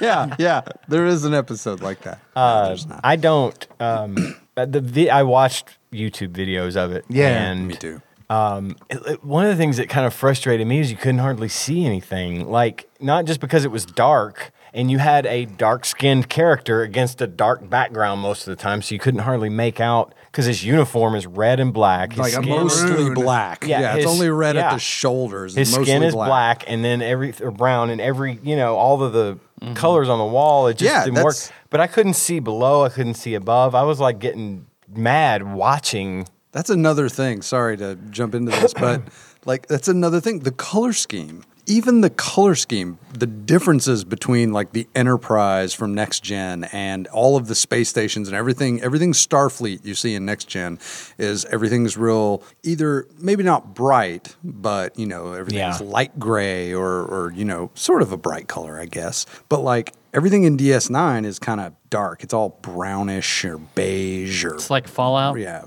S2: (laughs) yeah, yeah. There is an episode like that. No, there's not.
S4: Uh, I don't. Um, (clears throat) but the vi- I watched YouTube videos of it.
S3: Yeah,
S4: and
S2: Me too.
S4: um, it- it- one of the things that kind of frustrated me is you couldn't hardly see anything. Like, not just because it was dark and you had a dark skinned character against a dark background most of the time, so you couldn't hardly make out because his uniform is red and black. His
S3: Like a
S4: skin,
S3: most-
S2: Mostly
S3: Maroon.
S2: black. Yeah,
S4: Yeah,
S2: it's
S4: his-
S2: only red at
S4: yeah.
S2: the shoulders.
S4: his
S2: mostly
S4: skin is black. and then every or brown, and every you know all of the colors on the wall. It just
S2: Mm-hmm. Yeah,
S4: didn't work.
S2: that's-
S4: But I couldn't see below. I couldn't see above. I was like getting mad watching.
S2: That's another thing. Sorry to jump into this, but like that's another thing. The color scheme, even the color scheme, the differences between like the Enterprise from Next Gen and all of the space stations and everything, everything Starfleet you see in Next Gen is everything's real either maybe not bright, but you know everything's
S4: Yeah.
S2: light gray or or you know sort of a bright color, I guess. But like. Everything in DS9 is kind of dark. It's all brownish or beige or
S1: It's like Fallout.
S2: yeah,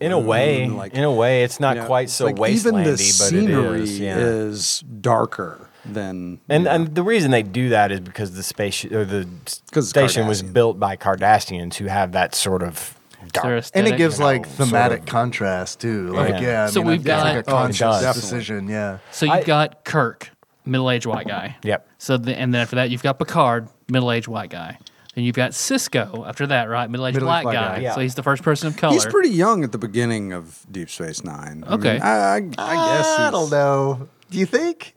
S4: In a way,
S2: maroon, Mm, like
S4: in a way, it's not
S2: you know,
S4: quite
S2: it's
S4: so
S2: like
S4: wastelandy,
S2: Even the
S4: but
S2: scenery
S4: it is. Yeah.
S2: is darker than
S4: And, and the reason they do that is because the space or the s-
S2: 'Cause it's
S4: station was
S2: Cardassian.
S4: built by Cardassians who have that sort of
S1: Their
S4: dark.
S3: and it
S1: aesthetic.
S3: gives like
S4: sort
S3: thematic
S4: of-
S3: contrast too. Like, yeah.
S4: Yeah.
S3: I
S1: So
S3: mean,
S1: we've
S3: that's
S1: got-
S3: like a
S4: Oh, it
S3: conscious
S4: does.
S3: decision. Yeah.
S1: So you've
S4: I-
S1: got Kirk, middle-aged white guy.
S4: Yep.
S1: So the, and then after that, you've got Picard, middle-aged white guy. Then you've got Cisco after that, right? Middle-aged
S3: Middle-aged
S1: black
S3: black
S1: guy.
S3: guy,
S4: yeah.
S1: So he's the first person of color.
S2: he's pretty young at the beginning of Deep Space Nine. I mean,
S4: Ah,
S1: Okay.
S2: I, I, I guess
S3: I
S2: he's-
S3: don't know. Do you think?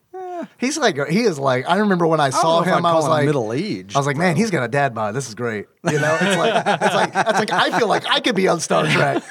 S3: He's like he is like I remember when I saw him, I, was like
S2: middle aged.
S3: I was like, man, he's got a dad bod. This is great. You know, it's like it's like it's like I feel like I could be on Star Trek.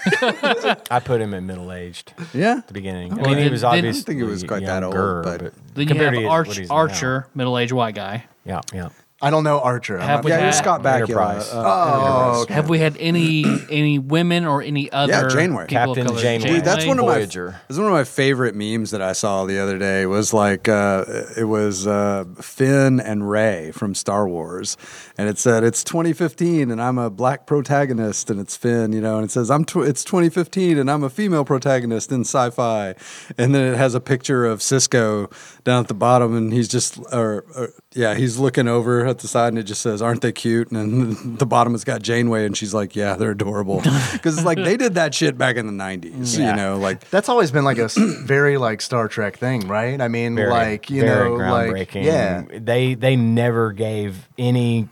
S4: I put him in middle aged at
S2: yeah.
S4: the beginning. I
S1: Well,
S4: mean, he
S1: didn't-
S4: was
S1: didn't- I
S4: obviously.
S1: don't
S2: think it was quite that old,
S4: younger,
S2: but-
S1: Then you
S4: compared to
S1: have
S4: what
S1: Arch,
S4: he's now.
S1: Archer, middle aged white guy.
S4: Yeah, yeah.
S3: I don't know Archer. I'm
S1: Have
S3: not-
S1: we
S2: Yeah, you're
S1: had,
S2: Scott Bakula.
S4: Enterprise.
S2: Uh, oh,
S1: Have we had any any women or any other
S2: Janeway.
S1: people of
S4: Captain
S1: color?
S4: Janeway.
S2: Dude, that's one of my
S4: Voyager.
S2: that's one of my favorite memes that I saw the other day. Was like uh, it was uh, Finn and Ray from Star Wars, and it said it's 2015 and I'm a black protagonist, and it's Finn, you know, and it says I'm tw- it's 2015 and I'm a female protagonist in sci-fi, and then it has a picture of Cisco down at the bottom, and he's just or, or yeah, he's looking over at the side, and it just says "Aren't they cute?" and then (laughs) the bottom has got Janeway, and she's like, "Yeah, they're adorable," (laughs) because it's like they did that shit back in the 90s, you
S4: Yeah.
S2: know, like.
S3: That's always been like a s- (clears throat) very like Star Trek thing, right? I mean,
S4: Very,
S3: like you
S4: very
S3: know, like
S4: groundbreaking.
S3: yeah,
S4: They they never gave any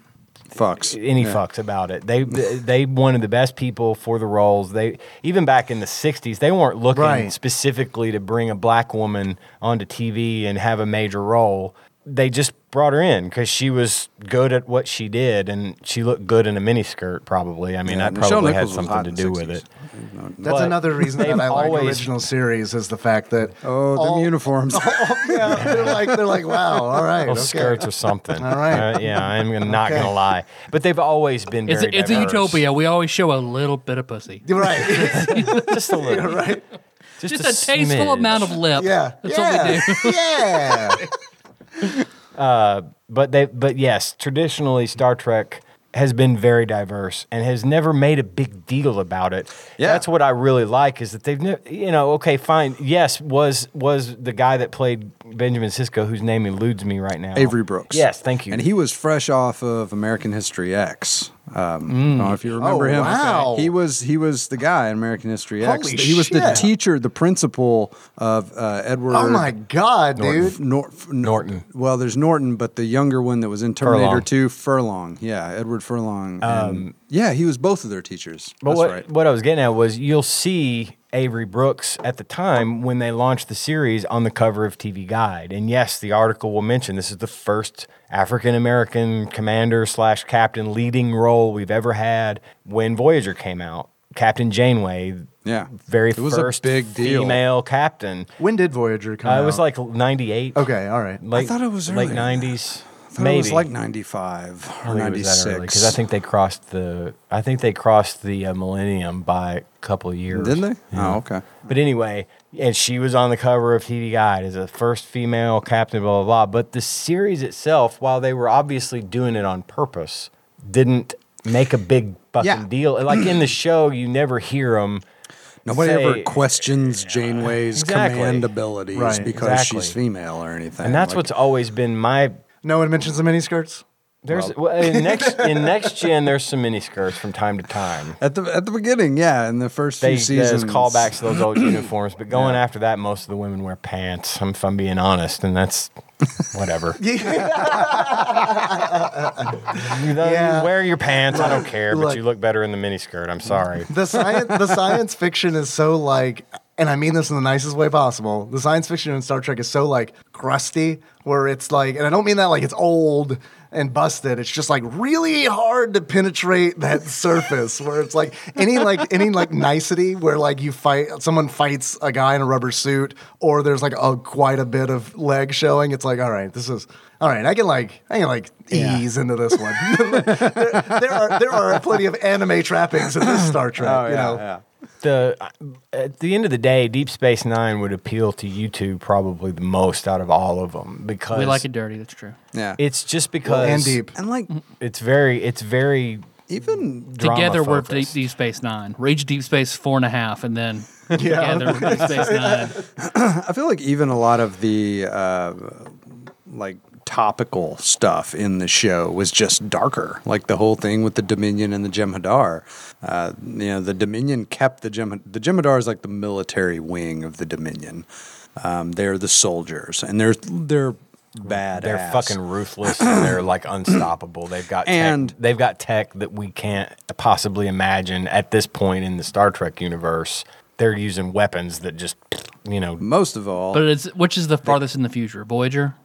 S2: fucks.
S4: any fucks about it. They they wanted the best people for the roles. They even back in the '60s, they weren't looking
S3: Right.
S4: specifically to bring a black woman onto TV and have a major role. They just brought her in because she was good at what she did, and she looked good in a miniskirt. Probably, I mean,
S2: Yeah,
S4: that
S2: Michelle
S4: probably had
S2: Nichols was
S4: something
S2: hot
S4: to
S2: in
S4: do
S2: the
S4: with
S2: 60s.
S4: it.
S3: that's
S4: But
S3: another reason that
S4: they've
S3: I like
S4: always-
S3: original series is the fact that
S2: Oh, them
S3: (laughs) all-
S4: (laughs)
S2: uniforms. (laughs)
S3: yeah, they're like they're like wow, all right,
S4: Little
S3: okay.
S4: skirts or something.
S3: (laughs) All right.
S4: Uh, yeah, I'm gonna- not
S3: Okay.
S4: gonna lie, but they've always been
S1: It's
S4: very.
S1: a, it's a
S4: diverse.
S1: utopia. We always show a little bit of pussy.
S3: You're right, (laughs)
S4: just a (laughs) little, right?
S1: Just a, tasteful
S4: smidge.
S1: amount of lip.
S3: yeah,
S1: That's all we
S3: yeah,
S1: do.
S3: yeah.
S4: But they, but yes, traditionally Star Trek has been very diverse and has never made a big deal about it.
S2: Yeah.
S4: That's what I really like is that they've never, you know, okay, fine. Yes, was was the guy that played Benjamin Sisko whose name eludes me right now.
S2: Avery Brooks.
S4: Yes, thank you.
S2: And he was fresh off of American History X. Um, I
S4: Mm.
S2: don't know if you remember
S3: Oh,
S2: him.
S3: wow.
S2: He was he was the guy in American History X.
S3: Holy
S2: he was the
S3: shit.
S2: teacher, the principal of uh, Edward.
S3: Oh my god, dude.
S2: Nor- f- n-
S4: Norton.
S2: Well, there's Norton, but the younger one that was in Terminator
S4: Furlong.
S2: 2, Furlong. Yeah, Edward Furlong. Um, yeah, he was both of their teachers.
S4: But
S2: That's
S4: what,
S2: right.
S4: what I was getting at was you'll see Avery Brooks at the time when they launched the series on the cover of TV Guide. And yes, the article will mention this is the first African American commander slash captain leading role we've ever had when Voyager came out. Captain Janeway,
S2: Yeah.
S4: very
S2: It was a
S4: first
S2: big deal.
S4: female captain.
S3: When did Voyager come
S4: Uh,
S3: out?
S4: it was like 98.
S3: okay, all right.
S4: Late,
S2: thought it was
S4: late
S2: earlier.
S4: 90s.
S2: I thought
S4: maybe
S2: it was like 95 or 96.
S4: because I think they crossed the I think they crossed the uh, millennium by a couple of years.
S2: Didn't they? Oh, okay.
S4: But anyway, and she was on the cover of TV Guide as the first female captain, blah, blah, blah. But the series itself, while they were obviously doing it on purpose, didn't make a big fucking
S2: Yeah.
S4: deal. Like in the show, you never hear them.
S2: Nobody
S4: say-
S2: ever questions Janeway's
S4: Exactly.
S2: command abilities
S3: Right,
S2: because
S4: exactly.
S2: she's female or anything.
S4: And that's
S2: Like,
S4: what's always been my.
S3: No one mentions the miniskirts.
S4: There's well, in next
S2: (laughs)
S4: in next gen. There's some miniskirts from time to time.
S2: at the at the beginning, yeah, in the first
S4: They
S2: few seasons.
S4: there's callbacks to
S3: (clears throat)
S4: those old uniforms, but going after that, most of the women wear pants. I'm- If I'm being honest, and
S3: (laughs)
S4: that's whatever. You know,
S3: Yeah.
S4: you wear your pants. I don't care, but
S3: Look.
S4: you look better in the miniskirt.
S3: (laughs)
S4: I'm sorry.
S3: the science the science fiction is so like and I mean this in the nicest way possible. The science fiction in Star Trek is so like crusty, where it's like, and I don't mean that like it's old and busted. It's just like really hard to penetrate that (laughs) surface. Where it's like any like any like nicety, where like you fight someone fights a guy in a rubber suit, or there's like a quite a bit of leg showing. It's like, all right, this is all right. I can like I can like
S4: Yeah.
S3: ease into this one. (laughs) there, there are there are plenty of anime trappings in this Star Trek. you know,
S4: The uh, at the end of the day, Deep Space Nine would appeal to you two probably the most out of all of them because
S1: We like it dirty. That's true.
S2: Yeah,
S4: It's just because
S3: and deep.
S2: and like
S4: It's very. It's very.
S2: even
S1: Together we're Deep,
S4: focused.
S1: Deep Space Nine. Reach Deep Space four and a half, and then together we're Deep Space Nine.
S2: I feel like even a lot of the uh, like topical stuff in the show was just darker. Like the whole thing with the Dominion and the Jem'Hadar. Uh, you know, the Dominion kept the Gem the Jem'Hadar is like the military wing of the Dominion. Um, they're the soldiers, and they're they're badass.
S4: They're fucking ruthless and
S2: (clears throat)
S4: they're like unstoppable. They've got
S2: And-
S4: tech, they've got tech that we can't possibly imagine at this point in the Star Trek universe. They're using weapons that just you know
S2: most of all.
S4: uh,
S1: But it's which is the farthest in the future, Voyager.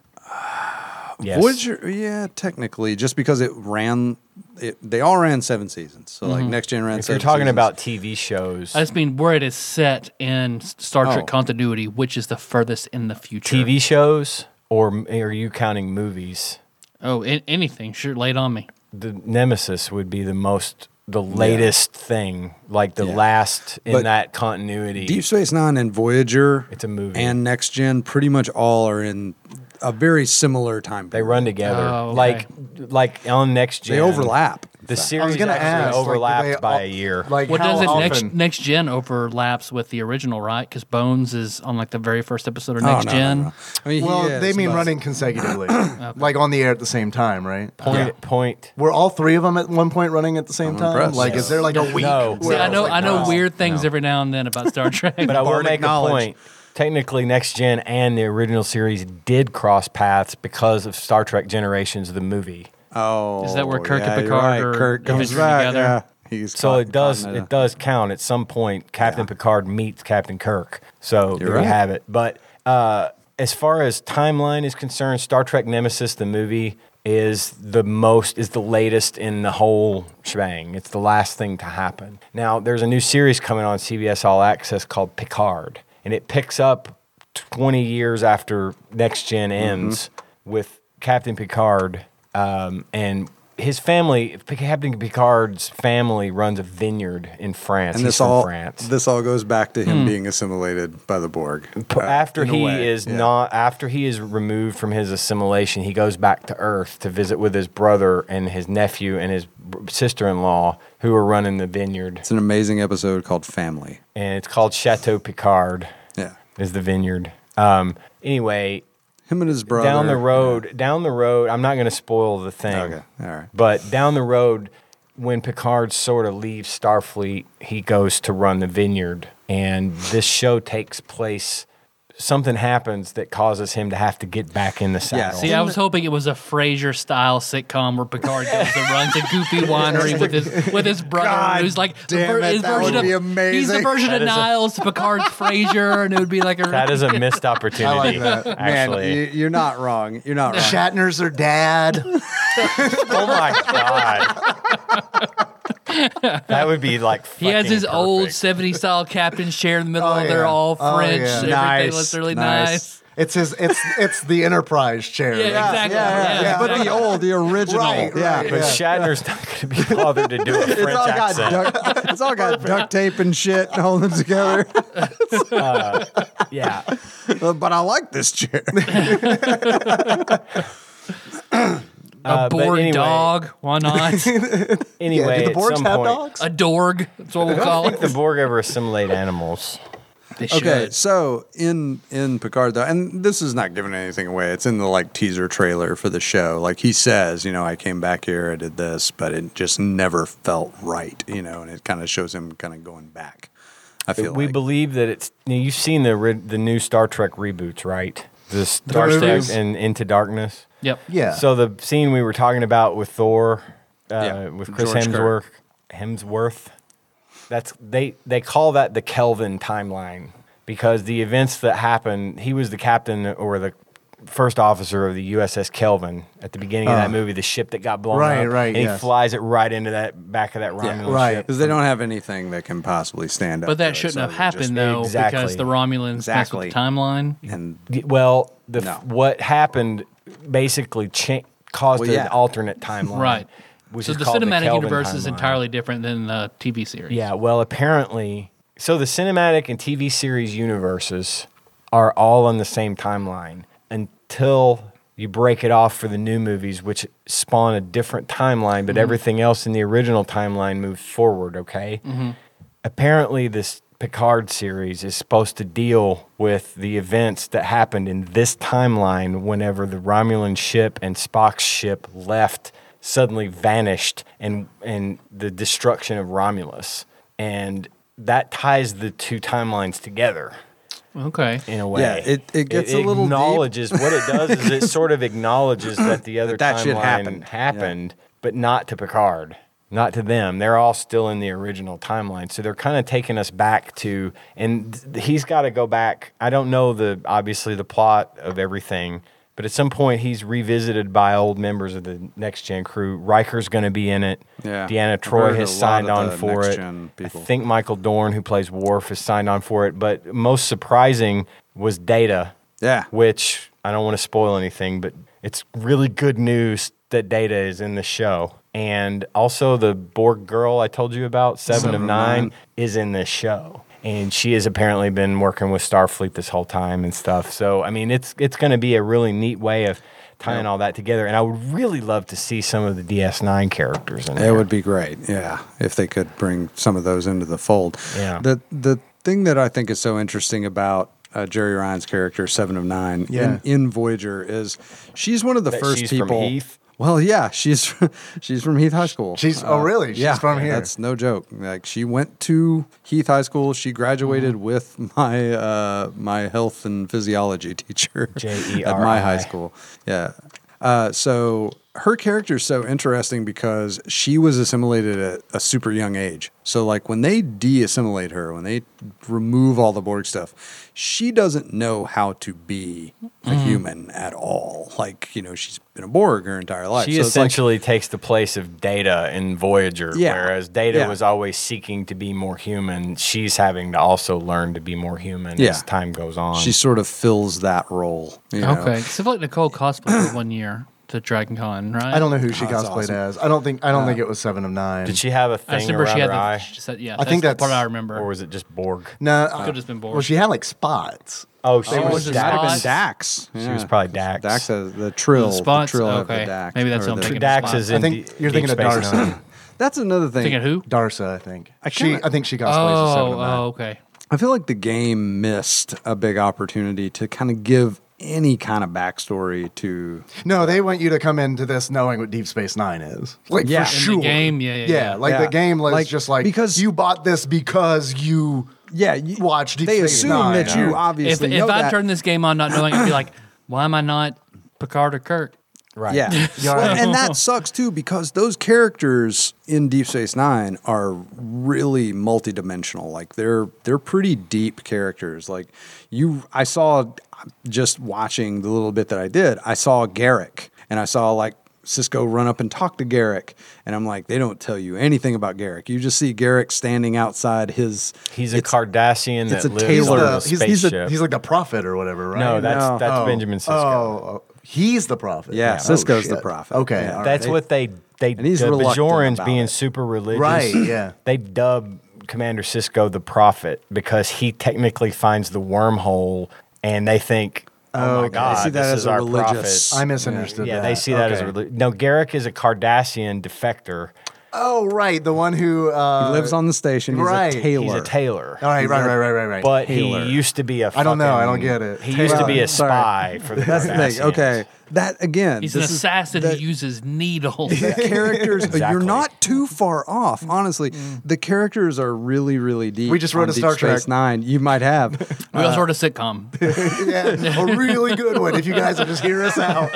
S4: Yes.
S2: Voyager, yeah, technically, just because it ran, it, they all ran seven seasons. So like next gen ran.
S4: Mm-hmm. If you're
S2: seven
S4: talking
S2: seasons.
S4: about TV shows,
S1: I just mean where it is set in Star Trek
S2: Oh.
S1: continuity, which is the furthest in the future.
S4: TV shows, or m- are you counting movies?
S1: Oh, in, anything. Sure, lay it on me.
S4: The Nemesis would be the most, the latest thing, like the
S2: Yeah.
S4: last in
S2: But
S4: that continuity.
S2: Deep Space Nine and Voyager,
S4: It's a movie.
S2: and next gen, pretty much all are in a very similar time.
S4: they
S2: period.
S4: run together,
S1: Oh, okay.
S4: like like on next gen.
S2: They overlap.
S3: I
S4: The series
S3: was gonna
S4: actually
S3: ask, like, do
S4: overlapped
S3: they
S4: by
S3: al-
S4: a year.
S3: Like,
S1: What
S3: how
S1: does it
S3: often?
S1: next next gen overlaps with the original, right? Because Bones is on like the very first episode of
S2: Oh,
S1: Next
S2: no, no,
S1: Gen.
S2: no. I mean,
S3: Well,
S2: yes,
S3: they mean
S2: but-
S3: running consecutively, like on the air at the same time, right?
S4: Point- point.
S3: Were all three of them at one point running at the same time?
S2: impressed.
S3: Like,
S2: Yes.
S3: is there like a week?
S4: No.
S1: See,
S3: where
S1: I
S3: it's
S1: know
S3: like,
S1: I know
S3: no.
S1: weird things every now and then about Star Trek.
S4: But I will
S2: Bardic
S4: make a
S2: knowledge.
S4: point. Technically, Next Gen and the original series did cross paths because of Star Trek Generations, the movie.
S2: Oh,
S1: Is that where Kirk and
S2: yeah, you're
S1: Picard
S2: right.
S1: are
S2: Kirk comes
S1: adventuring
S2: back?
S1: together?
S2: Yeah. He's
S4: So
S2: caught-
S4: it does
S2: caught in a-
S4: it does count at some point. Captain Picard meets Captain Kirk, so there
S2: right.
S4: we have it. But uh, as far as timeline is concerned, Star Trek Nemesis, the movie, is the most is the latest in the whole shebang. It's the last thing to happen. Now there's a new series coming on CBS All Access called Picard, and it picks up 20 years after Next Gen ends
S2: Mm-hmm.
S4: with Captain Picard um, and his family. P- Captain Picard's family runs a vineyard in France.
S2: and
S4: He's
S2: this
S4: from
S2: all
S4: France. Hmm.
S2: this all goes back to him being assimilated by the Borg
S4: P-
S2: uh,
S4: after
S2: in a
S4: he
S2: way,
S4: is
S2: yeah.
S4: not after he is removed from his assimilation he goes back to earth to visit with his brother and his nephew and his br- sister-in-law who are running the vineyard
S2: It's an amazing episode called Family.
S4: and it's called chateau picard
S2: Yeah,
S4: is the vineyard um, anyway
S2: him and his brother
S4: down the road down the road i'm not going to spoil the thing
S2: Okay, all right.
S4: but down the road when picard sort of leaves starfleet he goes to run the vineyard and this show takes place something happens that causes him to have to get back in the saddle
S1: See, I was hoping it was a Frasier style sitcom where Picard goes and runs a goofy winery with his with his brother,
S2: God
S1: who's like the
S2: damn
S1: ver-
S2: it,
S1: his
S2: that
S1: version
S2: would be
S1: of he's the
S2: amazing.
S1: version
S4: That
S1: of
S4: is a-
S1: Niles, Picard's Frasier, and it would be like a (laughs)
S2: (laughs)
S4: that is a missed
S3: I like
S4: opportunity
S3: that.
S4: actually
S2: Man, you, are not wrong. You're
S4: (laughs)
S2: not wrong.
S3: Shatner's their dad.
S4: oh my
S2: (laughs)
S4: god that would be like
S1: He has
S4: fucking
S1: his old
S4: perfect.
S1: 70s style captain's chair in the middle.
S3: Oh,
S1: They're
S3: yeah.
S1: all
S3: Oh,
S1: French.
S3: yeah.
S1: Everything
S2: Nice,
S1: looks really
S2: nice.
S1: nice.
S3: It's his. It's it's the Enterprise chair.
S1: Yeah, exactly.
S3: yeah,
S1: Yeah, Uh,
S3: yeah.
S2: But the old, the original.
S3: Right,
S2: yeah.
S3: right,
S4: but
S3: yeah.
S4: Shatner's not going to be bothered to do a
S2: (laughs)
S4: French
S2: It's all, got
S4: accent.
S2: duct, it's all got
S3: (laughs)
S2: duct tape and shit holding them together.
S4: Yeah,
S2: but I like this chair.
S4: Uh,
S1: a
S4: but
S1: bored
S4: anyway-
S1: dog.
S4: (laughs)
S1: Why not?
S4: Anyway,
S3: Do the
S4: at
S3: Borgs
S4: some
S3: have
S4: point,
S3: dogs?
S1: a dorg. That's what we'll
S4: I don't
S1: call
S4: think the
S1: it.
S4: Borg ever assimilate animals.
S1: They
S2: Okay,
S1: should.
S2: so in in Picard though, and this is not giving anything away. It's in the like teaser trailer for the show. Like he says, you know, I came back here, I did this, but it just never felt right, you know. And it kind of shows him kind of going back. I feel
S4: We
S2: like.
S4: believe that it's. Now you've seen the ri- the new Star Trek reboots, right? The Star Trek
S3: movies?
S4: and Into Darkness.
S1: Yep.
S3: Yeah.
S4: So the scene we were talking about with Thor, uh,
S2: Yeah,
S4: with Chris
S2: George
S4: Hemsworth, Hemsworth. That's they they call that the Kelvin timeline because the events that happened. He was the captain or the first officer of the USS Kelvin at the beginning of that movie, the ship that got blown
S3: Uh. Right,
S4: up.
S3: right,
S4: And he
S3: yes.
S4: flies it right into that back of that Romulan
S3: right.
S4: ship.
S2: because they don't have anything that can possibly stand up.
S1: But
S2: to
S1: that
S2: it,
S1: shouldn't
S2: so
S1: have
S2: they just-
S1: happened, though, because
S4: Exactly.
S1: the Romulans messed
S2: Exactly.
S1: with the timeline.
S2: And
S4: Y- Well, the
S2: No.
S4: f what happened basically cha- caused
S2: Well, yeah.
S4: an alternate timeline.
S1: Right.
S4: Which
S1: So
S4: is
S1: the
S4: called
S1: cinematic
S4: Kelvin
S1: universe is
S4: timeline.
S1: entirely different than the TV series.
S4: Yeah, well, apparently, so the cinematic and TV series universes are all on the same timeline until you break it off for the new movies, which spawn a different timeline, but everything else in the original timeline moves forward, okay? Apparently, this Picard series is supposed to deal with the events that happened in this timeline whenever the Romulan ship and Spock's ship left suddenly vanished and and the destruction of Romulus and that ties the two timelines together
S1: Okay.
S4: in a way.
S2: Yeah, it- it gets a little deep.
S4: acknowledges what it does is it sort of acknowledges that the other
S2: That
S4: timeline
S2: shit happened.
S4: happened, but not to Picard, not to them. They're all still in the original timeline, so they're kind of taking us back to, and th- he's got to go back. I don't know the obviously the plot of everything. But at some point, he's revisited by old members of the Next Gen crew. Riker's going to be in it.
S5: Yeah.
S4: Deanna
S5: I've
S4: Troy
S5: heard a
S4: has
S5: lot
S4: signed
S5: of
S4: on
S5: the
S4: for
S5: Next
S4: it.
S5: Gen
S4: I
S5: people.
S4: think Michael Dorn, who plays Worf, has signed on for it. But most surprising was Data.
S5: Yeah.
S4: Which I don't want to spoil anything, but it's really good news that Data is in the show. And also the Borg girl I told you about, Seven, of Nine, is in this show. And she has apparently been working with Starfleet this whole time and stuff. So I mean it's it's gonna be a really neat way of tying all that together. And I would really love to see some of the DS nine characters in
S2: It
S4: there.
S2: would be great, yeah, if they could bring some of those into the fold.
S4: Yeah.
S2: The the thing that I think is so interesting about uh, Jerry Ryan's character, Seven of Nine,
S3: Yeah.
S2: in, in Voyager, is she's one of the
S4: That
S2: first
S4: she's from
S2: people.
S4: Heath?
S2: Well, yeah, she's (laughs) she's from Heath High School. Uh,
S3: She's- oh, really? She's
S2: yeah,
S3: from here.
S2: That's no joke. Like she went to Heath High School. She graduated
S4: Mm-hmm.
S2: with my uh, my health and physiology (laughs) teacher
S4: E
S2: at my
S4: J.E.R.I..
S2: high school. Yeah. Uh, so her character is so interesting because she was assimilated at a super young age. So like when they de-assimilate her, when they remove all the Borg stuff, she doesn't know how to be a human at all. Like you know, she's been a Borg her entire life.
S4: She
S2: So it's like-
S4: essentially takes the place of Data in Voyager,
S2: Yeah.
S4: whereas Data
S2: Yeah.
S4: was always seeking to be more human. She's having to also learn to be more human
S2: Yeah.
S4: as time goes on.
S2: she sort of fills that role. you know?
S1: Okay. So like Nicole cosplayed one year to Dragon Con, right?
S3: I don't know who she
S2: that's
S3: cosplayed
S2: awesome.
S3: as. I don't think I don't think it was Seven of Nine.
S4: Did she have a
S1: I
S4: thing
S1: just remember
S4: around
S1: she had
S4: her
S1: the.
S4: eye,
S1: She said, yeah.
S3: I think
S1: that's the part
S3: that's-
S1: I remember.
S4: or was it just Borg?
S3: No,
S1: Could've just been Borg.
S3: Well, she had like spots.
S4: Oh, she
S1: Oh,
S4: was,
S1: was it
S4: Dax.
S1: Spock?
S2: Been Dax.
S4: She was probably Dax.
S2: Dax has the Trill. The,
S1: Spots?
S2: Trill have
S1: Okay.
S2: the Dax.
S1: Maybe that's
S2: or
S1: what I'm
S2: the-
S1: thinking.
S4: Dax
S1: Spock.
S4: is
S3: I
S4: in.
S3: think
S4: Deep-
S3: you're thinking
S4: Deep
S3: of
S4: Space
S3: Darcy.
S4: Nine.
S2: That's another thing.
S1: Thinking who?
S3: Darsa, I think. I
S2: kinda-
S3: she, I think she cosplays as Seven
S1: Oh,
S3: of Nine.
S1: oh, okay.
S2: I feel like the game missed a big opportunity to kind of give any kind of backstory to.
S3: No, they want you to come into this knowing what Deep Space Nine is. Like
S2: Yeah. In
S3: for
S2: the
S3: sure.
S1: game, yeah, yeah, yeah.
S3: like
S2: Yeah.
S3: the game was
S2: Like,
S3: just like
S2: because-
S3: you bought this because you
S2: Yeah, you,
S3: watch Deep
S2: they
S3: Space
S2: assume
S3: Nine.
S2: that you
S1: If,
S2: obviously know
S1: if I
S2: that.
S1: turned this game on not knowing, I'd be
S2: (laughs)
S1: like, why am I not Picard or Kirk?
S4: Right.
S2: (laughs) Yeah. Well, and that sucks too because those characters in Deep Space 9 are really multidimensional. Like they're they're pretty deep characters. Like you I saw just watching the little bit that I did, I saw Garrick and I saw like Cisco run up and talk to Garrick and I'm like they don't tell you anything about Garrick. You just see Garrick standing outside his
S4: He's a
S2: it's-
S4: Cardassian
S2: it's
S4: that
S2: a
S4: lives
S2: Taylor.
S4: on a
S3: the, he's, he's,
S4: spaceship.
S3: a, he's like the prophet or whatever, right?
S4: no, that's
S2: No.
S4: that's
S3: Oh.
S4: Benjamin Sisko.
S3: Oh, oh, he's the prophet.
S2: Yeah,
S3: Oh,
S2: Sisko's the
S3: shit.
S2: prophet.
S3: Okay,
S2: Yeah.
S3: all right.
S4: That's what they they
S2: And he's
S4: the
S2: reluctant
S4: Bajorans
S2: about
S4: being
S2: it.
S4: super religious.
S3: Right, yeah.
S4: They dub Commander Cisco the prophet because he technically finds the wormhole and they think, Oh, my god,
S2: They see that
S4: this
S2: as
S4: is
S2: a
S4: our
S2: religious-
S4: prophet.
S3: I misunderstood.
S4: yeah,
S3: that.
S4: they see that as a
S3: Okay.
S4: relig- No, Garrick is a Cardassian defector.
S3: Oh, right, the one who uh,
S2: he lives on the station. He's
S3: right.
S2: a
S3: He's a
S2: tailor.
S4: He's a tailor.
S3: All right, right, right, right, right, right.
S4: But
S2: Taylor.
S4: he used to be a.
S3: I don't know, I
S4: fucking-
S3: don't get it.
S4: He used to be
S3: Taylor.
S4: a spy for the.
S2: (laughs) That's the thing.
S4: Cardassians.
S2: Okay. That again.
S1: He's an
S2: this is-
S1: assassin
S2: that-
S1: who uses
S2: (laughs)
S1: needles.
S2: characters you're
S4: Exactly.
S2: not too far off honestly the characters are really really deep
S3: Mm-hmm. We just wrote
S2: on
S3: a
S2: Deep
S3: Star Trek.
S2: Space nine you might have
S3: (laughs)
S1: We also wrote a
S2: (laughs)
S1: sitcom.
S3: yeah, a really good one. If you guys will just hear us out.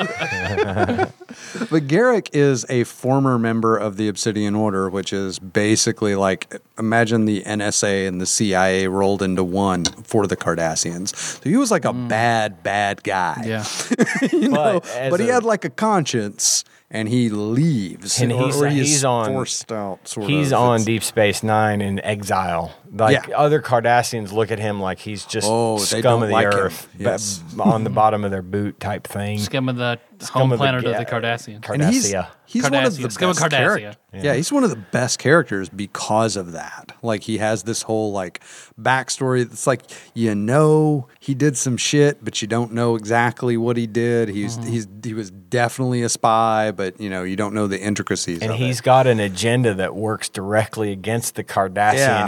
S2: but Garrick is a former member of the Obsidian Order which is basically like imagine the NSA and the CIA rolled into one for the Cardassians so he was like a
S3: Mm.
S2: bad bad guy
S1: Yeah.
S2: (laughs) you know
S4: But as
S2: but he
S4: a-
S2: had like a conscience and he leaves
S4: And
S2: or-
S4: he's-
S2: or
S4: he's on-
S2: forced out sort
S4: He's
S2: of.
S4: on
S2: It's-
S4: Deep Space Nine in exile. Like
S2: Yeah.
S4: other Cardassians look at him like he's just
S2: Oh, they don't
S4: scum of the
S2: like him.
S4: earth, b-
S2: Yes.
S4: (laughs) on the bottom of their boot type thing.
S1: Skim of the
S4: Scum
S1: home
S4: of the
S1: planet
S4: ga-
S1: of the Cardassians.
S4: Card-
S2: and he's
S4: Cardassia.
S2: he's one of the
S1: Cardassia. Let's go with
S2: best
S1: Cardassia.
S2: characters. Yeah. he's one of the best characters because of that. Like he has this whole like backstory that's like you know he did some shit, but you don't know exactly what he did. He's he's he was definitely a spy, but you know you don't know the intricacies.
S4: and
S2: of
S4: he's
S2: it.
S4: got an agenda that works directly against the Cardassian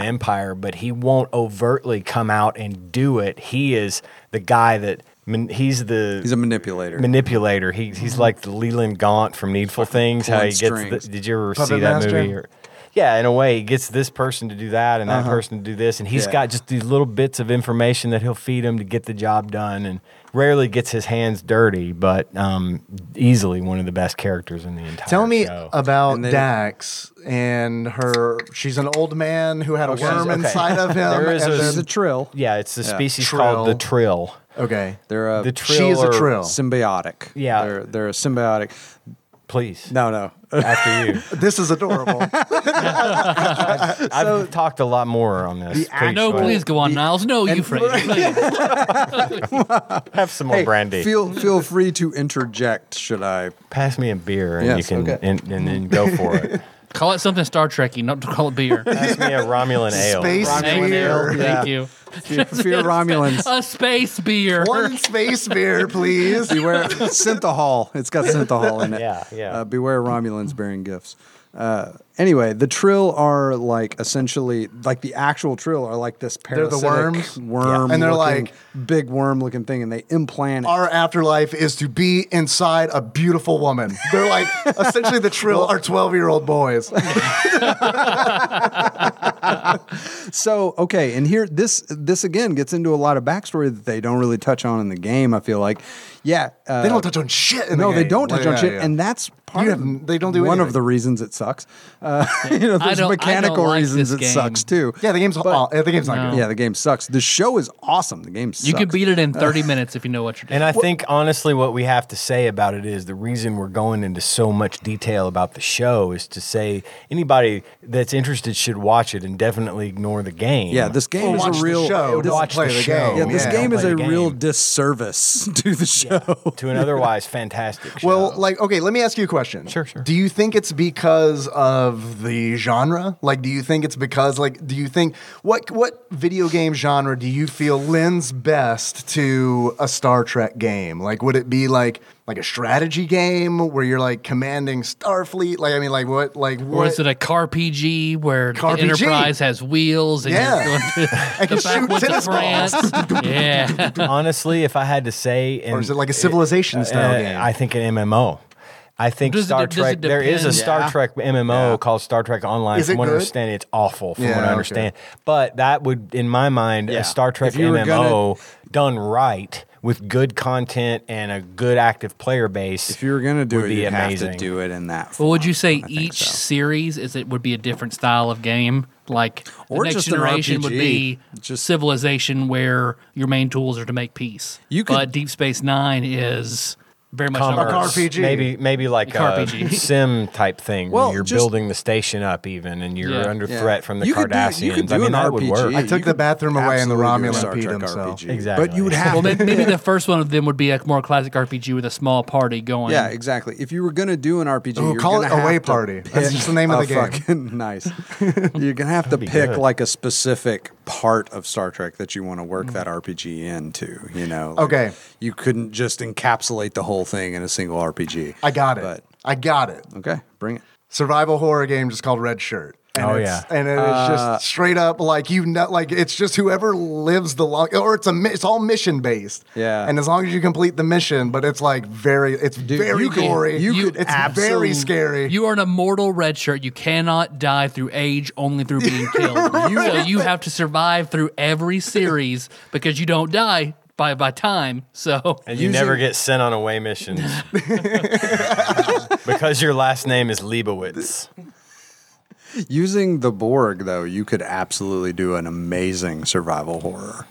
S2: Yeah.
S4: empire, but he won't overtly come out and do it. He is the guy that man, he's the
S2: he's a manipulator. Mm-hmm.
S4: manipulator. He he's like the Leland Gaunt from Needful Things. How he
S2: pulling
S4: gets.
S2: strings.
S4: The, did you ever see
S3: Puppet
S4: that
S3: master?
S4: movie? Or, yeah, in a way, he gets this person to do that and that
S3: Uh-huh.
S4: person to do this, and he's
S2: Yeah.
S4: got just these little bits of information that he'll feed him to get the job done, and rarely gets his hands dirty, but um, easily one of the best characters in the entire.
S3: Tell me
S4: show.
S3: about
S2: And they-
S3: Dax and her. She's an old man who had a worm
S4: okay.
S3: inside of him.
S4: There is
S3: and
S4: a-
S3: then-
S2: He's a trill.
S4: Yeah, it's the species
S3: Trill.
S4: called the Trill.
S3: Okay.
S2: They're a,
S4: The
S3: She is a
S4: Trill or-
S3: trill.
S2: symbiotic.
S4: Yeah.
S2: they're they're a symbiotic.
S4: Please.
S2: No, no.
S4: After
S3: (laughs)
S4: you.
S3: This
S2: (laughs)
S3: is adorable.
S4: I've talked a lot more on this.
S3: act-
S1: No,
S4: but
S1: please go on, Niles. No, you phrase.
S3: (laughs)
S1: Please.
S4: Have some more brandy.
S2: Feel feel free to interject. Should I?
S4: Pass me a beer and you
S2: Yes,
S4: can,
S2: okay.
S4: and, and then go for
S3: (laughs)
S4: it.
S1: Call it something Star Trekky, not call it beer.
S4: Pass me a
S3: (laughs)
S4: Romulan ale.
S3: Space
S1: Thank
S3: beer.
S1: you. Thank you.
S2: Fear, fear
S4: (laughs)
S2: Romulans.
S1: A space beer.
S2: (laughs)
S3: One space beer, please.
S1: (laughs)
S2: Beware synthahol. It's got synthahol in it.
S4: Yeah, yeah.
S2: Uh, beware Romulans bearing gifts. Uh, anyway, the Trill are like essentially like the actual Trill are like this
S3: They're the
S2: parasitic
S3: worms?
S2: worm,
S3: Yeah. And they're
S2: looking-
S3: like-
S2: big worm looking thing, and they implant. it.
S3: Our afterlife is to be inside a beautiful woman. They're like essentially the trill are 12 year old boys.
S2: uh, So okay, and here this this again gets into a lot of backstory that they don't really touch on in the game. I feel like, yeah, uh,
S3: They don't touch on shit. In
S2: no,
S3: the
S2: they
S3: game.
S2: don't touch
S3: Yeah,
S2: on shit,
S3: yeah.
S2: and that's part
S3: You
S2: of
S3: have- they don't do
S2: one of
S3: anything.
S2: the reasons it sucks. Uh, (laughs) you know, there's
S1: don't- I
S2: mechanical
S1: don't like
S2: reasons it
S1: this game.
S2: sucks too.
S3: yeah, the game's oh, yeah, the game's not good.
S2: Yeah, the game sucks. The show is awesome. The game sucks.
S1: You can beat it in 30 minutes if you know what you're doing.
S4: And I think honestly, what we have to say about it is the reason we're going into so much detail about the show is to say anybody that's interested should watch it and definitely ignore the game.
S2: Yeah, this game
S3: Or
S2: is
S3: watch
S2: a
S3: the
S2: real
S3: show,
S2: this-
S3: don't
S4: watch
S3: play
S4: the
S3: the
S4: show.
S3: game.
S2: Yeah, this
S3: Yeah,
S2: game
S4: don't
S2: is
S4: play
S2: a
S4: the
S2: real
S4: game.
S2: disservice (laughs) to the show.
S4: to an otherwise fantastic
S3: (laughs)
S4: show.
S3: Well, like, okay, let me ask you a question.
S4: Sure, sure.
S3: Do you think it's because of the genre? Like, do you think it's because, like, do you think what what video game genre do you feel lends best to a Star Trek game? Like, would it be like like a strategy game where you're like commanding Starfleet? Like, I mean, like what like
S1: Or
S3: what
S1: is it a car PG where the
S3: Car PG.
S1: Enterprise has wheels and
S3: Yeah.
S1: you're going
S3: I (laughs)
S1: to
S3: can
S1: the
S3: shoot
S1: backwoods of
S3: tennis
S1: France?
S3: (laughs)
S1: yeah.
S4: honestly, if I had to say, and
S3: or is it like a civilization style
S4: Uh,
S3: game?
S4: I think an MMO. I think
S1: Does it-
S4: Star
S1: does it
S4: Trek. There is a
S1: depend?
S4: Star
S3: Yeah.
S4: Trek MMO called Star Trek Online.
S3: Is it
S4: from what I
S3: good?
S4: understand, it's awful. From
S3: Yeah,
S4: what I
S3: okay.
S4: understand, but that would, in my mind,
S2: Yeah.
S4: a Star Trek
S2: If you were
S4: MMO done right with good content and a good active player base.
S2: If you were gonna do
S4: would
S2: it,
S4: be
S2: you have
S4: amazing.
S2: to do it in that.
S1: Well, would you say
S2: I think
S1: each
S2: so.
S1: series is it would be a different style of game? Like the
S2: Or
S1: next
S2: just an
S1: generation would be
S2: RPG. Just-
S1: civilization where your main tools are to make peace.
S2: You could-
S1: but Deep Space Nine is very much an
S4: commerce,
S1: RPG.
S3: RPG.
S4: maybe maybe like
S1: Like
S4: a
S1: RPG. (laughs)
S4: sim type thing.
S2: Well,
S4: where you're
S2: just-
S4: building the station up even, and you're
S1: Yeah.
S4: under
S2: Yeah.
S4: threat from the
S2: You could do-
S4: Cardassians.
S2: you could do
S4: I mean,
S2: an
S4: that would
S2: RPG.
S4: work.
S3: I took
S2: you
S3: the
S2: could
S3: bathroom away and the
S2: absolutely do a
S3: Romulan
S2: Star
S3: beat
S2: Trek
S3: himself.
S2: RPG.
S4: Exactly.
S2: But you would have
S1: Well, (laughs)
S2: to
S1: maybe, maybe the first one of them would be a more classic RPG with a small party going.
S2: Yeah, exactly. If you were gonna do an RPG,
S3: Ooh,
S2: you're
S3: call
S2: gonna
S3: it Away
S2: have to
S3: Party. That's
S2: pick
S3: just the name of
S2: a
S3: the game.
S2: Fucking, (laughs)
S3: (laughs)
S2: nice. you're gonna have to
S4: be
S2: pick
S4: good.
S2: like a specific part of Star Trek that you want to work that RPG into. You know. Like,
S3: Okay.
S2: You couldn't just encapsulate the whole thing in a single RPG.
S3: I got it.
S2: But
S3: I got it.
S2: okay, bring it.
S3: survival horror game just called Red Shirt. And
S4: Oh,
S3: it's,
S4: yeah.
S3: and it's just straight up like you know, like it's just whoever lives the long, or it's a mi- it's all mission based.
S2: Yeah.
S3: and as long as you complete the mission, but it's like very, it's very
S2: you could-
S3: gory.
S2: you could
S3: it's
S2: absolute-
S3: very scary.
S1: You are an immortal red shirt. You cannot die through age, only through being
S2: (laughs)
S1: killed. So you have to survive through every series because you don't die by by time. So
S4: And you never get sent on away missions because your last name is Leibowitz.
S2: Using the Borg though, you could absolutely do an amazing survival horror.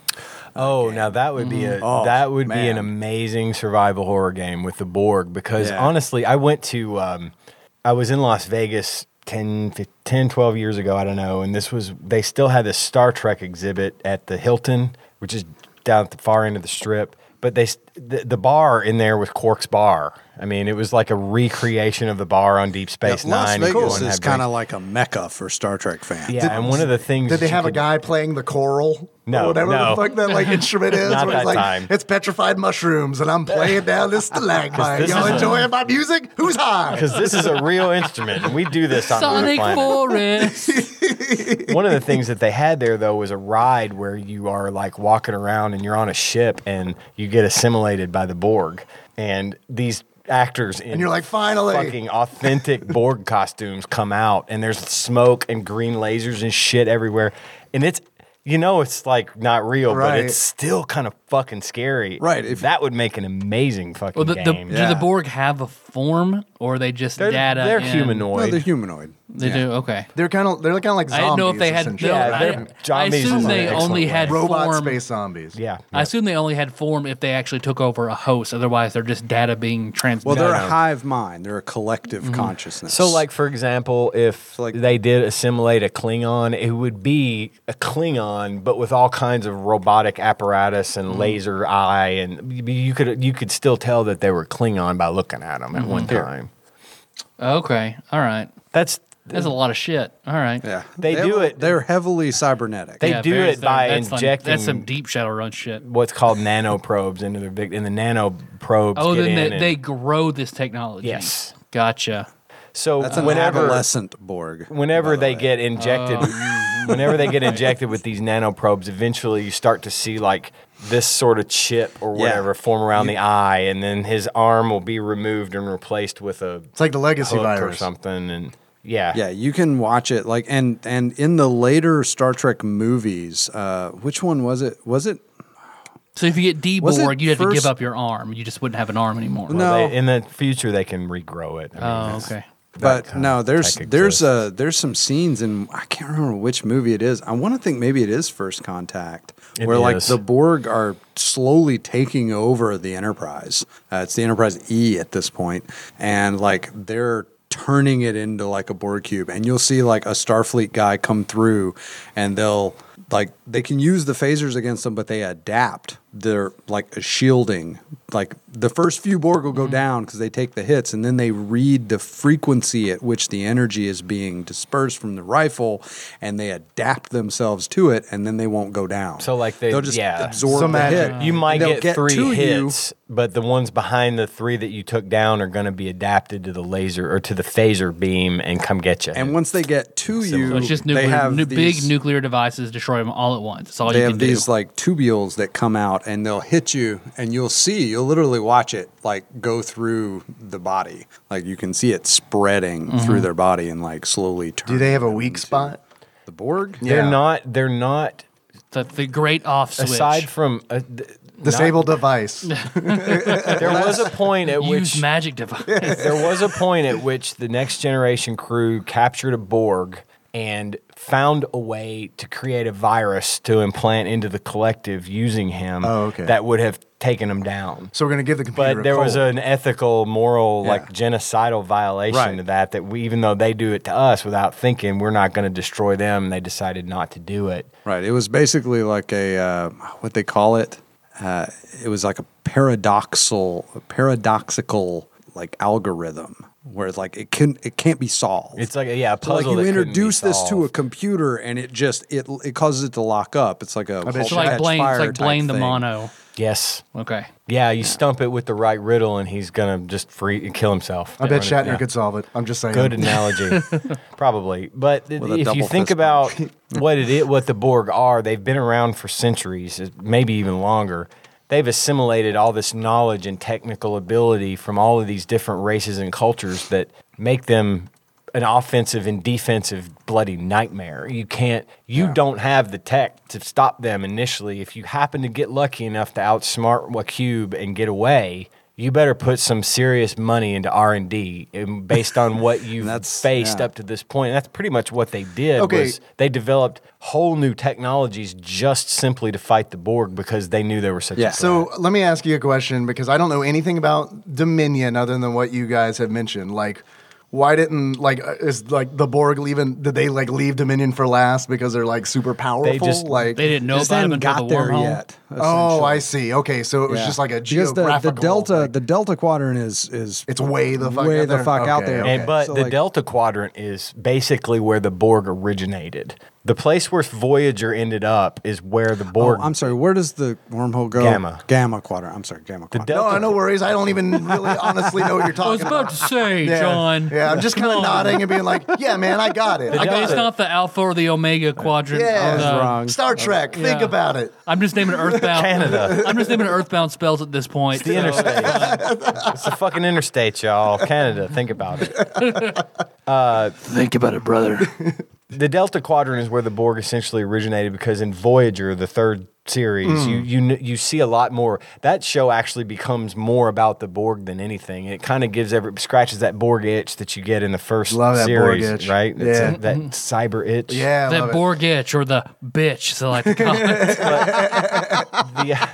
S4: Oh, now that would be a that would be an
S2: man.
S4: amazing survival horror game with the Borg because
S2: Yeah.
S4: honestly, I went to um, I was in Las Vegas 10, 15 10 12 years ago, I don't know, and this was they still had this Star Trek exhibit at the Hilton, which is down at the far end of the strip, but they s- the, the bar in there was Cork's bar. I mean, it was like a recreation of the bar on Deep Space
S2: Yeah, Las
S4: 9. You
S2: Vegas
S4: go and
S2: is
S4: have drinks.
S2: kind of like a mecca for Star Trek fans.
S4: Yeah, and one of the things
S3: Did
S4: that
S3: they
S4: you
S3: have a
S4: could- (laughs)
S3: guy playing the choral?
S4: No,
S3: or whatever the
S4: no.
S3: fuck that
S4: (laughs)
S3: like instrument is.
S4: Not
S3: where it's
S4: that
S3: like,
S4: time.
S3: It's petrified mushrooms, and I'm playing down this
S4: (laughs)
S3: stalagmite.
S4: this
S3: Y'all
S4: is a-
S3: enjoying my music? Who's high?
S4: (laughs) Because this is a real instrument, and we do this on
S1: Sonic
S4: the planet.
S1: Forest.
S4: One of the things that they had there though was a ride where you are like walking around and you're on a ship and you get assimilated by the Borg and these actors in
S3: And you're like, finally.
S4: fucking authentic Borg costumes come out and there's smoke and green lasers and shit everywhere and it's you know it's like not real but
S3: Right.
S4: it's still kind of fucking scary
S2: Right, if-
S4: that would make an amazing fucking
S1: Well, the, the,
S4: game
S1: Do
S2: Yeah.
S1: the Borg have a form, or are they just
S4: they're,
S1: data?
S4: they're
S1: in-
S4: humanoid
S2: No, they're humanoid.
S1: They do. Okay.
S3: They're kind of they're kind of like
S1: I
S3: zombies.
S1: didn't know if they had.
S3: essentially.
S1: no,
S4: Yeah,
S1: I-
S4: they're
S1: I,
S4: zombies
S1: assume
S4: is an
S1: they
S4: excellent
S1: only
S4: word.
S1: had
S3: robot
S1: form.
S3: space zombies.
S4: Yeah.
S1: I assume they only had form if they actually took over a host. Otherwise, they're just data being
S2: Well,
S1: transmitted.
S2: they're
S4: no.
S2: a hive mind. They're a collective consciousness.
S4: Mm-hmm. So, like for example, if
S2: like-
S4: they did assimilate a Klingon, it would be a Klingon, but with all kinds of robotic apparatus
S2: Mm-hmm.
S4: and laser eye, and y- y- you could you could still tell that they were Klingon by looking at them
S2: Mm-hmm.
S4: at one time.
S1: okay. All right.
S4: That's
S1: That's a lot of shit. All right.
S2: yeah,
S4: They do
S2: were-
S4: it-
S2: They're heavily cybernetic.
S4: They- do
S1: very-
S4: it by
S1: that's like-
S4: injecting-
S1: that's some deep Shadowrun shit.
S4: what's called nanoprobes into their vic- and the nanoprobes.
S1: Oh,
S4: get
S1: then
S4: in
S1: they,
S4: and-
S1: they grow this technology.
S4: Yes.
S1: Gotcha.
S4: so
S2: That's an
S4: whenever
S2: adolescent Borg.
S4: whenever
S2: by the
S4: they
S2: way.
S1: Oh.
S4: get injected (laughs) whenever they get injected with these nanoprobes eventually you start to see like this sort of chip or
S2: Yeah.
S4: whatever form around the eye and then his arm will be removed and replaced with a
S3: It's like the legacy
S4: hook or
S3: virus.
S4: something and yeah
S2: Yeah, you can watch it like and and in the later Star Trek movies, uh, which one was it? Was it
S1: So if you get
S2: Was it
S1: deboard, you'd have to give
S2: first-
S1: up your arm. You just wouldn't have an arm anymore.
S2: No.
S4: They- in the future they can regrow it I mean,
S1: Oh,
S4: that's-
S1: okay.
S4: that
S2: but
S4: kind
S2: no,
S4: of
S2: there's
S4: tech
S2: there's
S4: exists.
S2: uh there's some scenes in I can't remember which movie it is. I want to think maybe it is First Contact,
S4: It
S2: where like
S4: is.
S2: the Borg are slowly taking over the Enterprise. Uh, it's the Enterprise E at this point, and like they're turning it into like a Borg cube, and you'll see like a Starfleet guy come through, and they'll like they can use the phasers against them, but they adapt. They're like a shielding. Like the first few Borg will go down because they take the hits, and then they read the frequency at which the energy is being dispersed from the rifle, and they adapt themselves to it, and then they won't go down.
S4: So like they
S2: will just
S4: yeah.
S2: absorb
S4: so
S2: the
S4: imagine
S2: hit.
S4: You might
S2: They'll
S4: get,
S2: to
S4: three
S2: you.
S4: hits, but the ones behind the three that you took down are going to be adapted to the laser or to the phaser beam and come get you.
S2: and once they get to you,
S1: So it's just
S2: they
S1: nuclear,
S2: have
S1: nu-
S2: these,
S1: big nuclear devices destroy them all at once. That's all
S2: they
S1: you
S2: have
S1: can
S2: these
S1: do.
S2: like tubules that come out and they'll hit you and you'll see you'll literally watch it like go through the body like you can see it spreading
S1: Mm-hmm.
S2: through their body and like slowly turn
S3: Do they have a weak spot?
S2: the borg
S4: they're
S3: Yeah.
S4: not. They're not.
S1: the, the great off switch.
S4: Aside from uh, th-
S3: Disabled
S4: (laughs)
S3: device.
S4: not- there was a point at
S1: (laughs) use
S4: which
S1: magic
S2: (laughs)
S1: device.
S4: (laughs) there was a point at which the next generation crew captured a Borg and found a way to create a virus to implant into the collective using him.
S3: Oh, okay.
S4: That would have taken him down.
S3: So we're gonna give the computer.
S4: But there
S3: a
S4: was
S3: cold.
S4: an ethical, moral, like genocidal violation
S2: Right.
S4: to that. That we, even though they do it to us without thinking, we're not going to destroy them. and They decided not to do it.
S2: right it was basically like a uh, what they call it uh, it was like a paradoxal paradoxical like algorithm where it's like it can it can't be solved
S4: It's like a- yeah, a
S2: So,
S4: puzzle.
S2: like you
S4: that couldn't be
S2: introduce this to a
S4: solved.
S2: computer and it just it it causes it to lock up. It's like a halt,
S3: bet you-
S1: it's like
S2: catch
S1: blame, it's
S2: fire
S1: like
S2: type
S1: blame the
S2: thing.
S1: mono.
S4: yes,
S1: Okay.
S4: yeah. You stump it with the right riddle, and he's going to just free kill himself.
S3: I bet
S4: Yeah.
S3: Shatner could solve it. I'm just saying. (laughs)
S4: Good analogy, probably. But
S2: With a
S4: if you
S2: double
S4: think
S2: fist
S4: about what it is, what the Borg are, they've been around for centuries, maybe even longer. They've assimilated all this knowledge and technical ability from all of these different races and cultures that make them an offensive and defensive bloody nightmare. You can't, you don't have the tech to stop them initially. If you happen to get lucky enough to outsmart a cube and get away, you better put some serious money into R and D, um, based on
S2: (laughs)
S4: what you've
S2: That's-
S4: faced
S2: yeah.
S4: up to this point. And that's pretty much what they did.
S3: Okay.
S4: was they developed whole new technologies just simply to fight the Borg because they knew they were such.
S2: Yeah.
S4: a threat.
S3: So let me ask you a question because I don't know anything about Dominion other than what you guys have mentioned. Like, why didn't like uh, is like the Borg leaving? Did they like leave Dominion for last because they're like super powerful?
S4: just-
S3: like
S1: They didn't know
S2: Just
S1: about him
S2: hadn't
S1: until
S2: got
S1: the
S2: there
S1: wormhole.
S2: yet.
S3: Oh, I
S2: essentially.
S3: see. Okay, so it was
S2: Yeah.
S3: just like a
S2: Because the,
S3: geographical.
S2: the delta
S3: like-
S2: the delta quadrant is is
S3: It's way the fuck
S2: way
S3: out
S2: the
S3: there?
S2: fuck out
S3: Okay,
S2: there.
S3: okay.
S4: And, but
S2: So,
S4: the
S2: like-
S4: Delta Quadrant is basically where the Borg originated. The place where Voyager ended up is where the
S2: Oh,
S4: Borg.
S2: I'm sorry. Where does the wormhole go?
S4: Gamma.
S2: Gamma quadrant. I'm sorry. Gamma quadrant.
S4: Delta-
S3: no, no worries. I don't even really honestly know what
S1: (laughs)
S3: you're
S1: I was
S3: talking
S1: about to say,
S2: (laughs)
S1: John.
S3: Yeah, I'm just kind of nodding and being like, yeah, man,
S1: (laughs)
S3: I got it. I
S1: I
S3: got
S1: guess it's not the alpha or the omega quadrant.
S3: Yeah.
S1: of
S3: I was
S1: the-
S2: wrong.
S3: Star Trek. Think
S1: Yeah.
S3: about it.
S1: I'm just
S2: (laughs)
S1: naming earthbound.
S4: Canada.
S1: I'm just naming earthbound spells at this point. (laughs)
S4: the
S1: so-
S4: interstate. it's the fucking (laughs) interstate, y'all. Canada, think about it. Uh,
S5: Think about it, brother.
S4: (laughs) the Delta Quadrant is where the Borg essentially originated because in Voyager, the third series, you you kn- you see a lot more. That show actually becomes more about the Borg than anything. It kind of gives every scratches that Borg itch that you get in the first
S3: Love that Borg
S4: series,
S3: itch.
S4: right? It's
S3: Yeah. Mm-hmm.
S4: a- that cyber itch.
S3: Yeah, I love
S1: that
S3: it.
S1: Borg itch or the bitch, so like the
S2: (laughs)
S1: comments.
S4: The-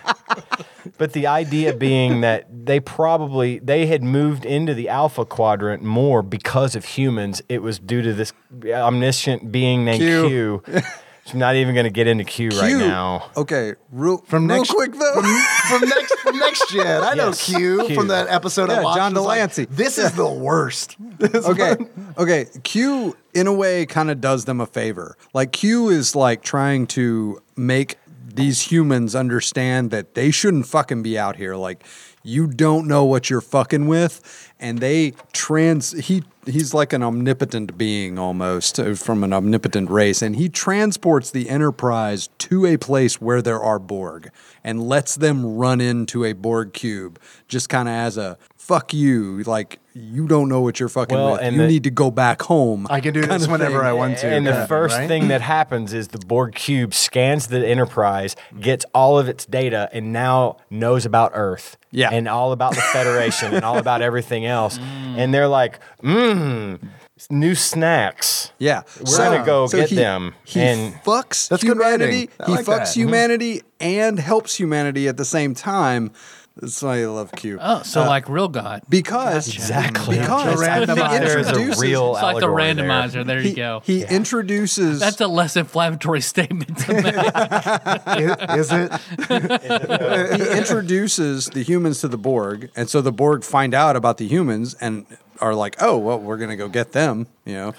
S4: (laughs) but the idea being that they probably they had moved into the alpha quadrant more because of humans. It was due to this omniscient being named
S2: Q.
S4: Q. I'm not even going to get into Q right
S2: Q.
S4: now.
S2: Okay, real
S3: From
S2: from real
S3: next-
S2: quick though.
S3: from next from next gen. I
S4: Yes.
S3: know Q,
S4: Q.
S3: from that episode. I
S2: Yeah,
S3: watched.
S2: John
S3: It's like,
S2: Delancey.
S3: this is the worst.
S2: okay, okay. Q in a way kind of does them a favor. Like Q is like trying to make these humans understand that they shouldn't fucking be out here. Like you don't know what you're fucking with, and they trans he. He's like an omnipotent being almost uh, from an omnipotent race, and he transports the Enterprise to a place where there are Borg and lets them run into a Borg cube just kind of as a fuck you. Like, you don't know what you're fucking
S4: Well,
S2: with.
S4: and
S2: you
S4: the-
S2: need to go back home.
S3: I can do
S2: Kind
S3: this
S2: of
S3: whenever
S2: thing.
S3: I want to.
S4: And
S3: kind
S4: the
S3: of
S4: first
S3: right?
S4: thing that happens is the Borg cube scans the Enterprise, gets all of its data, and now knows about Earth.
S2: Yeah.
S4: And all about the Federation and all about everything else. And they're like, mmm, new snacks.
S2: Yeah,
S4: We're gonna go get them.
S2: He
S4: and Mm-hmm.
S2: fucks
S3: That's good
S2: humanity.
S3: writing. I
S2: He fucks
S3: like that. Mhm.
S2: humanity and helps humanity at the same time. That's why I love Q.
S1: Oh, so like real God.
S2: because
S4: Exactly.
S2: because
S3: The
S2: I think
S3: randomizer.
S2: it
S4: There's a
S2: introduces-
S4: real
S1: It's like the
S4: allegory there.
S1: randomizer. There, you
S2: he,
S1: go.
S2: He introduces
S1: That's a less inflammatory (laughs) statement to make.
S3: I- is it.
S2: he introduces the humans to the Borg, and so the Borg find out about the humans and are like, "Oh, well, we're gonna go get them," you know.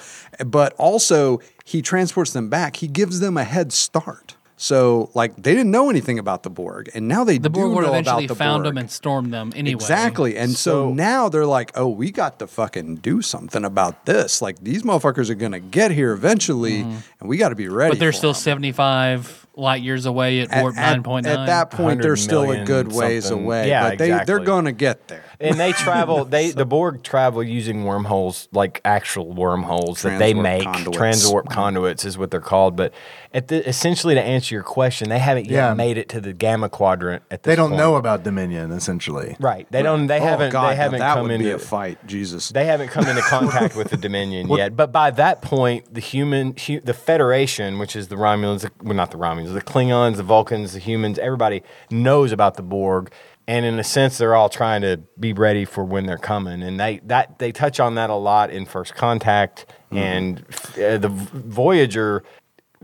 S2: But also, he transports them back. He gives them a head start. So, like, they didn't know anything about the Borg, and now they
S1: The
S2: do
S1: Borg would
S2: know
S1: eventually
S2: about the
S1: found
S2: Borg.
S1: them and stormed them anyway.
S2: Exactly. And so,
S4: So-
S2: now they're like, oh, we got to fucking do something about this. Like, these motherfuckers are going to get here eventually, and we got to be ready.
S1: Mm-hmm. But they're
S2: for
S1: still
S2: 'em."
S1: 75 light years away at, warp 9.9.
S2: at that point, they're
S4: 100
S2: still a
S4: million
S2: good ways
S4: something.
S2: away.
S4: Yeah,
S2: but they, they're
S4: exactly.
S2: going to get there.
S4: and they travel they the borg travel using wormholes like actual wormholes that they
S2: Transwarp
S4: make
S2: conduits.
S4: transwarp conduits is what they're called but at the, essentially to answer your question they haven't yet
S3: Yeah.
S4: made it to the gamma quadrant at this
S3: They don't
S4: point.
S3: know about Dominion, essentially.
S4: right they don't they haven't
S2: oh, God,
S4: they
S2: now
S4: haven't
S2: that
S4: come
S2: would
S4: into
S2: be a fight, Jesus.
S4: they haven't come into contact with the Dominion yet, but by that point, the human, hu- the Federation, which is the Romulans, well, not the Romulans, the Klingons, the Vulcans, the humans, everybody knows about the Borg, and in a sense, they're all trying to be ready for when they're coming, and they that they touch on that a lot in First Contact
S2: Mm-hmm.
S4: and uh, the Voyager.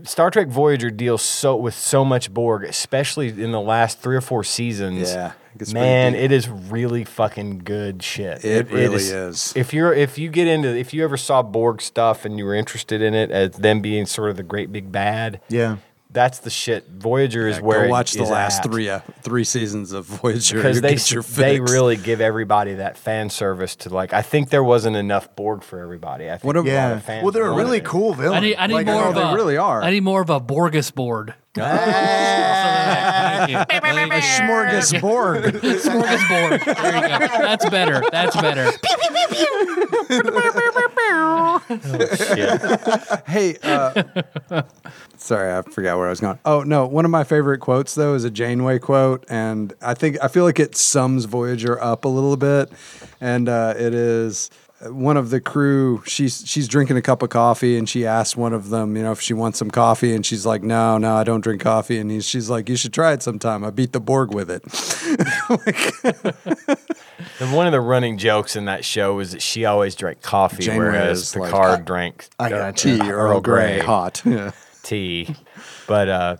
S4: Star Trek Voyager deals so with so much Borg, especially in the last three or four seasons.
S2: Yeah, it gets pretty
S4: man,
S2: deep.
S4: it is really fucking good shit.
S2: It really is.
S4: If you're if you get into if you ever saw Borg stuff and you were interested in it as them being sort of the great big bad,
S3: Yeah.
S4: that's the shit. Voyager is
S2: Go
S4: where it
S2: watch the
S4: is
S2: last
S4: at.
S2: three uh, three seasons of (laughs) Voyager
S4: because
S2: you'll
S4: they
S2: get your
S4: they
S2: fix.
S4: really give everybody that fan service to like. I think there wasn't enough Borg for everybody. I think
S2: What a-
S4: a lot
S3: Yeah.
S4: of fans
S3: well, they're a
S4: wanted
S3: really
S4: it.
S3: cool villain.
S1: I need, I need
S3: Like,
S1: more
S2: oh,
S1: of
S2: they
S1: a,
S2: really are.
S1: I need more of a Borgus board. (laughs) Thank you.
S2: a smorgasbord.
S1: Smorgasbord. There you go. That's better. That's better.
S4: Shit.
S2: Hey, uh, sorry, I forgot where I was going. Oh no, one of my favorite quotes though is a Janeway quote, and I think I feel like it sums Voyager up a little bit, and uh, it is. uh, One of the crew, she's she's drinking a cup of coffee, and she asked one of them, you know, if she wants some coffee, and she's like, "No, no, I don't drink coffee." And he's, she's like, "You should try it sometime. I beat the Borg with it."
S4: (laughs) And one of the running jokes in that show was that she always drank coffee,
S2: Janeway
S4: whereas
S2: is like,
S4: Picard
S2: I-
S4: drank
S3: I got
S2: Tea,
S3: you.
S2: Earl Grey,
S4: Grey.
S2: hot. Yeah.
S4: tea. But uh,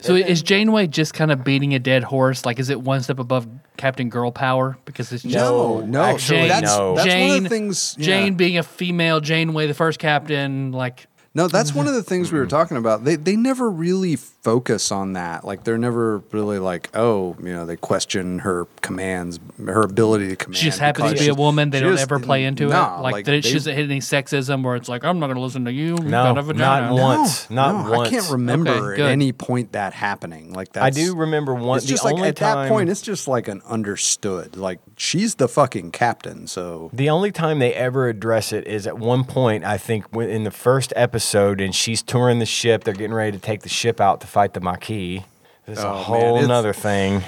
S1: So is Janeway just kind of beating a dead horse? Like, is it one step above Captain Girl power? Because it's just
S2: No, no,
S4: actually,
S1: Jane,
S2: that's,
S4: no.
S2: That's
S1: Jane,
S2: one of the things. yeah.
S1: Jane being a female Janeway, the first captain, like
S2: No, that's one of the things
S4: Mm-hmm.
S2: we were talking about. They they never really focus on that. Like they're never really like, oh, you know, they question her commands, her ability to command.
S1: she just happens to
S2: because
S1: be a
S2: she's-
S1: woman. They
S2: she
S1: don't
S2: just-
S1: ever play into
S2: nah,
S1: it. Like,
S2: like,
S1: there-
S2: they-
S1: she doesn't hit any sexism where it's like, I'm not going to listen to you. You've
S4: No,
S1: got a vagina.
S4: not once,
S2: No,
S4: not
S2: no,
S4: once.
S2: I can't remember
S1: Okay,
S2: at
S1: good.
S2: any point that happening. Like that,
S4: I do remember one.
S2: It's
S4: the
S2: just like
S4: only
S2: at that
S4: time-
S2: point, it's just like an understood. Like she's the fucking captain, so
S4: (laughs) The only time they ever address it is at one point, I think, when- in the first episode, and she's touring the ship. They're getting ready to take the ship out to fight the Maquis. This is
S2: Oh,
S4: a
S2: man,
S4: whole
S2: it's-
S4: nother thing.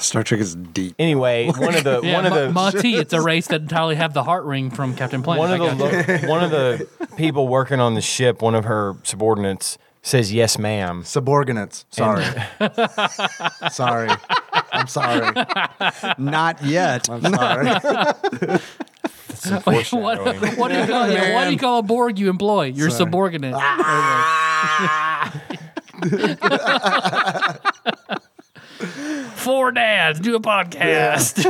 S2: Star Trek is (laughs) deep.
S4: Anyway, one of the
S1: Yeah,
S4: one of the
S1: Ma- Ma-T, it's a race that entirely have the heart ring from Captain Planet.
S4: one of
S1: I got
S4: the
S1: you.
S4: lo- one of the people working on the ship, one of her subordinates says, "Yes, ma'am."
S3: Subordinates. Sorry. (laughs) sorry. I'm sorry.
S2: Not yet.
S3: I'm sorry.
S1: Wait, (laughs) what, (laughs) what do you
S4: (laughs)
S1: call yeah, what do you call a Borg you employ? You're subordinate.
S4: Ah!
S1: (laughs) Four dads do a podcast.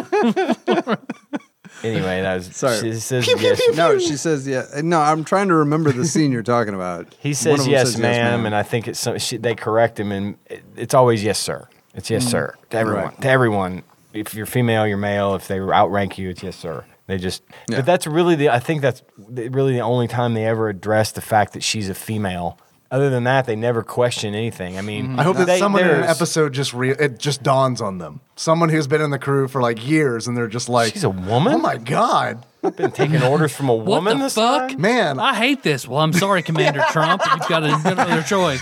S4: Anyway, that was
S2: Sorry.
S4: she says yes.
S2: no, she says yeah. No, I'm trying to remember the scene you're talking about.
S4: He
S2: One of
S4: says
S2: them
S4: yes, ma'am, and I think it's some, she, they correct him, and it, it's always yes, sir. It's
S3: Mm-hmm.
S4: yes, sir to everyone.
S2: Right.
S4: To everyone, if you're female, you're male. If they outrank you, it's yes, sir. They just,
S2: Yeah.
S4: but that's really the. I think that's the- really the only time they ever address the fact that she's a female. Other than that, they never question anything. I mean,
S3: Mm-hmm. I hope that
S4: they-
S3: someone in an
S4: there's-
S3: episode just re- it just dawns on them. Someone who's been in the crew for like years and they're just like,
S4: She's a woman?
S3: Oh my god,
S4: been
S3: (laughs)
S4: taking orders from a
S1: What
S4: woman
S1: the
S4: this
S1: fuck?
S4: time?
S3: man,
S1: I hate this. Well, I'm sorry, Commander Trump. You've got a- you've got another choice.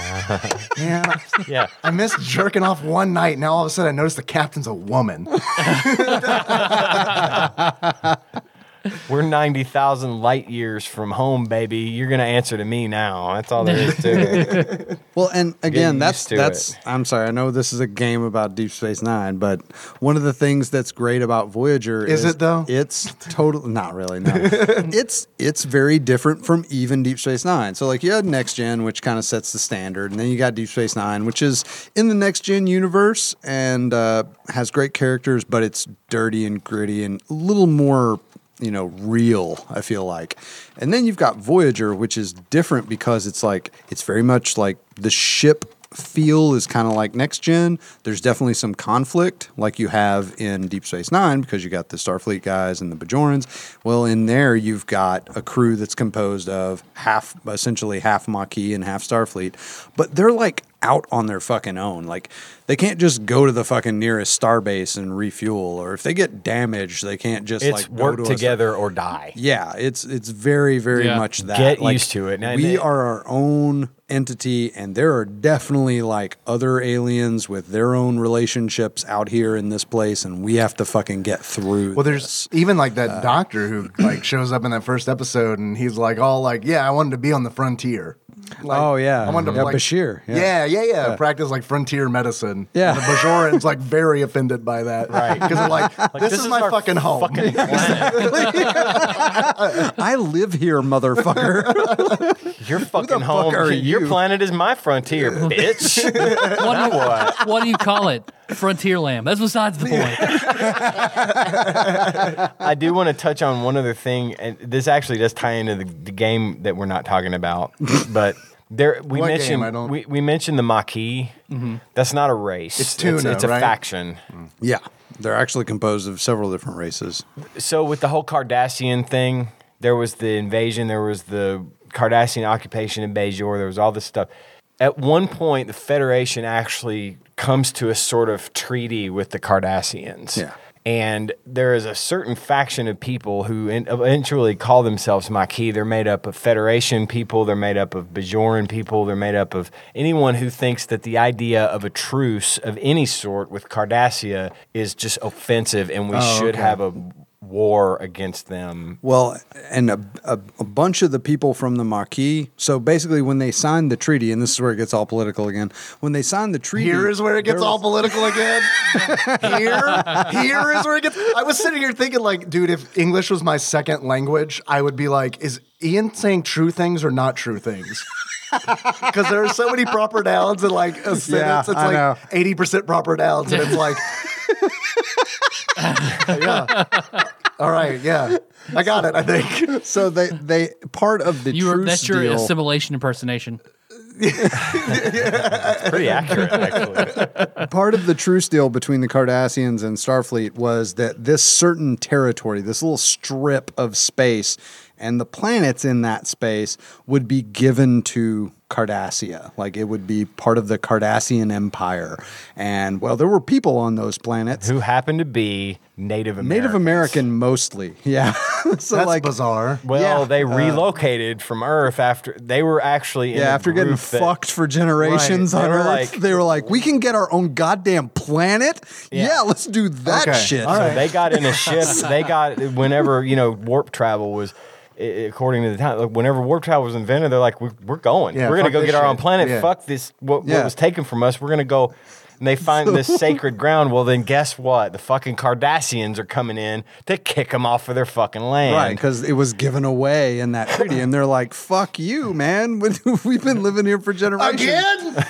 S3: man. I-
S4: Yeah.
S3: I missed jerking off one night. Now all of a sudden I noticed the captain's a woman.
S4: We're 90,000 light years from home, baby. You're going to answer to me now. That's all there is to it.
S2: Well, and again,
S4: used
S2: that's
S4: to
S2: that's.
S4: it.
S2: I'm sorry. I know this is a game about Deep Space Nine, but one of the things that's great about Voyager
S3: Is it, though?
S2: It's totally not really.
S3: (laughs)
S2: No, it's it's very different from even Deep Space Nine. So like you had Next Gen, which kind of sets the standard, and then you got Deep Space Nine, which is in the Next Gen universe and uh, has great characters, but it's dirty and gritty and a little more you know, real, I feel like. And then you've got Voyager, which is different because it's like, it's very much like the ship feel is kind of like next gen. There's definitely some conflict, like you have in Deep Space Nine, because you got the Starfleet guys and the Bajorans. Well, in there, you've got a crew that's composed of half, essentially half Maquis and half Starfleet, but they're like out on their fucking own. Like they can't just go to the fucking nearest starbase and refuel, or if they get damaged, they can't just
S4: It's
S2: like go
S4: work
S2: to a-
S4: together or die.
S2: yeah, it's it's very very
S1: Yeah.
S2: much that.
S4: Get used to it. And
S2: we
S4: it-
S2: are our own entity, and there are definitely like other aliens with their own relationships out here in this place, and we have to fucking get through.
S3: Well, there's Uh, even like that doctor (clears throat) who like shows up in that first episode, and he's like all like, "Yeah, I wanted to be on the frontier." Like,
S2: Oh, yeah.
S3: I wanted to
S2: Yeah,
S3: like,
S2: Bashir, yeah.
S3: yeah, yeah, yeah, Practice like frontier medicine.
S2: Yeah.
S3: and the Bajoran's like very offended by that, right? Because they're like, this, is, my
S4: our
S3: fucking home." (laughs)
S4: fucking planet.
S2: (laughs) I live here, motherfucker.
S3: (laughs)
S4: Your fucking home.
S2: are
S4: Your
S2: you?
S4: planet is
S3: (laughs)
S4: my frontier, bitch.
S1: What do,
S4: What?
S1: what do you call it? Frontier land. That's besides the point.
S4: I do want to touch on one other thing, and this actually does tie into the, the game that we're not
S3: (laughs)
S4: talking about. But there, we
S3: What game?
S4: mentioned
S3: I don't- Mm-hmm.
S4: we, we mentioned the Maquis. That's not a race.
S3: It's
S4: it's,
S3: Tuna,
S4: it's a
S3: right?
S4: faction.
S2: yeah, they're actually composed of several different races.
S4: so with the whole Cardassian thing, there was the invasion, there was the Cardassian occupation in Bejor, there was all this stuff. At one point, the Federation actually comes to a sort of treaty with the Cardassians.
S2: Yeah.
S4: And there is a certain faction of people who en- eventually call themselves Maquis. They're made up of Federation people, they're made up of Bajoran people, they're made up of anyone who thinks that the idea of a truce of any sort with Cardassia is just offensive and we
S2: Oh,
S4: should have a war against them.
S2: Well, and a, a, a bunch of the people from the Maquis. So basically, when they signed the treaty, and this is where it gets all political again. When they signed the treaty,
S3: Here is where it gets
S2: there
S3: all
S2: was-
S3: political again. here, here is where it gets. I was sitting here thinking, like, dude, if English was my second language, I would be like, is Ian saying true things or not true things? Because there are so many proper nouns and like a sentence.
S2: Yeah,
S3: it's
S2: I know.
S3: like eighty percent proper nouns, and it's like, (laughs) yeah, all right, yeah, I got it. I think.
S2: So they they part of the
S1: You are,
S2: truce
S1: that's your
S2: deal-
S1: assimilation impersonation.
S4: It's
S2: (laughs)
S4: pretty accurate, actually.
S2: part of the truce deal between the Cardassians and Starfleet was that this certain territory, this little strip of space, and the planets in that space would be given to Cardassia. Like it would be part of the Cardassian Empire. And well, there were people on those planets.
S4: Who happened to be Native American?
S2: Native American mostly, (laughs) yeah. so
S3: That's
S2: like
S3: bizarre.
S4: Well,
S2: Yeah. uh,
S4: they relocated from Earth after they were actually in
S2: Yeah,
S4: a
S2: after getting
S4: group that-
S2: fucked for generations
S4: Right.
S2: on
S4: They were
S2: Earth,
S4: like-
S2: they were like, "We can get our own goddamn planet. Yeah,
S4: Yeah.
S2: let's do that
S3: Okay.
S2: shit."
S3: All
S4: So
S3: right.
S4: they
S3: (laughs)
S4: got in a ship. They got whenever you know warp travel was, i- according to the time, like, whenever warp travel was invented, they're like, we're, we're going.
S3: Yeah,
S4: we're gonna
S3: fuck
S4: go
S3: this
S4: get our own
S3: shit.
S4: planet.
S3: Yeah.
S4: Fuck this. What,
S2: Yeah.
S4: what was taken from us? We're gonna go. And they find
S3: (laughs)
S4: this sacred ground. Well, then guess what? The fucking Cardassians are coming in to kick them off of their fucking land.
S2: Right, because it was given away in that treaty, and they're like, "Fuck you, man! (laughs) We've been living here for generations."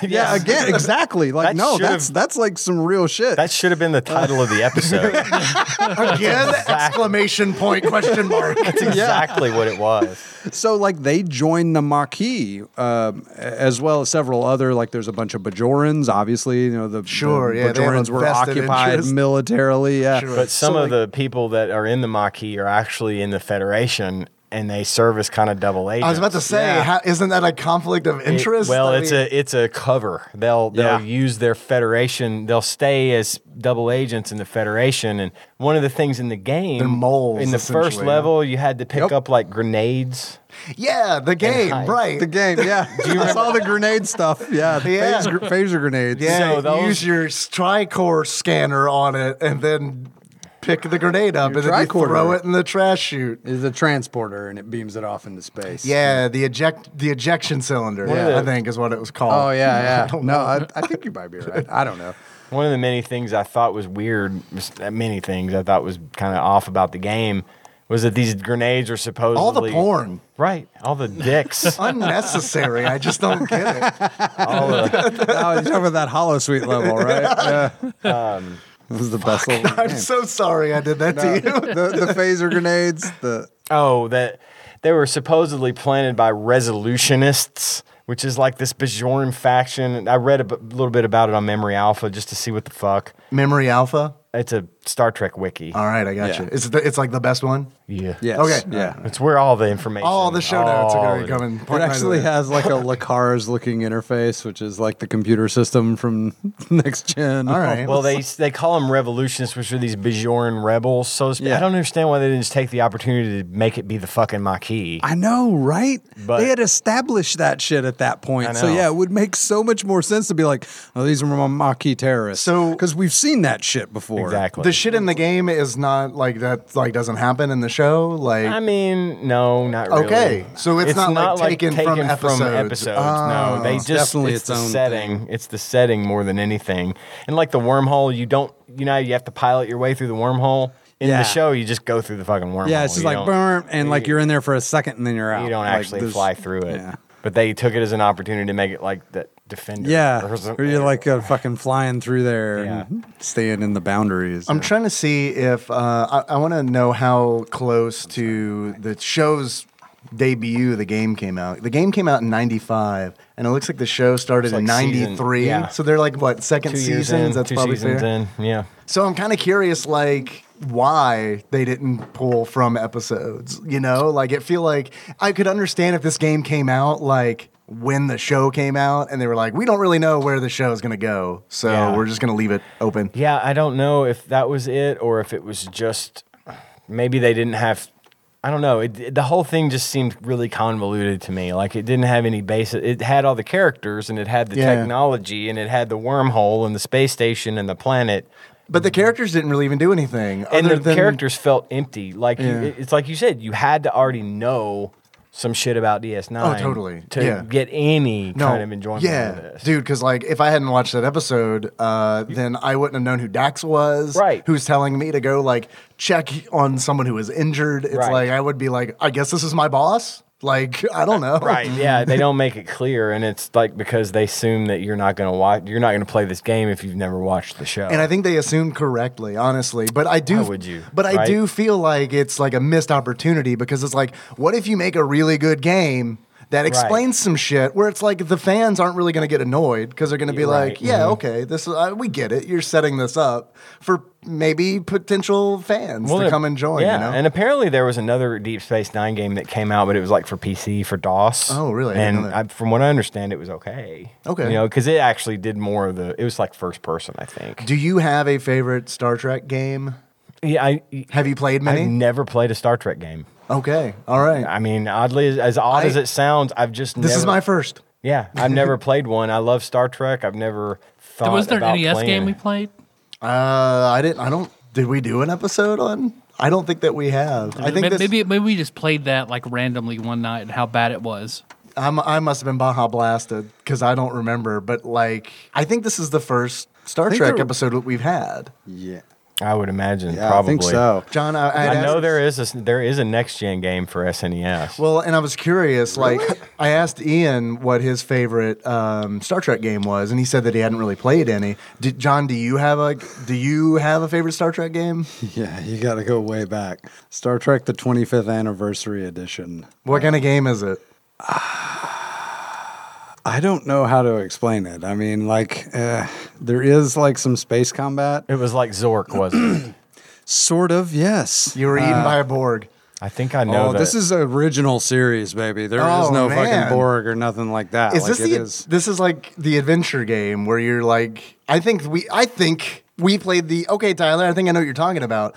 S2: yeah, again, exactly. Like,
S4: That
S2: no,
S4: should've-
S2: that's that's like some real shit.
S4: That should have been the title of the
S3: (laughs)
S4: episode. That's
S3: Again? Exclamation point, question mark.
S4: exactly what it was.
S3: (laughs)
S2: so like they joined the Marquis, um, as well as several other. Like, there's a bunch of Bajorans, obviously. You know, the
S3: Sure,
S2: the
S3: yeah, they have a
S2: Bajorans were
S3: vested
S2: occupied
S3: interest.
S2: militarily. Yeah,
S3: Sure.
S4: But some
S2: So,
S4: of the people that are in the Maquis are actually in the Federation, and they serve as kind of double agents.
S3: I was about to say,
S4: Yeah.
S3: how, isn't that a conflict of
S4: It-
S3: interest?
S4: well,
S3: I
S4: it's
S3: mean,
S4: a it's a cover. They'll
S2: Yeah.
S4: they'll use their Federation. They'll stay as double agents in the Federation. And one of the things in the game,
S3: They're moles,
S4: in the first
S3: essentially, yeah.
S4: level, you had to pick
S2: Yep.
S4: up like grenades.
S3: yeah, the game,
S4: hide.
S3: right?
S2: The game,
S3: (laughs)
S2: yeah. I saw the grenade stuff. Yeah, the
S3: Yeah.
S2: Phaser, phaser grenades.
S3: yeah,
S4: So
S3: you
S4: those-
S3: use your tricore scanner on it, and then pick the grenade up,
S2: Your
S3: and then you
S2: tricorder.
S3: throw it in the trash chute.
S2: is a transporter and it beams it off into space.
S3: Yeah, the eject the ejection cylinder.
S4: Yeah.
S3: I think is what it was called.
S2: Oh
S3: (laughs)
S2: yeah, yeah.
S3: don't
S2: no,
S3: know.
S2: I, I think you might be right. I
S3: (laughs)
S2: don't know.
S4: One of the many things I thought was weird, was- uh, many things I thought was kind of off about the game, was that these grenades are supposedly
S3: all the porn.
S4: right? All
S3: (laughs)
S4: the dicks.
S3: Unnecessary. I just don't (laughs) get it.
S4: all the,
S2: Oh, you're talking about that hollow suite level, right? Yeah. this is the best level.
S3: I'm so sorry I did that to you.
S2: (laughs) the, the phaser grenades. The
S4: Oh, that they were supposedly planted by resolutionists, which is like this Bajoran faction. I read a b- little bit about it on Memory Alpha just to see what the fuck.
S3: (laughs) Memory Alpha.
S4: It's a Star Trek wiki.
S3: All right, I got
S2: Yeah.
S3: you. It's the, it's like the best one.
S4: yeah.
S2: yes.
S3: Okay.
S2: Yeah.
S4: It's where all the information.
S3: All the show notes are
S4: all
S3: going to come in.
S2: It
S3: part nine of
S2: actually
S3: this.
S2: has like a Lacars looking interface, which is like the computer system from (laughs) next gen.
S3: All right.
S4: (laughs) Well, they they call them revolutionists, which are these Bajoran rebels. So to speak.
S2: Yeah.
S4: I don't understand why they didn't just take the opportunity to make it be the fucking Maquis.
S2: I know, right?
S4: But-
S2: they had established that shit at that point.
S4: I
S2: So
S4: know.
S2: yeah, it would make so much more sense to be like, "Oh, these are my Maquis terrorists."
S3: So-
S2: because we've seen that shit before.
S4: exactly.
S3: the shit in the game is not like that. Like doesn't happen in the show. Like
S4: I mean, no, not really.
S3: Okay, so it's not, like, taken from episodes.
S4: episodes. no, they
S2: Ah, it's
S4: just
S2: definitely its
S4: it's, the
S2: own
S4: setting. It's the setting more than anything. And like the wormhole, you don't. You know, you have to pilot your way through the wormhole. In
S2: Yeah.
S4: the show, you just go through the fucking wormhole.
S2: Yeah, it's just
S4: You
S2: like
S4: don't-
S2: burn, and like you're in there for a second, and then you're out.
S4: You don't
S2: Like,
S4: actually
S2: there's-
S4: fly through it.
S2: Yeah.
S4: But they took it as an opportunity to make it like that defender. (laughs)
S2: Yeah,
S4: or
S2: or
S4: something.
S2: you're like uh, fucking flying through there and
S4: Yeah.
S2: staying in the boundaries.
S3: I'm trying to see if uh, I, I want to know how close to the show's debut the game came out. The game came out in '95, and it looks like the show started
S4: It's like
S3: in
S4: season-
S3: '93.
S4: yeah.
S3: So they're like what second
S4: two years
S3: seasons?
S4: in,
S3: That's
S4: two
S3: probably
S4: seasons
S3: fair.
S4: in. Yeah.
S3: So I'm kind of curious, like why they didn't pull from episodes. You know, like it feel like I could understand if this game came out like when the show came out, and they were like, we don't really know where the show is gonna go, so
S4: Yeah.
S3: we're just gonna leave it open.
S4: Yeah, I don't know if that was it or if it was just maybe they didn't have. I don't know. It, the whole thing just seemed really convoluted to me. Like it didn't have any basis. It had all the characters and it had the
S3: Yeah.
S4: technology and it had the wormhole and the space station and the planet.
S3: But the characters didn't really even do anything.
S4: And
S3: other
S4: the
S3: than,
S4: characters felt empty. Like
S3: Yeah.
S4: you, it- it's like you said, you had to already know some shit about DS9.
S3: Oh, totally.
S4: To
S3: Yeah.
S4: get any
S3: No,
S4: kind of enjoyment
S3: Yeah,
S4: out of this.
S3: dude. Because like, if I hadn't watched that episode, uh, then I wouldn't have known who Dax was.
S4: Right.
S3: Who's telling me to go like check on someone who is injured? It's
S4: Right.
S3: like I would be like, I guess this is my boss. Like I don't know.
S4: (laughs) Right. Yeah,
S3: Mm-hmm.
S4: they don't make it clear, and it's like because they assume that you're not going to watch, you're not going to play this game if you've never watched the show.
S3: And I think they assumed correctly, honestly. But I do.
S4: Why would you,
S3: But I
S4: right?
S3: do feel like it's like a missed opportunity because it's like, what if you make a really good game that explains some shit where it's like the fans aren't really going to get annoyed because they're going to be
S4: You're
S3: like,
S4: right. Mm-hmm.
S3: yeah, okay, this is, uh, we get it. You're setting this up for maybe potential fans to
S4: there-
S3: come and join.
S4: Yeah,
S3: you know?
S4: and apparently there was another Deep Space Nine game that came out, but it was like for PC for DOS.
S3: Oh, really? I didn't
S4: And
S3: know that.
S4: I, from what I understand, it was okay.
S3: Okay.
S4: you know, because it actually did more of the. It was like first person, I think.
S3: Do you have a favorite Star Trek game?
S4: yeah, I,
S3: Have you played many?
S4: I've never played a Star Trek game.
S3: okay, all right.
S4: I mean, oddly as, as odd
S3: I-
S4: as it sounds, I've just
S3: this
S4: never,
S3: is my first.
S4: yeah.
S3: (laughs)
S4: I've never played one. I love Star Trek. I've never thought
S1: was there
S4: about
S1: an NES
S4: playing
S1: game we
S4: it.
S1: played?
S3: Uh, I didn't. I don't. Did we do an episode on? I don't think that we have. I think
S1: maybe,
S3: this,
S1: maybe maybe we just played that like randomly one night and how bad it was.
S3: I'm, I must have been Baja blasted because I don't remember. But like, I think this is the first Star
S2: think
S3: Trek
S2: there-
S3: episode that we've had.
S2: Yeah.
S4: I would imagine.
S2: Yeah,
S4: probably.
S2: I think so.
S3: John, I, I'd
S4: I know
S3: asked-
S4: there is a, there is a next gen game for E SNES.
S3: Well, and I was curious. Like, I asked Ian what his favorite um, Star Trek game was, and he said that he hadn't really played any. Did, John, do you have a do you have a favorite Star Trek game?
S2: Yeah, you got to go way back. Star Trek, the 25th anniversary edition.
S3: What kind of game is it?
S2: I don't know how to explain it. I mean, like, uh, there is like some space combat.
S4: it was like Zork, wasn't it?
S2: Sort of, yes.
S3: You were eaten by a Borg.
S4: I think I know.
S2: Oh,
S4: that-
S2: this is original series, baby. There is
S3: Oh,
S2: no
S3: man.
S2: fucking Borg or nothing like that.
S3: Is
S2: like
S3: this the
S2: it is.
S3: this is like the adventure game where you're like I think we I think we played the okay Tyler I think I know what you're talking about.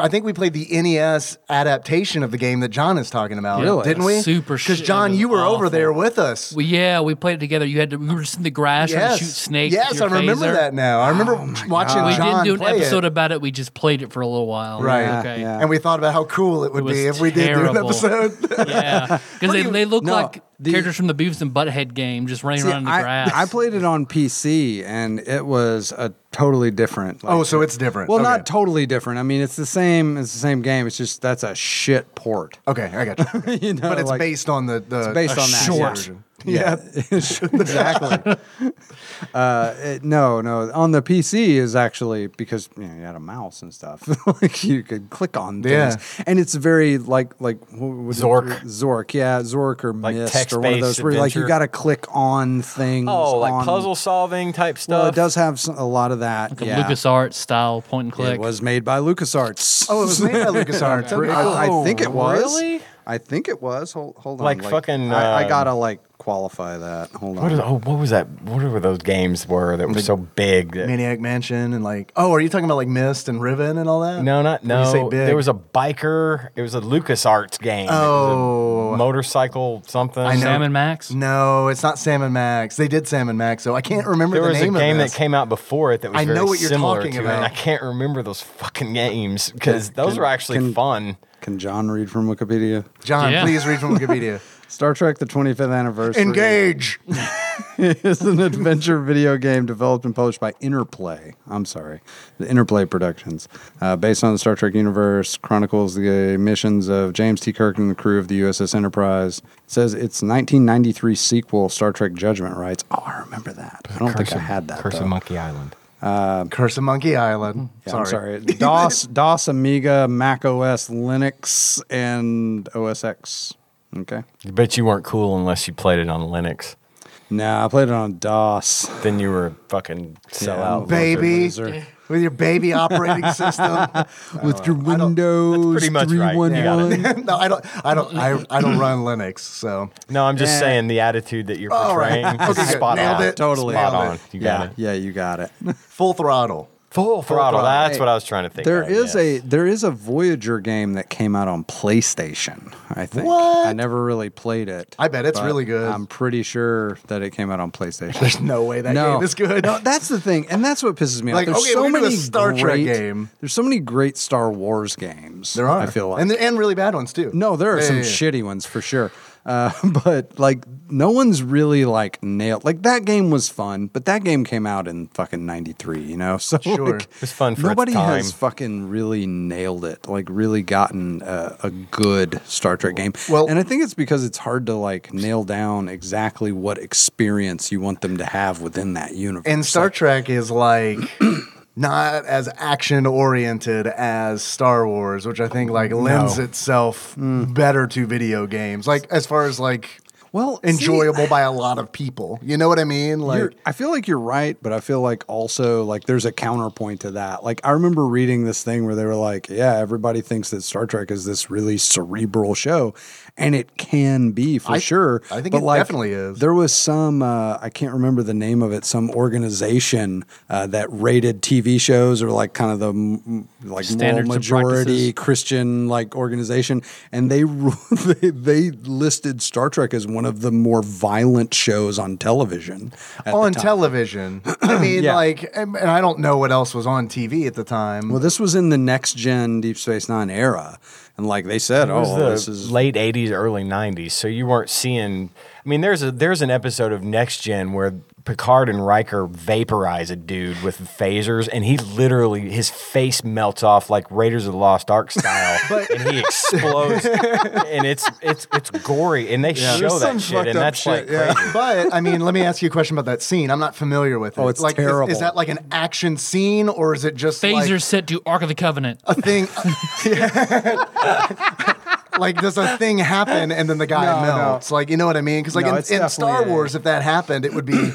S3: I think we played the NES adaptation of the game that John is talking about,
S2: Really?
S3: didn't we?
S1: Super
S3: because
S1: shit. It
S3: John,
S1: was
S3: you were over
S1: awful.
S3: there with us.
S1: Well, yeah, we played it together. You had to we were just in the grass trying
S3: yes,
S1: to shoot snakes. with
S3: Yes, I
S1: your
S3: remember
S1: phaser.
S3: that now. I remember
S2: Oh
S3: watching
S1: We
S3: John
S1: didn't do
S3: play
S1: an
S3: it.
S1: episode about it. We just played it for a little while.
S3: Right.
S2: Yeah,
S1: Okay.
S2: yeah.
S3: and we thought about how cool it would
S1: It
S3: be
S1: was
S3: if we did do an
S1: terrible.
S2: (laughs)
S3: episode.
S1: Yeah, because they, they look
S2: No,
S1: like
S2: the-
S1: characters from the Beavis and Butthead game just running
S2: See,
S1: around in the
S2: I,
S1: grass.
S2: I played it on PC and it was a totally different. Like,
S3: oh, so it's different.
S2: well,
S3: okay.
S2: not totally different. I mean, it's the same. It's the same game. It's just that's a shit port. (laughs)
S3: okay. I got you.
S2: you know,
S3: but it's
S2: like-
S3: based on the, the
S2: based
S3: a
S2: on that, yeah.
S3: short version.
S2: (laughs)
S3: Yeah. (laughs)
S2: exactly. uh, it- no, no. On the PC is actually because you, know, you had a mouse and stuff. (laughs) like you could click on
S3: Yeah.
S2: things, and it's very like like what was it?
S4: Zork.
S2: Zork, yeah, Zork or
S4: Like
S2: Mist or one of those where like you
S4: text-based
S2: got to click on things.
S4: oh, like
S2: on-
S4: puzzle solving type stuff.
S2: Well, it does have some, a lot of that.
S1: like
S2: yeah.
S1: a LucasArts style point and click.
S2: It was made by
S4: (laughs)
S2: LucasArts.
S3: Oh, it was made by LucasArts.
S2: (laughs) I- I, think it was.
S4: Oh, really?
S2: I think it was. Hold, hold
S4: Like
S2: on.
S4: fucking,
S2: I, I
S4: uh,
S2: gotta like qualify that. Hold on.
S4: What is, oh, what was that? What were those games were that were so big? That,
S3: Maniac Mansion and like oh, are you talking about like Mist and Riven and all that?
S4: no, not
S3: When
S4: no.
S3: You say big.
S4: There was a biker. It was a LucasArts game. It was
S3: Oh.
S4: a motorcycle something.
S3: I know.
S1: Sam and Max.
S3: no, it's not Sam and Max. They did Sam and Max, so I can't remember
S4: There
S3: the
S4: was a
S3: name
S4: game
S3: of
S4: that
S3: this.
S4: came out before it that was
S3: I
S4: very
S3: know what you're
S4: similar
S3: talking
S4: to it,
S3: about.
S4: and I can't remember those fucking games because those
S2: can-
S4: were actually
S2: can-
S4: fun.
S2: Can John read from Wikipedia?
S3: John,
S1: Yeah.
S3: please read from
S4: (laughs)
S3: Wikipedia.
S2: Star Trek: The 25th Anniversary
S3: Engage.
S2: (laughs) is an adventure video game developed and published by Interplay. I'm sorry, the Interplay Productions, uh, based on the Star Trek universe, chronicles the missions of James T. Kirk and the crew of the USS Enterprise. It says its 1993 sequel, Star Trek: Judgment, writes. Oh, I remember that. I don't think I had that.
S4: Curse
S2: though.
S4: of Monkey Island.
S3: Curse of Monkey Island.
S2: Yeah,
S3: sorry.
S2: I'm sorry. DOS, DOS, Amiga, Mac OS, Linux, and OS X. Okay.
S4: You bet you weren't cool unless you played it on Linux.
S2: Nah, I played it on DOS.
S4: Then you were a fucking sellout.
S3: Baby.
S2: Loser.
S3: With your baby
S4: (laughs)
S3: operating system.
S2: With your Windows
S4: pretty much right. You
S3: (laughs)
S4: got it.
S3: no, I don't. I don't. I, I don't run Linux. So
S4: No, I'm just
S2: Eh.
S4: saying the attitude that you're
S3: All right.
S4: portraying
S3: (laughs)
S4: is
S3: Okay, good.
S4: spot
S3: Nailed
S4: on.
S3: it.
S2: Totally.
S4: Spot
S3: Nailed
S4: on.
S3: it.
S4: You
S2: yeah,
S4: got it.
S2: yeah, you got it.
S3: full throttle.
S4: Full throttle.
S3: throttle.
S4: That's what I was trying to think.
S2: There
S4: of,
S2: is
S4: yes.
S2: a there is a Voyager game that came out on PlayStation. I think. I
S3: What?
S2: never really played it.
S3: I bet it's
S2: but
S3: really good.
S2: I'm pretty sure that it came out on PlayStation.
S3: There's no way (laughs) that game is good.
S2: No, that's the thing, and that's what pisses me
S3: Like,
S2: off. There's
S3: okay,
S2: so
S3: we're gonna do a
S2: many
S3: Star Trek
S2: great,
S3: game.
S2: There's so many great Star Wars games.
S3: there are.
S2: I feel like
S3: and there- and really bad ones too.
S2: no, there are
S3: Yeah,
S2: some
S3: yeah, yeah.
S2: shitty ones for sure. Uh, (laughs) but like, no one's really like nailed. Like that game was fun, but that game came out in fucking '93. You know, (laughs) so
S3: Sure.
S2: like,
S4: It was fun for its
S2: nobody has
S4: time.
S2: fucking really nailed it. Like, really gotten a, a good Star Trek game.
S3: Well-
S2: and I think it's because it's hard to like nail down exactly what experience you want them to have within that universe.
S3: And Star
S2: Like,
S3: Trek is like (clears throat) not as action oriented as Star Wars, which I think like lends itself better to video games. Like as far as like
S2: Well, Mm. see,
S3: enjoyable by a lot of people. You know what I mean?
S2: you're-
S3: Like
S2: I feel like you're right, but I feel like also like there's a counterpoint to that. Like I remember reading this thing where they were like, "Yeah, everybody thinks that Star Trek is this really cerebral show," and it can be for
S3: I-
S2: sure.
S3: I think
S2: but
S3: it
S2: like,
S3: definitely is.
S2: There was some uh, I can't remember the name of it, some organization uh, that rated TV shows or like kind of the mm, like
S1: Standards
S2: moral
S1: and
S2: majority
S1: practices.
S2: Christian like organization, and they (laughs) ru- they they listed Star Trek as one of the more violent shows on television. at the
S3: on
S2: time.
S3: television.
S2: (clears throat)
S3: I mean,
S2: Yeah.
S3: like, and and I don't know what else was on TV at the time.
S2: Well, this was in the next gen Deep Space Nine era, and like they said,
S4: It was
S2: oh,
S4: the
S2: this is
S4: late '80s, early '90s. So you weren't seeing. I mean, there's a there's an episode of Next Gen where Picard and Riker vaporize a dude with phasers, and he literally his face melts off like Raiders of the Lost
S2: (laughs)
S4: Ark style, and he explodes, and it's it's it's gory, and they show
S2: There's some
S4: that shit,
S2: fucked
S4: and
S2: up
S4: that's
S2: shit,
S4: like
S2: yeah.
S4: crazy.
S3: (laughs) but I mean, let me ask you a question about that scene. I'm not familiar with it.
S2: Oh, it's
S3: like, is-
S2: terrible.
S3: Is, that like an action scene or is it just
S1: Phasers
S3: like Oh,
S1: set to Ark of the Covenant.
S3: a thing? (laughs) like, does a thing happen and then the guy
S2: No, no.
S3: melts? Like, you know what I mean? Because like
S2: No, it's
S3: in, in Star
S2: definitely a-
S3: Wars, if that happened, it
S2: (clears throat)
S3: would be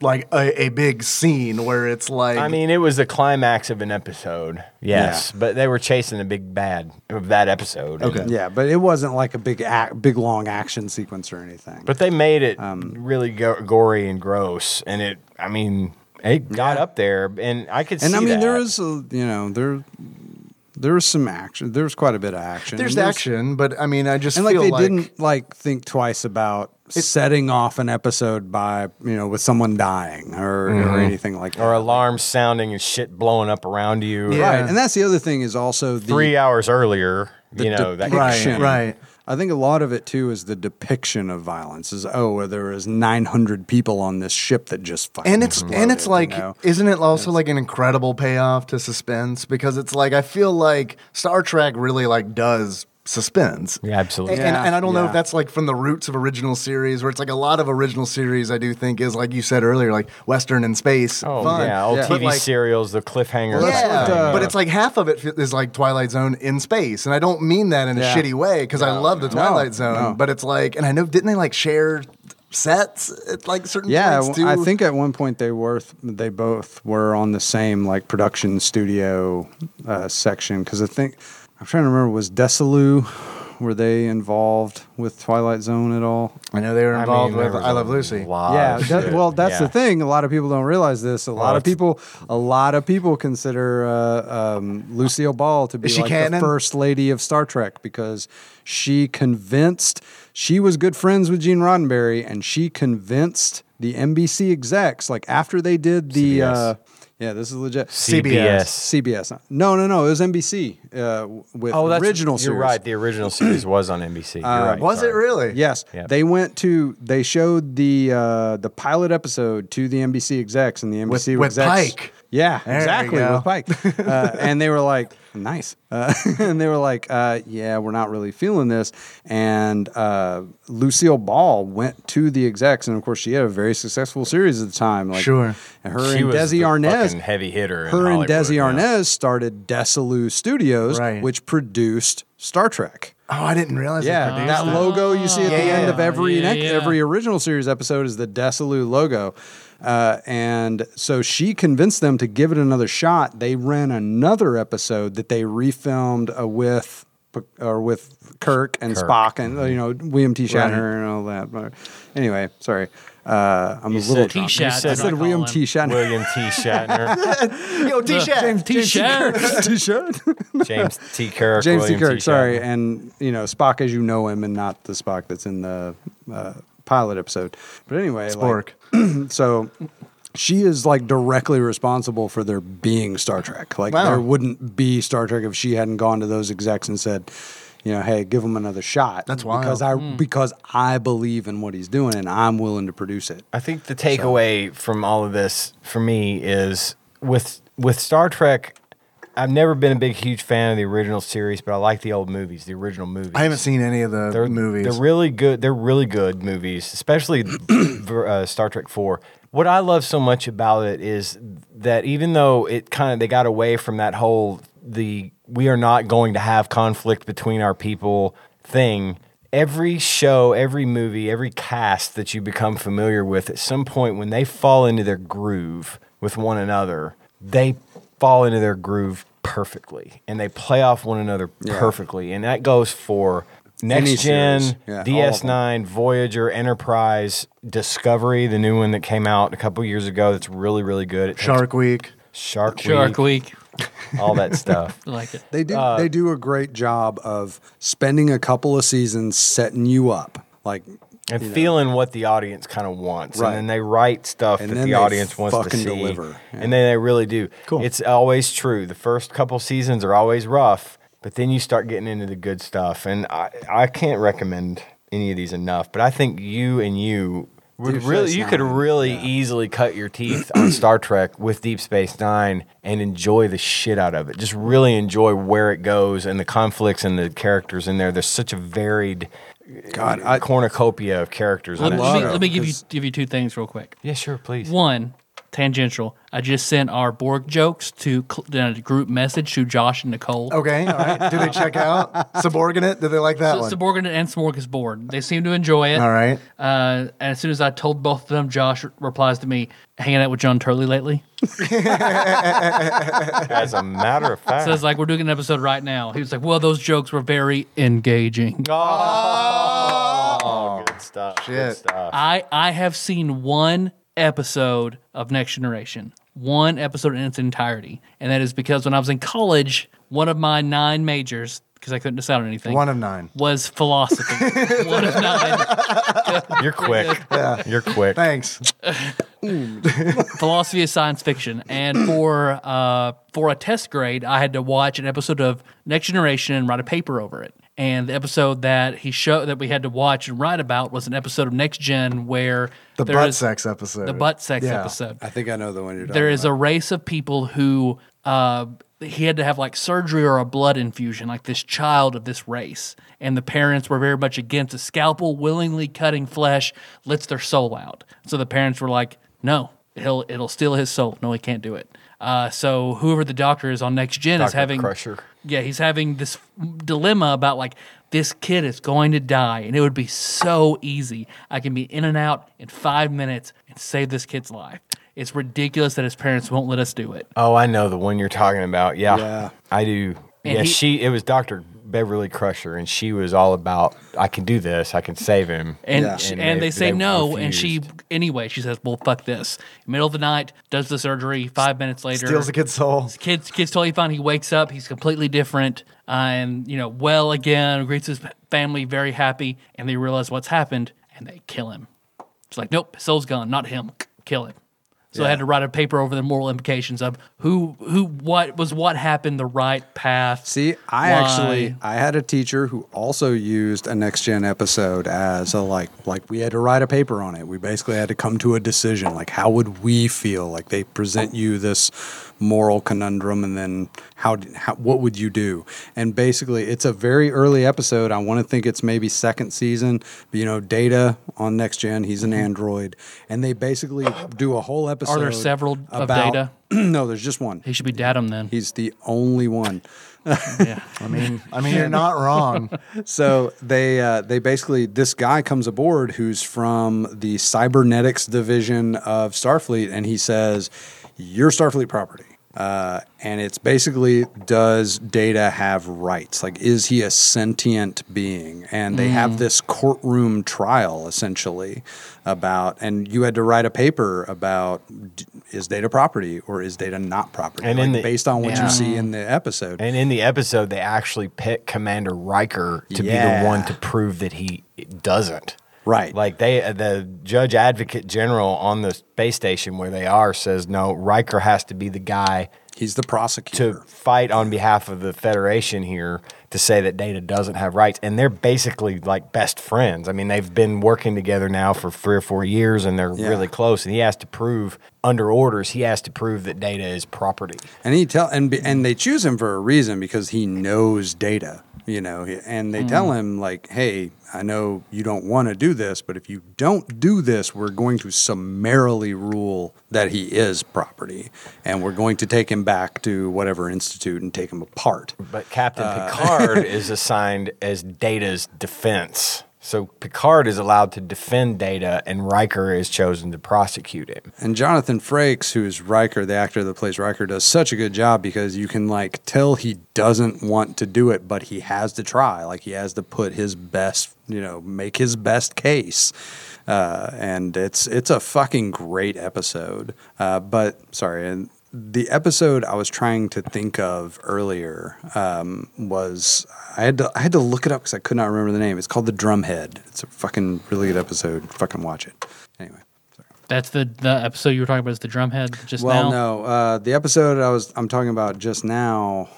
S3: like a, a big scene where it's like.
S4: I mean, it was the climax of an episode, yes, but they were chasing a big bad of that episode. and-
S3: Okay.
S2: yeah, but it wasn't like a big ac- big long action sequence or anything.
S4: But they made it
S2: Um,
S4: really go- gory and gross, and it. I mean, it got up there, and I could.
S2: and
S4: see
S2: I mean,
S4: that.
S2: there is a you know there there was some action. There was quite a bit of action.
S3: there's
S2: and
S3: action, but I mean, I just
S2: and like
S3: feel
S2: they
S3: like
S2: didn't like think twice about setting off an episode by you know with someone dying or, or anything like that.
S4: Mm-hmm. or alarms sounding and shit blowing up around you.
S3: Yeah.
S2: Right, and that's the other thing is also the
S4: Three hours earlier, you know that.
S3: Right,
S2: depiction.
S3: right.
S2: I think a lot of it too is the depiction of violence. Is oh, well, there is 900 people on this ship that just fucking
S3: and it's and it's
S2: exploded,
S3: like
S2: you know?
S3: isn't it also like an incredible payoff to suspense because it's like i feel like star trek really like does suspense
S4: Yeah, absolutely.
S3: A- and,
S2: Yeah,
S3: and i don't know
S2: yeah.
S3: if that's like from the roots of original series where it's like a lot of original series i do think is like you said earlier like western and space
S4: Oh
S3: fun
S4: yeah, old
S2: Yeah.
S4: TV
S3: But, like-
S4: serials, the cliffhanger.
S3: yeah,
S4: type
S2: what,
S4: thing.
S2: uh,
S3: but it's like half of it f- is like Twilight Zone in space, and I don't mean that in
S2: Yeah.
S3: a shitty way because I love the Twilight
S2: no.
S3: Zone, but it's like, and I know didn't they like share sets at like certain
S2: yeah.
S3: points
S2: I
S3: too?
S2: think at one point they were they both were on the same like production studio uh, section because I think I'm trying to remember was Desilu were they involved with Twilight Zone at all?
S3: I know they were
S4: I mean,
S3: involved
S4: there
S3: with
S4: was
S3: I
S4: a
S3: Love Lucy.
S4: lot of
S2: yeah that-
S4: shit. (laughs)
S2: well that's the
S4: Yeah.
S2: thing a lot of people don't realize this a lot of
S4: it's-
S2: people a lot of people consider uh, um, lucille ball to be
S3: Is she
S2: like the
S3: canon?
S2: first lady of star trek because she convinced she was good friends with gene roddenberry and she convinced the nbc execs like after they did the
S4: CBS.
S2: uh, yeah this is legit
S4: CBS.
S2: CBS. No, no, no. It was NBC uh, with
S4: Oh, that's
S2: original
S4: You're
S2: series. Uh,
S4: right. The original series was on NBC. You're right,
S3: Was
S4: sorry.
S3: it really?
S2: Yes,
S4: Yep.
S2: they went to they showed the uh, the pilot episode to the NBC execs and the NBC
S3: with
S2: execs.
S3: Pike.
S2: Yeah,
S3: There we
S2: exactly
S3: go.
S2: with Pike, uh, and they were like, "Nice," uh, (laughs) and they were like, uh, "Yeah, we're not really feeling this." And uh, Lucille Ball went to the execs, and of course, she had a very successful series at the time. Like,
S3: Sure.
S2: and her
S4: She
S2: and
S4: was
S2: Desi
S4: the
S2: Arnaz,
S4: fucking heavy hitter. in
S2: her and
S4: Hollywood,
S2: Desi
S4: yeah.
S2: Arnaz started Desilu Studios,
S3: Right.
S2: which produced Star Trek.
S3: Oh, I didn't realize.
S2: Yeah,
S3: they
S2: that
S3: produced it.
S2: logo you see at the end of
S1: Yeah,
S2: every
S1: yeah,
S2: nec-
S1: yeah.
S2: every original series episode is the Desilu logo. Uh, and so she convinced them to give it another shot. They ran another episode that they refilmed uh, with P- or with Kirk and
S4: Kirk.
S2: Spock and uh, you know William T. Shatner
S3: Right.
S2: and all that. But anyway, sorry, uh, I'm a little
S4: said-
S2: drunk.
S1: T-Shat,
S2: I
S4: that's
S2: said
S1: what I
S2: William
S1: call
S2: T.
S1: him.
S2: (laughs) Shatner.
S4: William T.
S2: (laughs)
S4: Shatner,
S3: Yo, T-shirt.
S1: T-shirt.
S2: T. Shatner.
S4: James T. Kirk,
S2: James T.
S4: William
S2: Kirk, sorry,
S4: Shatner.
S2: and you know Spock as you know him, and not the Spock that's in the uh, pilot episode. But anyway,
S3: Spork.
S2: like, (clears throat) so she is like directly responsible for there being Star Trek. Like
S3: Wow.
S2: there wouldn't be Star Trek if she hadn't gone to those execs and said, you know, hey, give him another shot.
S3: That's wild. Hmm.
S2: because I because I believe in what he's doing and I'm willing to produce it.
S4: I think the takeaway from all of this for me is with with Star Trek. I've never been a big huge fan of the original series, but I like the old movies, the original movies.
S3: I haven't seen any of the
S4: they're,
S3: movies.
S4: They're really good. They're really good movies, especially (clears throat) ver- uh, Star Trek Four. What I love so much about it is that even though it kind of they got away from that whole the we are not going to have conflict between our people thing, every show, every movie, every cast that you become familiar with, at some point when they fall into their groove with one another, they fall into their groove perfectly and they play off one another
S2: Yeah.
S4: perfectly. And that goes for next
S2: Any
S4: gen,
S2: series. Yeah, all of
S4: DS9, Voyager, Enterprise, Discovery, the new one that came out a couple years ago that's really, really good. It takes-
S3: Shark Week.
S4: Shark,
S1: Shark
S4: Week,
S1: Week.
S4: all that stuff.
S1: I like it.
S2: They do.
S3: Uh,
S2: they do a great job of spending a couple of seasons setting you up, like,
S4: and feeling what the audience kind of wants,
S2: Right.
S4: and then they write stuff
S2: And
S4: that
S2: then
S4: the
S2: they
S4: audience wants to
S2: fucking
S4: see,
S2: deliver.
S4: and then they really do.
S3: Cool.
S4: It's always true. The first couple seasons are always rough, but then you start getting into the good stuff, and I I can't recommend any of these enough. But I think you and you would
S2: Deep
S4: really
S2: Space
S4: you could
S2: Nine,
S4: really easily cut your teeth
S2: (clears throat)
S4: on Star Trek with Deep Space Nine and enjoy the shit out of it. Just really enjoy where it goes and the conflicts and the characters in there. There's such a varied
S2: God, I,
S4: cornucopia of characters.
S1: Let,
S4: on
S1: let
S4: that
S2: love
S1: me,
S2: it.
S1: let me give you
S2: 'Cause-
S1: give you two things real quick.
S4: Yeah, sure, please.
S1: One tangential. I just sent our Borg jokes to cl- uh, group message to Josh and Nicole.
S3: Okay, all right. Do they check out Subordinate? Do they like Oh, that
S1: So,
S3: one?
S1: Subordinate and Smorgasbord. They seem to enjoy it.
S3: all right.
S1: Uh, and as soon as I told both of them, Josh replies to me, "Hanging out with John Turley lately."
S4: As a matter of fact.
S1: So it's like we're doing an episode right now. He was like, "Well, those jokes were very engaging."
S4: oh, good stuff.
S3: Shit.
S4: Good stuff.
S1: I I have seen one episode of Next Generation, one episode in its entirety, and that is because when I was in college, one of my nine majors, because I couldn't decide on anything,
S3: One of nine.
S1: was philosophy.
S3: (laughs)
S1: one of nine.
S2: (laughs)
S4: You're quick. You're quick.
S3: Thanks.
S1: philosophy is science fiction and for uh, for a test grade i had to watch an episode of next generation and write a paper over it and the episode that he showed that we had to watch and write about was an episode of next gen where
S3: The
S1: there
S3: butt
S1: is-
S3: sex episode.
S1: the butt sex
S3: Yeah.
S1: episode
S2: I think I know the one you're talking
S1: there is
S2: about.
S1: a race of people who uh, he had to have like surgery or a blood infusion, like this child of this race. And the parents were very much against a scalpel willingly cutting flesh lets their soul out. So the parents were like, no, he'll, it'll steal his soul. No, he can't do it. Uh, so whoever the doctor is on Next Gen is
S4: Dr.
S1: having
S4: Crusher.
S1: yeah, he's having this dilemma about like this kid is going to die, and it would be so easy. I can be in and out in five minutes and save this kid's life. It's ridiculous that his parents won't let us do it.
S4: Oh, I know the one you're talking about. Yeah.
S2: Yeah.
S4: I do.
S1: And
S4: yeah,
S1: he-
S4: she it was Dr. Beverly Crusher and she was all about I can do this, I can save him.
S1: And
S2: Yeah.
S1: sh- and,
S4: And
S1: they,
S4: they-
S1: say
S4: they
S1: no, and she
S4: refused.
S1: anyway she says, "Well, fuck this." Middle of the night, does the surgery. Five minutes later,
S3: Steals the kid's soul.
S1: Kids, kids totally fine. He wakes up. He's completely different, uh, and you know, well again. Greets his family, very happy, and they realize what's happened, and they kill him. It's like, nope, soul's gone, not him. Kill him. So I had to write a paper over the moral implications of who, who, what was what happened, the right path.
S2: See, I actually
S1: Why?
S2: I had a teacher who also used a next gen episode as a like like we had to write a paper on it. We basically had to come to a decision like how would we feel? Like they present you this moral conundrum and then how, d- how what would you do? And basically it's a very early episode. I want to think it's maybe second season, but you know, Data on next gen, he's an android and they basically do a whole episode
S1: Mm-hmm. there several of Data?
S2: (clears throat) no, there's just one.
S1: He should be datum then.
S2: He's the only one.
S1: yeah.
S3: I mean, I mean, you're not wrong.
S2: so they uh, they basically this guy comes aboard who's from the cybernetics division of Starfleet, and he says, "You're Starfleet property." Uh, and it's basically does data have rights like is he a sentient being and they
S4: Mm.
S2: have this courtroom trial essentially about and you had to write a paper about d- is data property or is data not property
S4: And in
S2: like,
S4: the-
S2: based on what
S1: yeah.
S2: you see in the episode
S4: And in the episode they actually pick Commander Riker to be
S2: Yeah.
S4: the one to prove that he doesn't.
S2: Right.
S4: Like they uh, the judge advocate general on the space station where they are says no, Riker has to be the guy
S2: he's the prosecutor
S4: to fight on behalf of the Federation here to say that Data doesn't have rights. And they're basically like best friends. I mean, they've been working together now for three or four years and they're
S2: Yeah.
S4: really close. And he has to prove, under orders, he has to prove that Data is property.
S2: And he tell and be- and they choose him for a reason because he knows data. you know he- and they tell him like hey i know you don't want to do this but if you don't do this we're going to summarily rule that he is property and we're going to take him back to whatever institute and take him apart
S4: But Captain
S2: Uh, (laughs)
S4: Picard is assigned as Data's defense. So Picard is allowed to defend Data, and Riker is chosen to prosecute him.
S2: And Jonathan Frakes, who's Riker, the actor that plays Riker, does such a good job because you can like tell he doesn't want to do it, but he has to try. Like he has to put his best, you know, make his best case. Uh, and it's it's a fucking great episode. Uh, but sorry, and the episode I was trying to think of earlier um, was I had to I had to look it up because I could not remember the name. It's called The Drumhead. It's a fucking really good episode. Fucking watch it. Anyway. sorry.
S1: That's the, the episode you were talking about is the drumhead just now.
S2: Well, no, uh, the episode I was I'm talking about just now.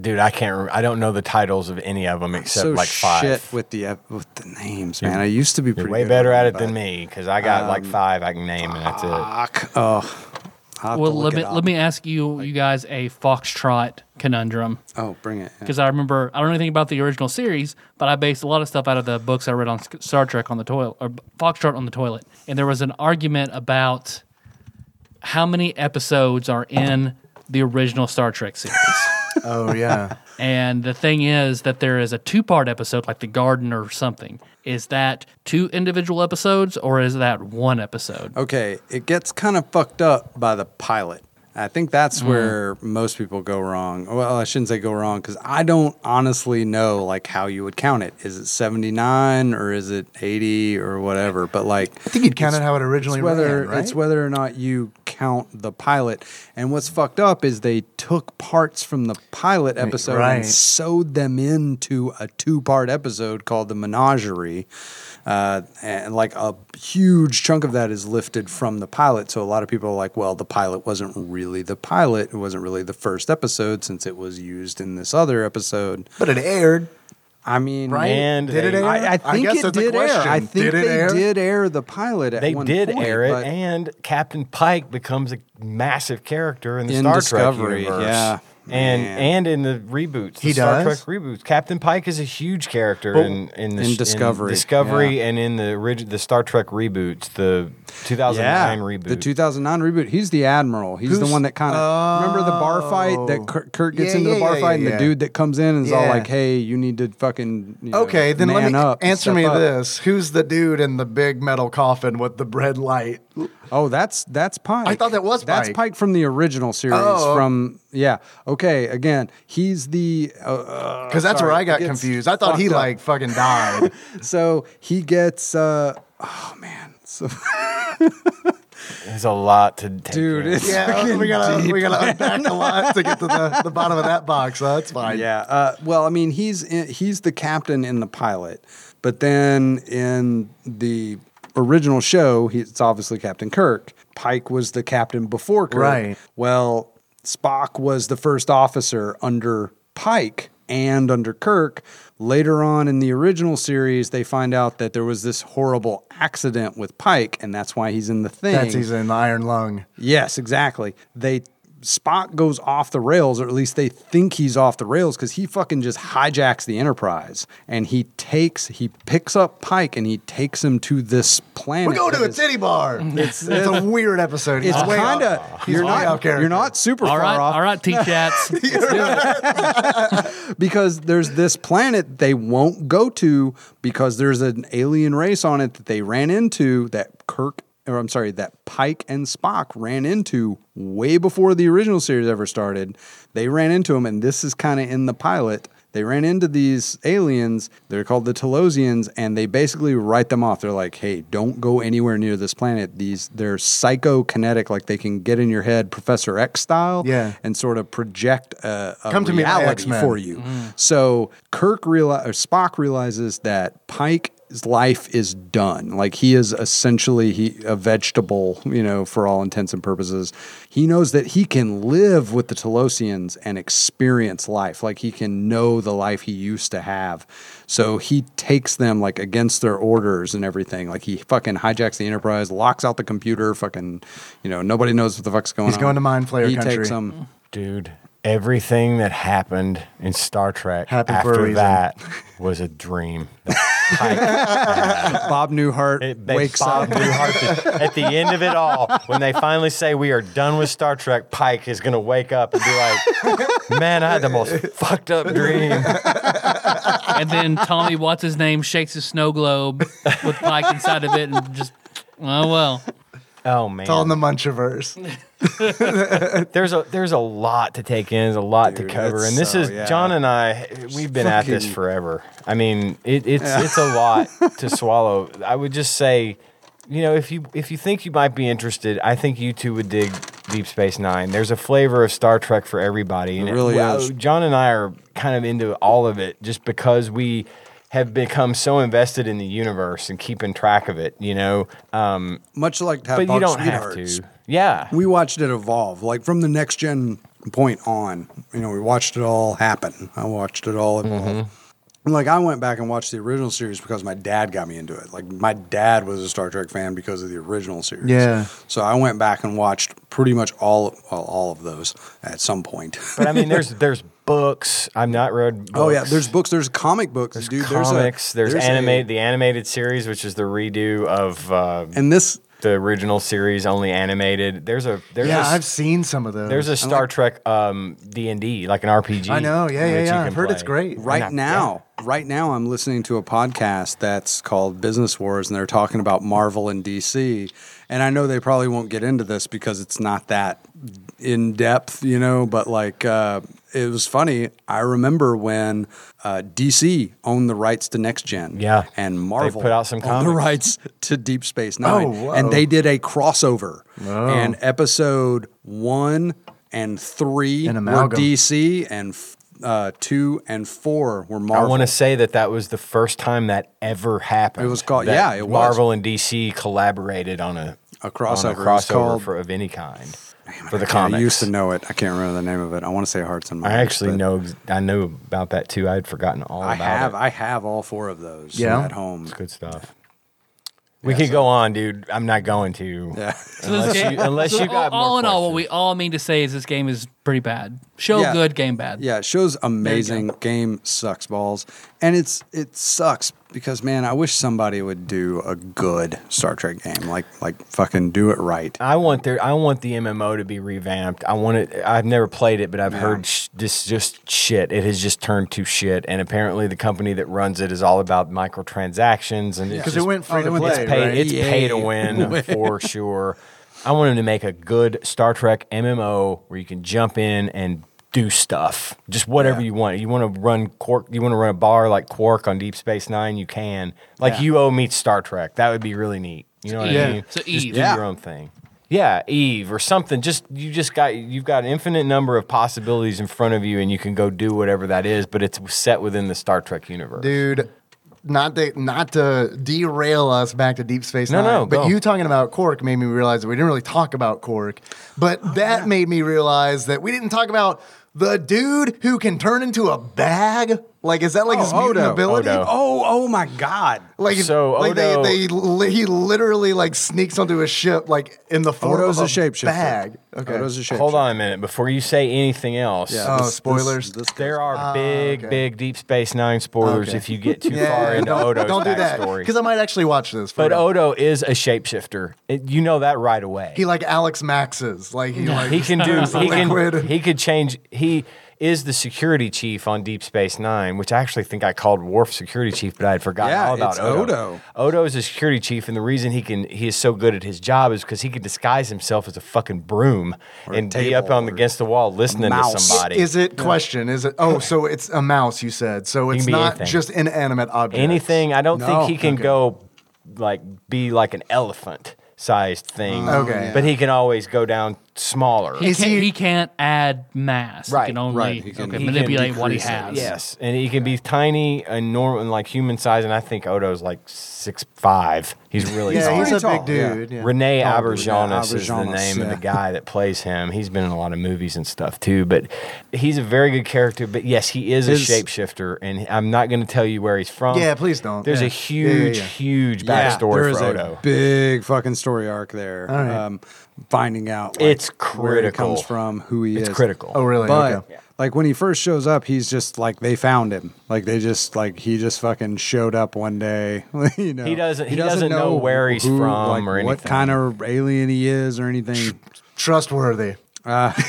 S4: Dude, I can't. Rem- I don't know the titles of any of them except
S2: so
S4: like five.
S2: shit with the ep- with the names, man. I used to be
S4: You're
S2: pretty
S4: way
S2: good
S4: better at it
S2: them,
S4: than me because I got like
S2: Um,
S4: five I can name, and that's it.
S2: but- Fuck. Oh, I'll have to
S1: Well, let
S2: look it
S1: me
S2: up.
S1: let me ask you you guys a foxtrot conundrum
S2: Oh, bring it. yeah.
S1: because I remember I don't know anything about the original series, but I based a lot of stuff out of the books I read on Sk- Star Trek on the toilet or foxtrot on the toilet, and there was an argument about how many episodes are in the original Star Trek
S2: (laughs)
S1: series.
S3: Oh yeah.
S1: And the thing is that there is a two part episode, like The Garden or something. Is that two individual episodes or is that one episode?
S2: Okay, it gets kind of fucked up by the pilot. I think
S1: Mm.
S2: that's where most people go wrong. Well, I shouldn't say go wrong because I don't honestly know like how you would count it. Is it seventy nine or is it eighty or whatever? But like,
S3: I think you'd count it how it originally
S2: it's whether
S3: ran, right?
S2: it's whether or not you count the pilot. And what's fucked up is they took parts from the pilot episode
S3: right.
S2: and sewed them into a two-part episode called the Menagerie. Uh, and like a huge chunk of that is lifted from the pilot. So a lot of people are like, well, the pilot wasn't really the pilot. It wasn't really the first episode since it was used in this other episode.
S3: but it aired.
S2: I mean,
S3: Right?
S4: And
S3: did it
S4: they-
S3: air?
S2: I, I think
S3: guess
S2: it
S3: that's a
S2: did air. I
S3: question.
S2: think
S3: did it
S2: they
S3: air?
S2: did air the pilot at
S4: They
S2: one
S4: did
S2: point,
S4: air it,
S2: but-
S4: and Captain Pike becomes a massive character in the
S2: In
S4: Star
S2: Discovery,
S4: Trek universe.
S2: yeah.
S4: And
S2: Man.
S4: and in the reboots, the
S3: He
S4: Star
S3: does?
S4: Trek reboots, Captain Pike is a huge character
S2: But-
S4: in in, the,
S2: In
S4: sh-
S2: Discovery,
S4: Discovery,
S2: yeah.
S4: and in the orig- the Star Trek reboots, the 2009 reboot.
S2: The 2009 reboot. He's the admiral. He's the
S3: Who's-
S2: one that kind of remember the bar fight
S3: Oh.
S2: that Kirk, Kirk gets
S3: Yeah,
S2: into the
S3: yeah,
S2: bar
S3: yeah,
S2: fight,
S3: yeah,
S2: and the
S3: yeah.
S2: dude that comes in and is all
S3: Yeah.
S2: like, "Hey, you need to fucking you know,
S3: Okay, then let
S2: man
S3: me
S2: up,
S3: answer
S2: step
S3: me
S2: up."
S3: this: Who's the dude in the big metal coffin with the red light?
S2: Oh, that's that's Pike.
S3: I thought that was
S2: that's
S3: Pike.
S2: Pike from the original series.
S3: Oh.
S2: From yeah, okay. Again, he's the uh,
S3: Because Oh, that's where
S2: Sorry,
S3: I got
S2: it gets
S3: confused. I thought he
S2: fucked up.
S3: like fucking died.
S2: so he gets uh oh man, so,
S4: There's a lot to take
S2: dude,
S4: in.
S2: it's
S3: (laughs) (laughs) yeah, we gotta we gotta unpack a lot to get to the, the bottom of that box. Huh? That's fine.
S2: Yeah. Uh, well, I mean, he's in, he's the captain in the pilot, but then in the original show, he, it's obviously Captain Kirk. Pike was the captain before Kirk.
S3: Right.
S2: Well, Spock was the first officer under Pike and under Kirk. Later on in the original series, they find out that there was this horrible accident with Pike, and that's why he's in the thing.
S3: that's he's in the iron lung.
S2: Yes, exactly. They Spock goes off the rails, or at least they think he's off the rails, because he fucking just hijacks the Enterprise and he takes he picks up Pike and he takes him to this planet.
S3: We go
S2: that
S3: to a
S2: is-
S3: titty bar. It's, it's a weird episode.
S2: It's
S3: He's way
S2: kind
S3: off-
S2: of
S3: he's
S2: you're
S3: way
S2: not
S3: off character.
S2: you're not super
S1: All
S2: far
S1: right,
S2: off
S1: all right, T
S2: (laughs)
S1: chats.
S2: because there's this planet they won't go to because there's an alien race on it that they ran into that Kirk or I'm sorry that Pike and Spock ran into way before the original series ever started. They ran into them and this is kind of in the pilot. They ran into these aliens. They're called the Telosians, and they basically write them off. They're like, "Hey, don't go anywhere near this planet. These they're psychokinetic, like they can get in your head, Professor X style,
S3: Yeah.
S2: and sort of project a, a
S3: Come to me, my
S2: reality
S3: X-Men.
S2: for you you. So Kirk reali- or Spock realizes that Pike's life is done. Like he is essentially he a vegetable, you know, for all intents and purposes. He knows that he can live with the Telosians and experience life. Like he can know the life he used to have. So he takes them like against their orders and everything. Like he fucking hijacks the Enterprise, locks out the computer, fucking, you know, nobody knows what the fuck's going
S3: He's
S2: on.
S3: going to Mind Flayer
S2: He
S3: country.
S2: takes them.
S4: dude. everything that happened in Star Trek
S3: Happened for a
S4: after
S3: reason.
S4: that was a dream. (laughs)
S2: Bob Newhart
S4: It- they
S2: wakes up.
S4: bombed Blue Heart. at the end of it all, when they finally say we are done with Star Trek, Pike is going to wake up and be like, "Man, I had the most
S2: (laughs)
S4: fucked up dream."
S1: and then Tommy, what's his name, shakes a snow globe with Pike inside of it and just, oh, well.
S4: Oh man,
S3: It's all in the Munchiverse.
S4: there's a there's a lot to take in, there's a lot
S3: Dude,
S4: to cover,
S3: it's
S4: and this
S3: so-
S4: is
S3: yeah.
S4: John and I. We've been at this
S3: Fucking-
S4: forever. I mean, it, it's it's a lot to swallow. I would just say, you know, if you if you think you might be interested, I think you two would dig Deep Space Nine. There's a flavor of Star Trek for everybody. and
S2: It really
S4: wow,
S2: is.
S4: John and I are kind of into all of it just because we have become so invested in the universe and keeping track of it. You know, um,
S2: Much like Tadpog
S4: but you don't have
S2: Sweethearts.
S4: to. Yeah.
S2: We watched it evolve, like from the next gen point on. You know, we watched it all happen. I watched it all evolve.
S4: Mm-hmm.
S2: And, Like I went back and watched the original series because my dad got me into it. Like my dad was a Star Trek fan because of the original series.
S3: Yeah.
S2: So I went back and watched pretty much all well, all of those at some point. (laughs)
S4: But I mean, there's there's books. I've not read. Books.
S2: Oh yeah, there's books. There's comic books, dude.
S4: comics. There's,
S2: There's, a, there's a-
S4: anime. The animated series, which is the redo of uh,
S2: and this
S4: the original series, only animated. There's a there's
S3: Yeah,
S4: a,
S3: I've seen some of those.
S4: there's a Star Trek um D and D like an RPG.
S3: I know. Yeah, yeah,
S4: that you
S3: yeah.
S4: can
S3: I've heard it's
S4: play.
S3: great.
S2: right now right now i'm listening to a podcast that's called business wars and they're talking about marvel and dc and i know they probably won't get into this because it's not that in depth you know but like uh, it was funny i remember when uh, dc owned the rights to next gen
S4: Yeah.
S2: and
S4: They
S2: marvel
S4: put out some
S2: owned the
S4: comics.
S2: rights to deep space nine
S3: Oh, whoa.
S2: and they did a crossover
S4: Oh.
S2: and episode one and three
S3: An
S2: were
S3: amalgam.
S2: DC and f- uh, two and four were
S4: I
S2: Marvel.
S4: want to say that that was the first time that ever happened.
S2: It was called-
S4: that
S2: yeah, it was.
S4: Marvel and DC collaborated on a
S2: A crossover. It
S4: on a
S2: was
S4: crossover
S2: called-
S4: for, of any kind for
S2: I
S4: the
S2: can't-
S4: comics.
S2: I used to know it. I can't remember the name of it. I want to say Hearts and
S4: I
S2: Minds.
S4: actually
S2: but
S4: know. I knew about that too. I had forgotten all
S2: I
S4: about
S2: have.
S4: it.
S2: I have all four of those.
S3: Yeah.
S2: At home.
S4: It's good stuff. We could go on, dude. I'm not going to.
S2: Yeah. (laughs)
S1: So this
S4: Unless
S1: game-
S4: you- unless
S1: so
S4: you got
S1: all, all
S4: more
S1: in all, what we
S4: questions.
S1: all mean to say is this game is pretty bad. Show
S2: Yeah.
S1: good, game bad.
S2: Yeah, show's amazing. Game sucks balls, and it's it sucks because man, I wish somebody would do a good Star Trek game, like like fucking do it right.
S4: I want their I want the MMO to be revamped. I want it. I've never played it, but I've heard sh- this just shit. It has just turned to shit, and apparently the company that runs it is all about microtransactions and it's
S3: because
S4: just
S3: it went free
S2: they
S3: to
S2: went-
S3: play.
S4: it's pay
S3: right?
S4: it's pay to
S2: EA.
S4: win for sure. I want them to make a good Star Trek MMO where you can jump in and do stuff, just whatever
S2: Yeah.
S4: you want. You want to run Quark, you want to run a bar like Quark on Deep Space Nine, you can. Like
S2: Yeah.
S4: you owe meets Star Trek, that would be really neat. You know what
S1: Yeah.
S4: I mean?
S1: So
S4: Just
S1: Eve.
S4: do
S2: Yeah.
S4: your own thing. Yeah, Eve or something. Just you just got you've got an infinite number of possibilities in front of you, and you can go do whatever that is. But it's set within the Star Trek universe.
S3: dude. Not to not to derail us back to Deep Space
S4: No,
S3: Nine.
S4: no,
S3: but
S4: go.
S3: you talking about Cork made me realize that we didn't really talk about Cork, but
S2: Oh,
S3: that made me realize that we didn't talk about the dude who can turn into a bag. Like, is that like his
S2: Oh,
S3: mutant
S2: Odo.
S3: ability?
S4: Odo.
S2: Oh, oh my God!
S3: Like,
S4: So,
S3: like
S4: Odo-
S3: they, they li- he literally like sneaks onto a ship like in the form
S2: Odo's a
S3: of a,
S2: shapeshifter.
S3: bag. Okay,
S2: Odo's a shapeshifter.
S4: Hold on a minute before you say anything else.
S2: Yeah,
S3: Oh,
S2: this- this-
S3: spoilers.
S2: this-
S4: There are big,
S3: Ah, okay.
S4: big Deep Space Nine spoilers
S3: Okay.
S4: if you get
S3: (laughs)
S4: too
S3: Yeah,
S4: far
S3: yeah,
S4: into
S3: don't,
S4: Odo's
S3: don't do that
S4: backstory.
S3: because I might actually watch this. For
S4: but
S3: real.
S4: Odo is a shapeshifter. It- you know that right away.
S3: he like Alex Max's. Like he like
S4: He can
S3: (laughs)
S4: do.
S3: turns
S4: He
S2: (laughs)
S3: liquid.
S4: can. He could change. He is the security chief on Deep Space Nine, which I actually think I called Worf security chief, but I had forgotten
S2: Yeah,
S4: all about
S2: it's
S4: Odo.
S2: Odo.
S4: Odo is a security chief, and the reason he can he is so good at his job is because he can disguise himself as a fucking broom
S2: a
S4: and be up
S2: table
S4: on
S2: or
S4: against the wall listening to
S2: mouse.
S4: somebody.
S3: Is it question? Is it? Oh, so it's a mouse. You said so. It's
S4: be
S3: not
S4: anything.
S3: just inanimate object.
S4: anything. I don't
S2: No.
S4: think he can go like be like an elephant sized thing.
S3: Oh, Okay.
S4: But he can always go down smaller.
S1: He,
S3: Is
S1: can't,
S3: he-
S1: he, can't add mass.
S4: Right,
S1: He can only
S2: right. He can-
S1: okay,
S2: he
S4: can
S1: manipulate what he
S2: decrease it.
S1: has.
S4: Yes, and he can be tiny and normal, and like human size. And I think Odo's like six five, He's really
S3: Yeah,
S4: tall.
S3: he's a
S2: pretty
S3: big
S2: tall, yeah.
S3: dude. yeah.
S4: Rene
S2: Tall dude, yeah,
S4: Aberjonis is the
S2: Auberjonis,
S4: name of the
S2: yeah.
S4: guy that plays him. He's been in a lot of movies and stuff too, but he's a very good character. But yes, he is a
S2: His-
S4: shapeshifter, and I'm not going to tell you where he's from.
S3: Yeah, please don't.
S4: There's
S3: Yeah.
S4: a
S3: Yeah, yeah,
S4: huge,
S3: yeah.
S4: huge
S2: Yeah, there
S4: backstory
S2: is
S4: for
S2: a
S4: Odo.
S2: big fucking story arc there.
S3: All right.
S2: Um, finding out like,
S4: It's
S2: where he
S4: critical.
S2: comes from, who he
S4: It's
S2: is.
S4: critical.
S3: Oh, really?
S2: But
S3: okay.
S2: like when he first shows up, he's just like they found him. Like they just like he just fucking showed up one day. (laughs) you know,
S4: He doesn't- he doesn't know where he's from
S2: like,
S4: or
S2: what
S4: anything.
S2: kind of alien he is or anything.
S3: Trustworthy.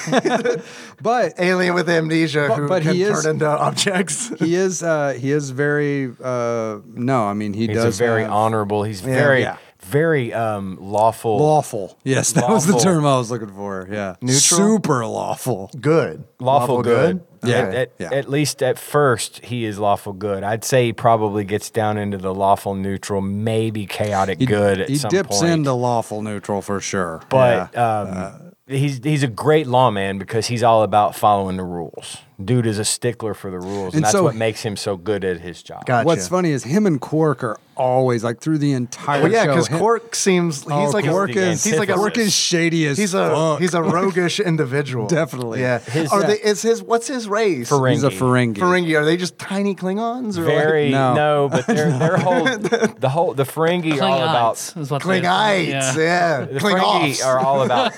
S2: But eh,
S3: Alien with amnesia
S2: But-
S3: who
S2: but
S3: can
S2: he is-
S3: turn
S2: (laughs)
S3: into objects.
S2: he is uh he is very uh no, I mean he
S4: He's a
S2: does
S4: very
S2: have-
S4: honorable. He's very,
S2: yeah.
S4: very um, lawful.
S2: lawful. Yes, that was the
S4: Lawful.
S2: term I was looking for. Yeah,
S3: Neutral?
S2: super lawful.
S3: good.
S4: lawful, good.
S2: Yeah.
S4: At, at,
S2: Yeah.
S4: at least at first, he is lawful good. I'd say he probably gets down into the lawful neutral, maybe chaotic good at
S2: he
S4: some
S2: dips
S4: point.
S2: into lawful neutral for sure.
S4: but
S2: Yeah. Uh,
S4: um, he's he's a great lawman because he's all about following the rules. Dude is a stickler for the rules, and,
S2: And
S4: that's
S2: so-
S4: what makes him so good at his job.
S3: Gotcha.
S2: what's funny is him and Quark are always like through the entire
S3: Well, yeah,
S2: show,
S3: because
S2: him-
S3: Quark seems he's
S2: Oh,
S3: like
S2: Quark
S3: a,
S2: is
S3: he's like a
S2: Quark is shady as
S3: (laughs) he's a
S2: fuck.
S3: he's a roguish individual.
S2: Definitely.
S3: Yeah.
S4: His-
S3: Are
S4: Yeah.
S3: they? Is his what's his race?
S4: Ferengi.
S2: He's a Ferengi.
S3: Ferengi. Are they just tiny Klingons? Or
S4: Very
S2: like- No.
S4: no.
S2: (laughs)
S4: but their their whole the whole the Ferengi are all about
S1: Klingons is what they-
S3: like Klingites?
S1: Yeah.
S3: Yeah.
S4: the
S3: Klingoffs.
S4: Ferengi are all about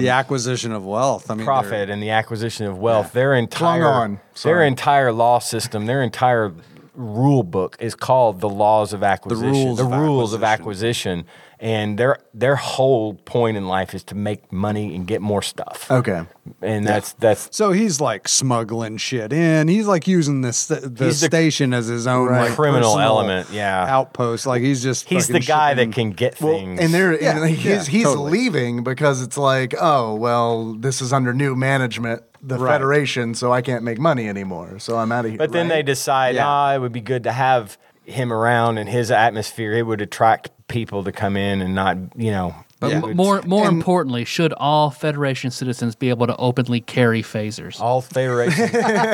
S2: the acquisition of wealth. I mean, they're-
S4: profit and the acquisition of wealth. Their entire
S3: Klingon,
S4: their
S3: sorry.
S4: entire law system, their entire rule book is called the laws of acquisition.
S2: rules
S4: the
S2: of
S4: rules of acquisition, and their their whole point in life is to make money and get more stuff.
S3: Okay.
S4: and that's that's
S2: So he's like smuggling shit in. He's like using this the
S4: He's the-
S2: station as his own
S4: Right.
S2: like,
S4: Criminal
S2: personal
S4: element, yeah.
S2: outpost. Like he's just
S4: he's the
S2: fucking
S4: guy
S2: shipping-
S4: that can get
S3: Well,
S4: things.
S3: and they're
S2: Yeah,
S3: and like,
S2: yeah,
S3: he's, he's
S2: totally.
S3: leaving because it's like, oh well, this is under new management, the
S2: Right.
S3: Federation, so I can't make money anymore. So I'm out of here.
S4: But then they decide,
S2: Yeah.
S4: ah, it would be good to have him around in his atmosphere. It would attract people to come in and not, you know.
S1: But
S2: Yeah.
S1: m- more, more importantly, should all Federation citizens be able to openly carry phasers?
S2: (laughs)
S4: All Federation,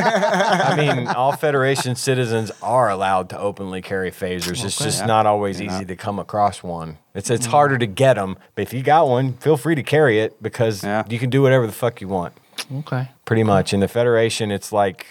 S4: I mean, all Federation citizens are allowed to openly carry phasers. it's just not always easy to come across one. It's
S2: Mm.
S4: it's harder to get them, but if you got one, feel free to carry it because
S2: Yeah.
S4: you can do whatever the fuck you want,
S1: Okay.
S4: pretty much. In the Federation, it's like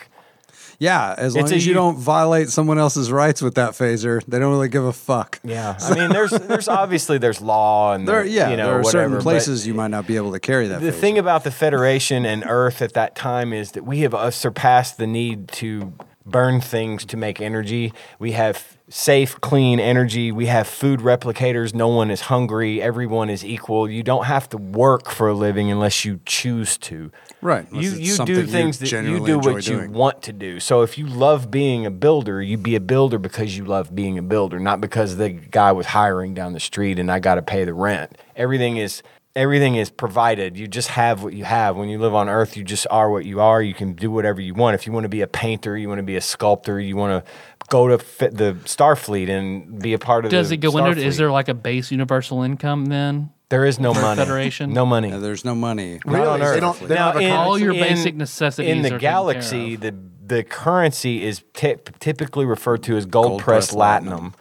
S2: Yeah, as
S4: It's
S2: long
S4: a
S2: as you
S4: u-
S2: don't violate someone else's rights with that phaser, they don't really give a fuck.
S4: Yeah, I mean, there's there's obviously there's law and
S2: There,
S4: there,
S2: yeah,
S4: you know,
S2: there are
S4: whatever,
S2: certain
S4: but
S2: places you might not be able to carry that.
S4: The
S2: phaser.
S4: thing about the Federation and Earth at that time is that we have uh, surpassed the need to burn things to make energy. We have safe, clean energy. We have food replicators. No one is hungry. Everyone is equal. You don't have to work for a living unless you choose to.
S2: Right, unless
S4: You
S2: it's
S4: you
S2: something
S4: do
S2: you
S4: things that you
S2: genuinely
S4: do what
S2: enjoy
S4: you
S2: doing.
S4: want to do. So if you love being a builder, you be a builder because you love being a builder, not because the guy was hiring down the street and I got to pay the rent. Everything is everything is provided. You just have what you have. When you live on earth, you just are what you are. You can do whatever you want. If you want to be a painter, you want to be a sculptor, you want to go to fit the Starfleet and be a part of
S1: Does
S4: the
S1: it go under?
S4: Starfleet.
S1: Is there like a base universal income then?
S4: there is no money.
S1: Federation?
S4: No money.
S2: Yeah, there's no money.
S3: Really?
S4: Not on
S3: They
S4: Earth.
S3: don't- they don't have a
S1: All your basic necessities
S4: in
S1: are
S4: the
S1: taken
S4: galaxy. The the currency is tip, typically referred to as gold, pressed latinum.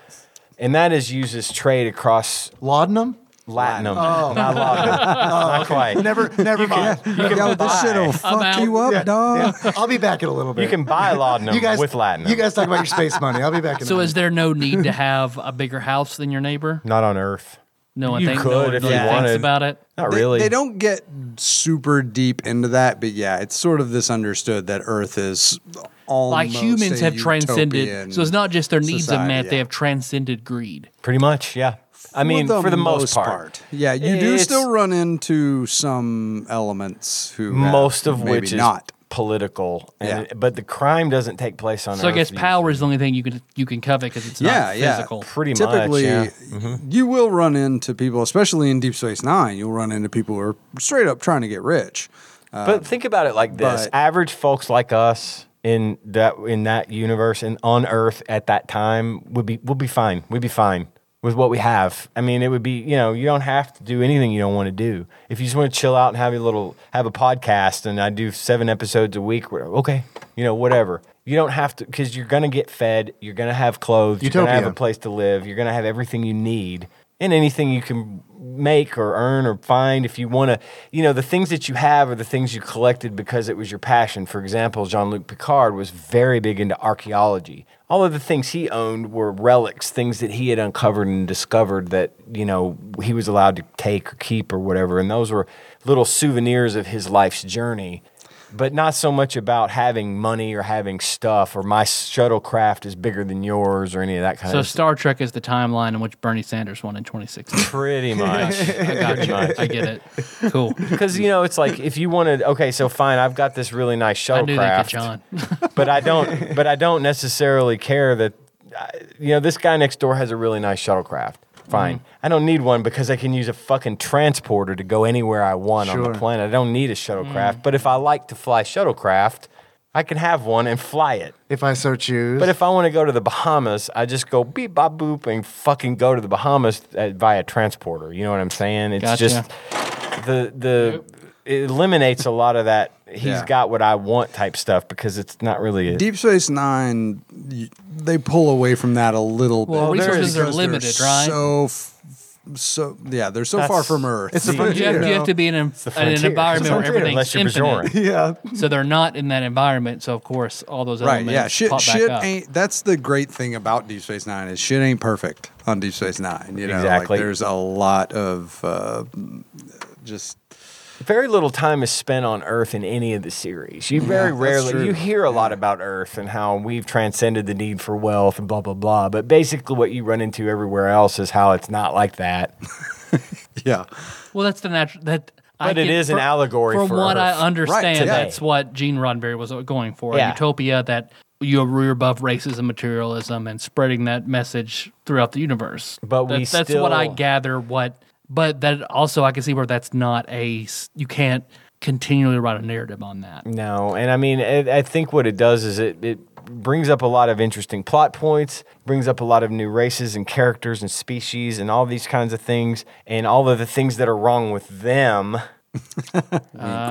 S4: and that is used as trade across
S3: laudanum.
S4: latinum, not latinum, not quite.
S3: Never,
S4: (laughs)
S3: never mind. (laughs)
S2: Yo, this shit will
S1: I'm
S2: fuck
S1: out.
S2: you up, dog.
S3: I'll be back in a little bit.
S4: You can buy latinum
S3: you guys
S4: with latinum.
S3: You guys talk about your space money. I'll be back in.
S1: So
S3: a
S1: is there no need to have a bigger house than your neighbor?
S4: not on Earth.
S1: No one,
S4: You
S1: think, no
S4: could
S1: one
S4: if
S1: really
S4: you
S1: thinks
S4: wanted.
S1: about it.
S4: Not
S2: They-
S4: really.
S2: They, don't get super deep into that, but yeah, it's sort of this understood that Earth is almost
S1: Like humans
S2: a
S1: have transcended.
S2: utopian
S1: So it's not just their needs of
S2: society,
S1: met; they
S2: yeah.
S1: have transcended greed.
S4: Pretty much, yeah. I mean, for the most, part.
S2: Yeah, you do
S4: It's-
S2: still run into some elements who have
S4: most of
S2: maybe
S4: which is
S2: not.
S4: political. And
S2: Yeah.
S4: it- but the crime doesn't take place on
S1: So I
S4: Earth.
S1: guess
S4: usually.
S1: power is the only thing you can you can covet because it's
S2: Yeah,
S1: not
S2: yeah.
S1: physical.
S4: Pretty
S2: Typically,
S4: much, yeah. Mm-hmm.
S2: you will run into people, especially in Deep Space Nine. You'll run into people who are straight up trying to get rich.
S4: But think about it like this:
S2: but-
S4: Um, average folks like us in that in that universe and on Earth at that time would be would be fine. We'd be fine with what we have. I mean, it would be you know you don't have to do anything you don't want to do. If you just want to chill out and have a little have a podcast, and I do seven episodes a week, we're- okay, you know whatever. You don't have to because you're gonna get fed. You're gonna have clothes. You're gonna have
S3: Utopia.
S4: a place to live. You're gonna have everything you need and anything you can make or earn or find if you want to. You know the things that you have are the things you collected because it was your passion. For example, Jean Luc Picard was very big into archaeology. All of the things he owned were relics, things that he had uncovered and discovered that you know he was allowed to take or keep or whatever, and those were little souvenirs of his life's journey but not so much about having money or having stuff or my shuttlecraft is bigger than yours or any of that kind
S1: So
S4: of stuff.
S1: Star Trek is the timeline in which Bernie Sanders won in 2016.
S4: Pretty much.
S1: I got
S2: (laughs)
S1: you. I get it. Cool.
S4: Because, you know, it's like if you wanted, okay, so fine, I've got this really nice
S1: I knew that,
S4: shuttlecraft.
S1: John.
S4: (laughs) but I don't. But I don't necessarily care that I- you know this guy next door has a really nice shuttlecraft. Fine. I don't need one because I can use a fucking transporter to go anywhere I want on
S3: Sure.
S4: the planet. I don't need a shuttlecraft.
S1: Mm.
S4: But if I like to fly shuttlecraft, I can have one and fly it.
S3: If I so choose.
S4: But if I want to go to the Bahamas, I just go beep bop boop and fucking go to the Bahamas uh, via transporter. You know what I'm saying? It's
S1: Gotcha.
S4: just the the it eliminates a lot of that. He's
S2: Yeah.
S4: got what I want type stuff because it's not really a,
S2: Deep Space Nine, y- they pull away from that a little bit.
S1: Well,
S2: because
S1: resources are
S2: they're
S1: limited, right?
S2: So, f- f- so yeah, they're so far
S4: That's-
S2: from Earth.
S3: It's a
S1: You have,
S3: frontier.
S1: you have to be in, an- in
S4: frontier. It's
S1: an
S4: a
S1: environment where
S4: frontier,
S1: everything's
S4: unless you're
S1: infinite.
S4: Bajoran.
S3: (laughs) yeah.
S1: So they're not in that environment. So of course, all those
S2: right.
S1: elements
S2: Yeah, shit.
S1: pop back
S2: Shit
S1: up.
S2: ain't. That's the great thing about Deep Space Nine is shit ain't perfect on Deep Space Nine. You know,
S4: Exactly.
S2: like there's a lot of uh, just
S4: very little time is spent on Earth in any of the series. You very
S2: that's true.
S4: rarely you hear a lot about Earth and how we've transcended the need for wealth and blah blah blah. But basically, what you run into everywhere else is how it's not like that.
S2: yeah.
S1: Well, that's the natural that.
S4: But it
S1: it is
S4: is an allegory
S1: From
S4: for
S1: what I
S4: Earth.
S1: understand,
S2: Right, today.
S1: that's what Gene Roddenberry was going for.
S4: Yeah.
S1: Utopia that you were above racism, materialism, and spreading that message throughout the universe.
S4: But we
S1: That- that's what I
S4: still-
S1: gather. What, but that also I can see where that's not a s- you can't continually write a narrative on that.
S4: No, and I mean, I, I think what it does is it, it brings up a lot of interesting plot points, brings up a lot of new races and characters and species and all these kinds of things, and all of the things that are wrong with them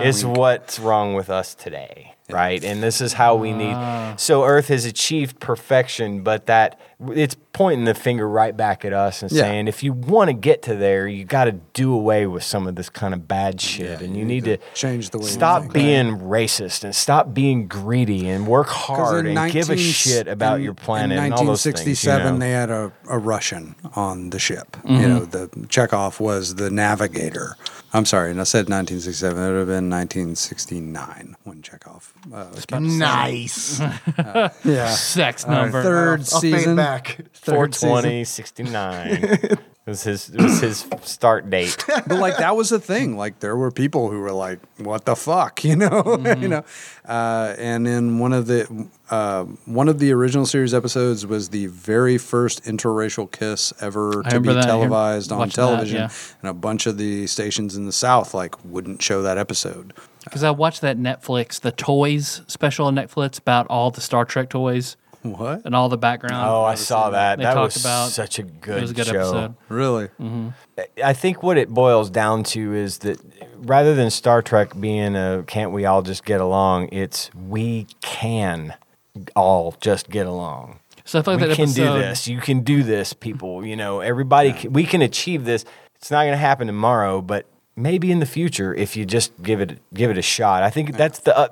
S4: is what's wrong with us today, right? And this is how we need. So Earth has achieved perfection, but that it's pointing the finger right back at us and
S2: Yeah.
S4: saying, if you want to get to there, you got to do away with some of this kind of bad shit, and you, need, to
S2: change the way you
S4: stop
S2: think.
S4: being racist and stop being greedy and work
S2: 'Cause
S4: hard
S2: in
S4: and give a
S2: 19
S4: shit about
S2: in-
S4: your planet
S2: In
S4: and all those things. you
S2: 1967,
S4: know? Mm-hmm.
S2: they had a, a Russian on the ship. You know, the Chekhov was the navigator. I'm sorry, and I said 1967. It would have been 1969 when Chekhov. Uh, (laughs)
S3: Nice.
S2: yeah.
S1: Sex number.
S2: Third
S3: I'll fade
S2: season.
S3: back.
S2: Third season. (laughs)
S4: 420, 69. was his was his start date.
S2: but like (laughs) that was a thing. Like there were people who were like, "What the fuck," (laughs) you know,
S1: Mm-hmm.
S2: you know. Uh, and in one of the uh, one of the original series episodes was the very first interracial kiss ever to be
S1: remember that. I remember
S2: televised on
S1: watching that,
S2: television,
S1: yeah.
S2: and a bunch of the stations in the South like wouldn't show that episode.
S1: Because I watched that Netflix, the Toys special on Netflix about all the Star Trek toys
S2: What?
S1: and all the background.
S4: Oh, I saw that.
S1: They
S4: that
S1: talked
S4: was
S1: about-
S4: such a
S1: It
S4: good,
S1: was a good
S4: show.
S1: episode.
S2: Really?
S1: Mm-hmm.
S4: I think what it boils down to is that rather than Star Trek being a can't we all just get along, it's we can all just get along.
S1: So I feel like
S4: we
S1: that
S4: can
S1: episode.
S4: do this. You can do this, people. You know, everybody. Can, we can achieve this. It's not going to happen tomorrow, but maybe in the future if you just give it give it a shot. I think that's the. Uh,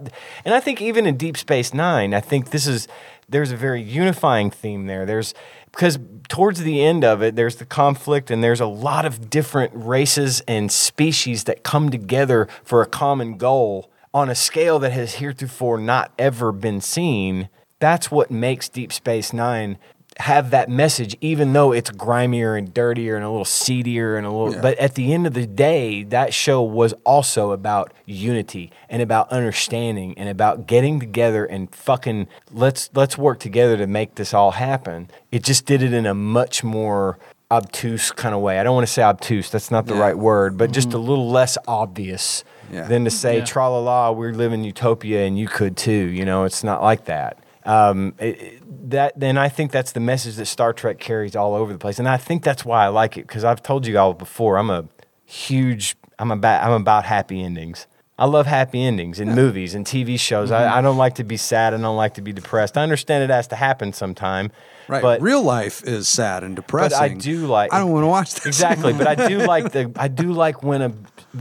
S4: and I think even in Deep Space Nine, I think this is there's a very unifying theme there. There's because towards the end of it, there's the conflict and there's a lot of different races and species that come together for a common goal on a scale that has heretofore not ever been seen. That's what makes Deep Space Nine have that message, even though it's grimier and dirtier and a little seedier and a little. But at the end of the day, that show was also about unity and about understanding and about getting together and fucking let's let's work together to make this all happen. It just did it in a much more obtuse kind of way. I don't want to say obtuse. That's not the
S2: Yeah. Mm-hmm.
S4: right word, but just a little less obvious
S2: Yeah.
S4: than to say
S1: Yeah.
S4: tra la la, we live in utopia and you could too. You know, it's not like that. Um, it- it- that then I think that's the message that Star Trek carries all over the place, and I think that's why I like it because I've told you all before I'm a huge I'm about I'm about happy endings. I love happy endings in movies and TV shows. I, I don't like to be sad. I don't like to be depressed. I understand it has to happen sometime.
S2: Right.
S4: But
S2: Real life is sad and
S4: but
S2: depressing.
S4: I do like.
S2: I don't want to watch that. (laughs)
S4: Exactly, but I do like the. I do like when a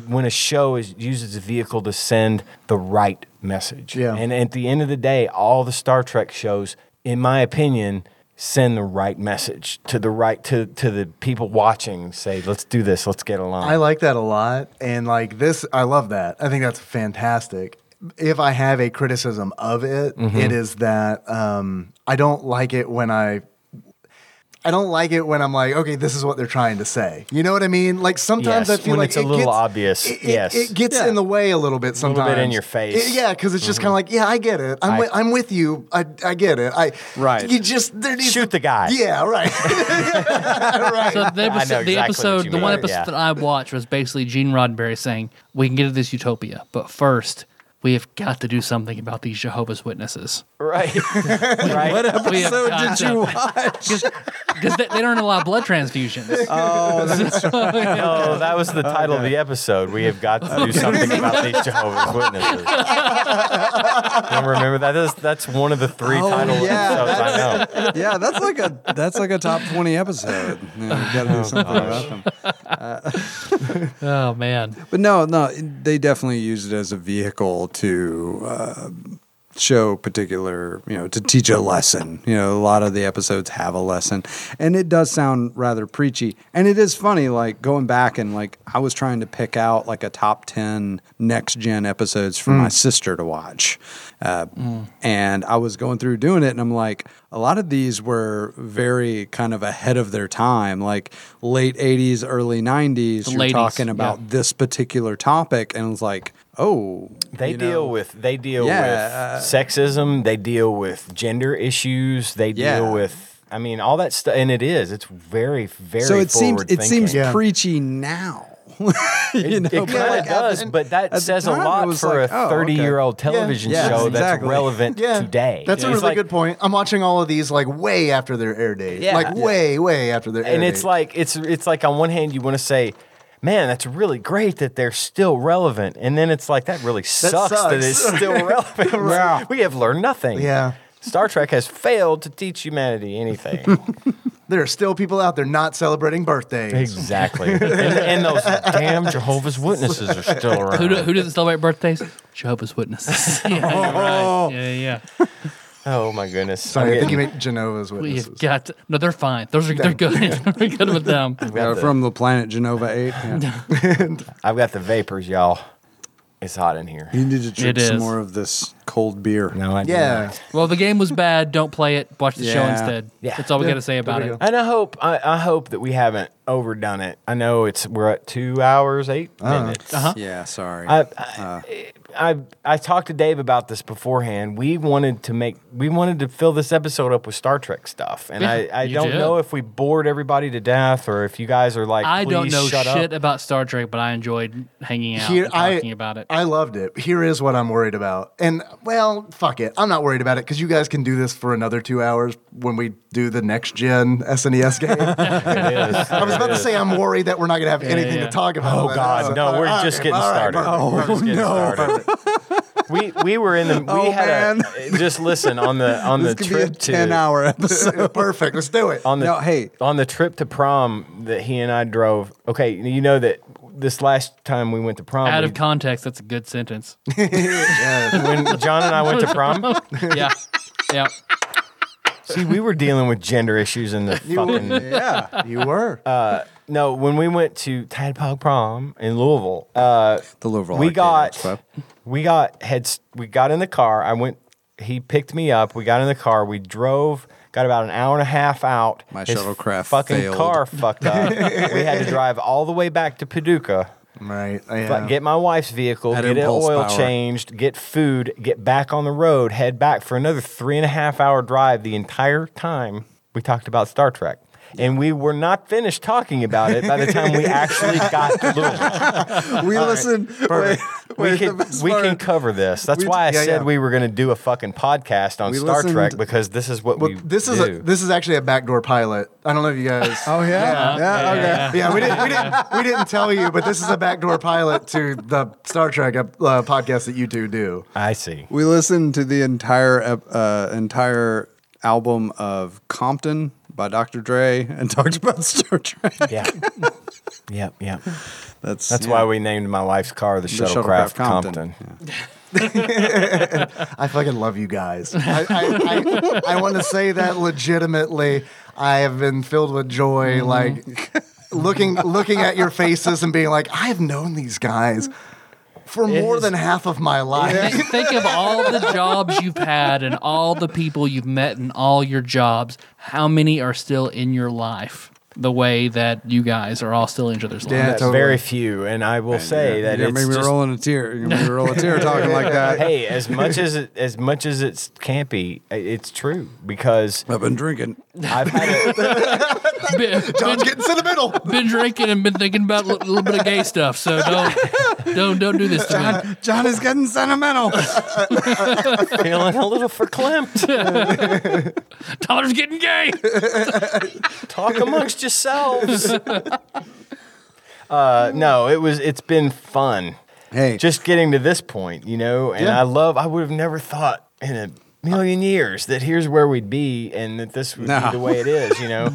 S4: when a show is uses a vehicle to send the right message.
S3: Yeah.
S4: And at the end of the day, all the Star Trek shows, in my opinion, send the right message to the right to to the people watching. Say, let's do this. Let's get along.
S3: I like that a lot. And like this, I love that. I think that's fantastic. If I have a criticism of it,
S4: Mm-hmm.
S3: it is that um, I don't like it when I. I don't like it when I'm like, okay, this is what they're trying to say. You know what I mean? Like sometimes
S4: Yes,
S3: I feel
S4: when
S3: like
S4: it's a
S3: it
S4: little
S3: gets-
S4: obvious,
S3: It, it-
S4: yes.
S3: it gets
S2: Yeah.
S3: in the way a little bit
S4: little bit
S3: sometimes.
S4: in your face. Mm-hmm.
S3: It- yeah, because it's just kind of like, yeah, I get it. I'm,
S4: I-
S3: wi- I'm with you. I, I get it. I
S4: Right.
S3: You just there needs
S4: Shoot the guy.
S3: Yeah,
S4: (laughs)
S3: right. (laughs) right.
S1: So the
S4: I
S1: episode,
S4: know exactly
S1: the,
S4: what
S1: episode
S4: you
S1: the one
S4: mean,
S1: episode
S4: yeah.
S1: that I watched was basically Gene Roddenberry saying, "We can get to this utopia, but first we have got to do something about these Jehovah's Witnesses."
S2: (laughs)
S4: Right. right.
S1: We have
S2: So
S1: got (laughs)
S2: did you
S1: to-
S2: watch?
S1: because they, they don't allow blood transfusions.
S4: (laughs) No, Oh, that was the title of the episode. We have got to do something about these Jehovah's
S2: (laughs)
S4: Witnesses. Don't remember that. Is, that's one of the three
S2: Oh,
S4: title
S2: yeah,
S4: episodes I know.
S2: yeah, that's like a that's like a top twenty episode. Yeah, you gotta do something about them.
S1: oh man,
S2: But no, no, they definitely used it as a vehicle to uh, show particular, you know, to teach a lesson. You know, a lot of the episodes have a lesson, and it does sound rather preachy. And it is funny, like going back and like I was trying to pick out like a top ten next gen episodes
S1: Hmm.
S2: for my sister to watch, uh, and I was going through doing it, and I'm like, a lot of these were very kind of ahead of their time, like late '80s, early '90s.
S1: The
S2: you're
S1: ladies,
S2: talking about
S1: yeah.
S2: this particular topic and it's like, oh,
S4: They
S2: you know,
S4: deal with they deal
S2: Yeah, uh,
S4: with sexism. They deal with gender issues. They deal
S2: Yeah.
S4: with I mean all that stuff. And it is it's very very
S2: so it seems
S4: forward
S2: it seems
S4: thinking.
S3: Yeah.
S2: preachy now. (laughs) you know,
S4: It
S2: but
S4: kind of
S2: like at the-
S4: does, but
S2: at
S4: that
S2: the
S4: says
S2: time,
S4: a
S2: it
S4: lot
S2: was
S4: for
S2: like, oh,
S4: a
S2: okay.
S4: thirty-year-old television
S2: Yeah,
S4: show that's
S2: exactly.
S4: relevant today.
S3: That's a
S4: It's
S3: really
S4: like-
S3: good point. I'm watching all of these like way after their air date.
S4: Yeah.
S3: Like
S4: Yeah.
S3: way, way after their air
S4: and it's
S3: date.
S4: like it's it's like on one hand you want to say man that's really great that they're still relevant and then it's like that really sucks that,
S3: sucks.
S4: it's (laughs) still relevant
S3: Yeah.
S4: we have learned nothing
S3: Yeah.
S4: star trek has failed to teach humanity anything
S3: there are still people out there not celebrating birthdays.
S4: (laughs) exactly and, and those damn jehovah's witnesses are still around
S1: who, do, who doesn't celebrate birthdays? Jehovah's Witnesses. (laughs) yeah, you're right. yeah, yeah.
S4: oh my goodness I'm
S3: Sorry, I think you
S4: getting-
S3: meant Genova's
S1: We have
S3: witnesses.
S1: got to- no. They're fine. Those are they're good. (laughs) We're good with them.
S4: I've got
S2: uh,
S4: the-
S2: from the planet Genova Eight.
S4: (laughs)
S2: Yeah.
S4: i've got the vapors y'all it's hot in here
S2: you need to drink
S1: It
S2: some
S1: is.
S2: more of this cold beer.
S4: no I do
S3: Yeah.
S4: not.
S1: Well, the game was bad. Don't play it. Watch the show
S2: Yeah.
S1: instead.
S4: Yeah.
S1: That's all we
S3: Yeah,
S1: got to say about
S3: there we
S1: it.
S4: And I hope I, I hope that we haven't overdone it. I know it's we're at two hours eight minutes.
S1: Uh-huh.
S2: Yeah, sorry.
S4: I, I, I I talked to Dave about this beforehand. We wanted to make we wanted to fill this episode up with Star Trek stuff, and
S1: Yeah,
S4: I, I
S1: you
S4: don't
S1: did.
S4: know if we bored everybody to death or if you guys are like
S1: I don't
S4: "Please
S1: know
S4: shut
S1: shit
S4: up.
S1: about Star Trek, but I enjoyed hanging out
S3: Here,
S1: and
S3: I,
S1: talking about it.
S3: I loved it. Here is what I'm worried about. And well, fuck it. I'm not worried about it because you guys can do this for another two hours when we do the next gen
S4: (laughs)
S3: SNES game.
S4: It is.
S3: I was about to say I'm worried that we're not going to have anything
S1: yeah.
S3: to talk about.
S4: (laughs) Oh
S3: But, uh,
S4: God, no! We're
S3: all
S4: just
S3: right,
S4: getting
S3: all right,
S4: started.
S3: bro.
S4: We're just getting started. We we were in the we
S2: Oh,
S4: had
S2: man.
S4: a (laughs) just listen on the on
S2: this
S4: the
S2: could be a
S4: trip to (laughs)
S2: ten-hour episode.
S3: (laughs) Perfect. Let's do it.
S4: on the
S2: No, hey.
S4: on the trip to prom that he and I drove. Okay, you know that this last time we went to prom,
S1: Out
S4: we-
S1: of context, that's a good sentence.
S4: when John and I went to
S1: (laughs)
S4: prom,
S1: yeah, yeah.
S4: see, we were dealing with gender issues in the
S2: (laughs)
S4: fucking.
S3: yeah, you were.
S4: No, when we went to Tadpog Prom in Louisville, uh,
S2: The Louisville
S4: we
S2: Arcade
S4: got (laughs)
S2: Expo.
S4: we got had we got in the car. I went. He picked me up. We got in the car. We drove. Got about an hour and a half out.
S2: My
S4: His
S2: shuttlecraft
S4: fucking
S2: failed.
S4: car
S2: (laughs)
S4: fucked up. we had to drive all the way back to Paducah.
S3: right.
S4: But
S3: Yeah.
S4: get my wife's vehicle,
S2: That
S4: get it
S2: impulse
S4: oil
S2: power.
S4: changed, get food, get back on the road, head back for another three and a half hour drive. The entire time we talked about Star Trek. And we were not finished talking about it by the time we actually got to Louisville.
S2: we listened. wait,
S4: we
S2: Wait, the
S4: can
S2: best
S4: we can
S2: part-
S4: cover this. That's
S2: we-
S4: why I
S3: yeah,
S4: said
S3: yeah.
S4: we were going to do a fucking podcast on
S2: We
S4: Star Trek
S2: listened-
S4: because this is what
S3: Well,
S4: we
S3: this is
S4: do.
S3: a, this is actually a backdoor pilot. I don't know if you guys.
S2: Oh yeah, yeah, okay.
S3: yeah, we didn't, we didn't we didn't tell you, but this is a backdoor pilot to the Star Trek uh, uh, podcast that you two do.
S4: I see.
S2: We listened to the entire ep- uh, entire album of Compton by Dr. Dre and (laughs) talked about Star Trek.
S4: Yeah. yep. Yep.
S2: That's
S4: That's
S2: yeah.
S4: why we named my wife's car
S2: The
S4: the, Shuttlecraft, Compton.
S2: Yeah.
S3: I fucking love you guys. I, I, I, I want to say that legitimately. I have been filled with joy, like looking looking at your faces and being like, I've known these guys for
S1: It
S3: more
S1: is-
S3: than half of my life. (laughs)
S1: Think, think of all the jobs you've had and all the people you've met in all your jobs. How many are still in your life the way that you guys are all still in each other's
S3: Yeah,
S1: lives?
S3: totally.
S4: Very few, and I will say that
S2: You're
S4: it's
S2: gonna make me
S4: just-
S2: rolling a tear. You're gonna make me roll a tear talking
S4: (laughs)
S2: like that.
S4: hey, as much as it, as much as it's campy, i- it's true because
S2: I've been drinking.
S4: I've had
S2: (laughs)
S4: a,
S1: Been,
S3: John's getting sentimental.
S1: been drinking and been thinking about a little bit of gay stuff. So don't don't don't do this to me.
S2: John is getting sentimental.
S4: feeling a little verklempt.
S1: Tyler's getting gay.
S4: Talk
S2: (laughs)
S4: amongst yourselves. Uh, no, it was it's been fun.
S2: Hey.
S4: just getting to this point, you know, and
S2: Yeah.
S4: I love. I would have never thought in a million years that here's where we'd be and that this would
S2: No.
S4: be the way it is,
S3: (laughs)
S4: you know.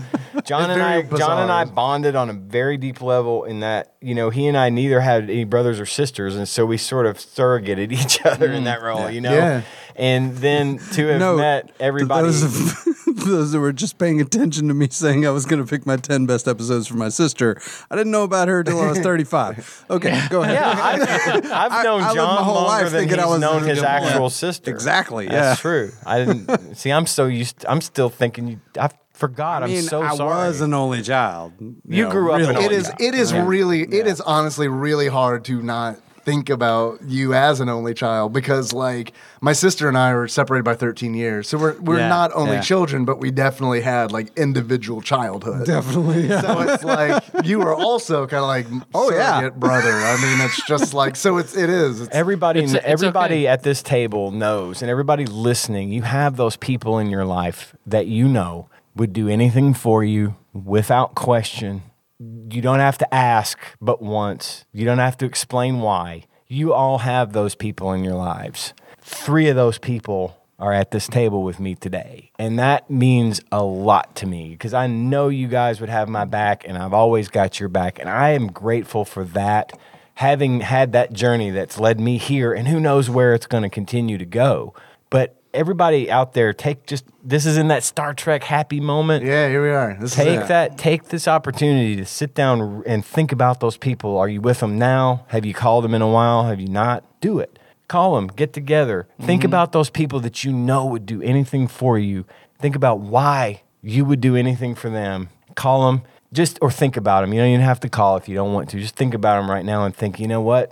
S4: John and
S3: very
S4: I, John and I
S3: bizarre.
S4: bonded on a very deep level in that, you know, he and I neither had any brothers or sisters, and so we sort of surrogated (laughs) each other in that role, you know.
S3: Mm. Yeah.
S4: And then to have met
S2: th-
S4: everybody.
S2: Those, (laughs) those that were just paying attention to me saying I was going to pick my 10 best episodes for my sister, I didn't know about her until
S4: (laughs)
S2: I was 35. Okay, go ahead.
S4: yeah,
S2: (laughs)
S4: I've, I've known
S2: I lived
S4: John
S2: my whole
S4: longer
S2: life
S4: than
S2: thinking
S4: he's
S2: I was
S4: known his
S2: gonna-
S4: actual
S2: Yeah.
S4: sister.
S2: Exactly,
S4: That's
S2: yeah.
S4: true. I didn't see. I'm so used. I'm still thinking. You, I forgot. I
S2: I mean,
S4: am so
S2: I
S4: sorry.
S2: was an only child. You,
S4: grew up in
S2: really.
S4: a-
S3: it is it is really it
S4: Oh, Yeah.
S3: is honestly really hard to not think about you as an only child because like my sister and I are separated by 13 years so we're we're
S4: Yeah,
S3: not only
S4: yeah.
S3: children but we definitely had like individual childhood
S2: Definitely. (laughs) yeah.
S3: so it's like you are also kind of like
S2: Oh, yeah.
S3: surrogate brother I mean it's just like so it's it is it's,
S4: Everybody,
S1: It's- it's
S4: everybody
S1: okay.
S4: at this table knows, and everybody listening, you have those people in your life that you know would do anything for you without question. You don't have to ask but once. You don't have to explain why. You all have those people in your lives. Three of those people are at this table with me today. And that means a lot to me because I know you guys would have my back, and I've always got your back. And I am grateful for that having had that journey that's led me here and who knows where it's going to continue to go but everybody out there take just this is in that star trek happy moment
S3: yeah here we are this is
S4: take
S3: it.
S4: that take this opportunity to sit down and think about those people are you with them now have you called them in a while have you not do it call them get together think about those people that you know would do anything for you think about why you would do anything for them call them just or think about them you don't even have to call if you don't want to just think about them right now and think you know what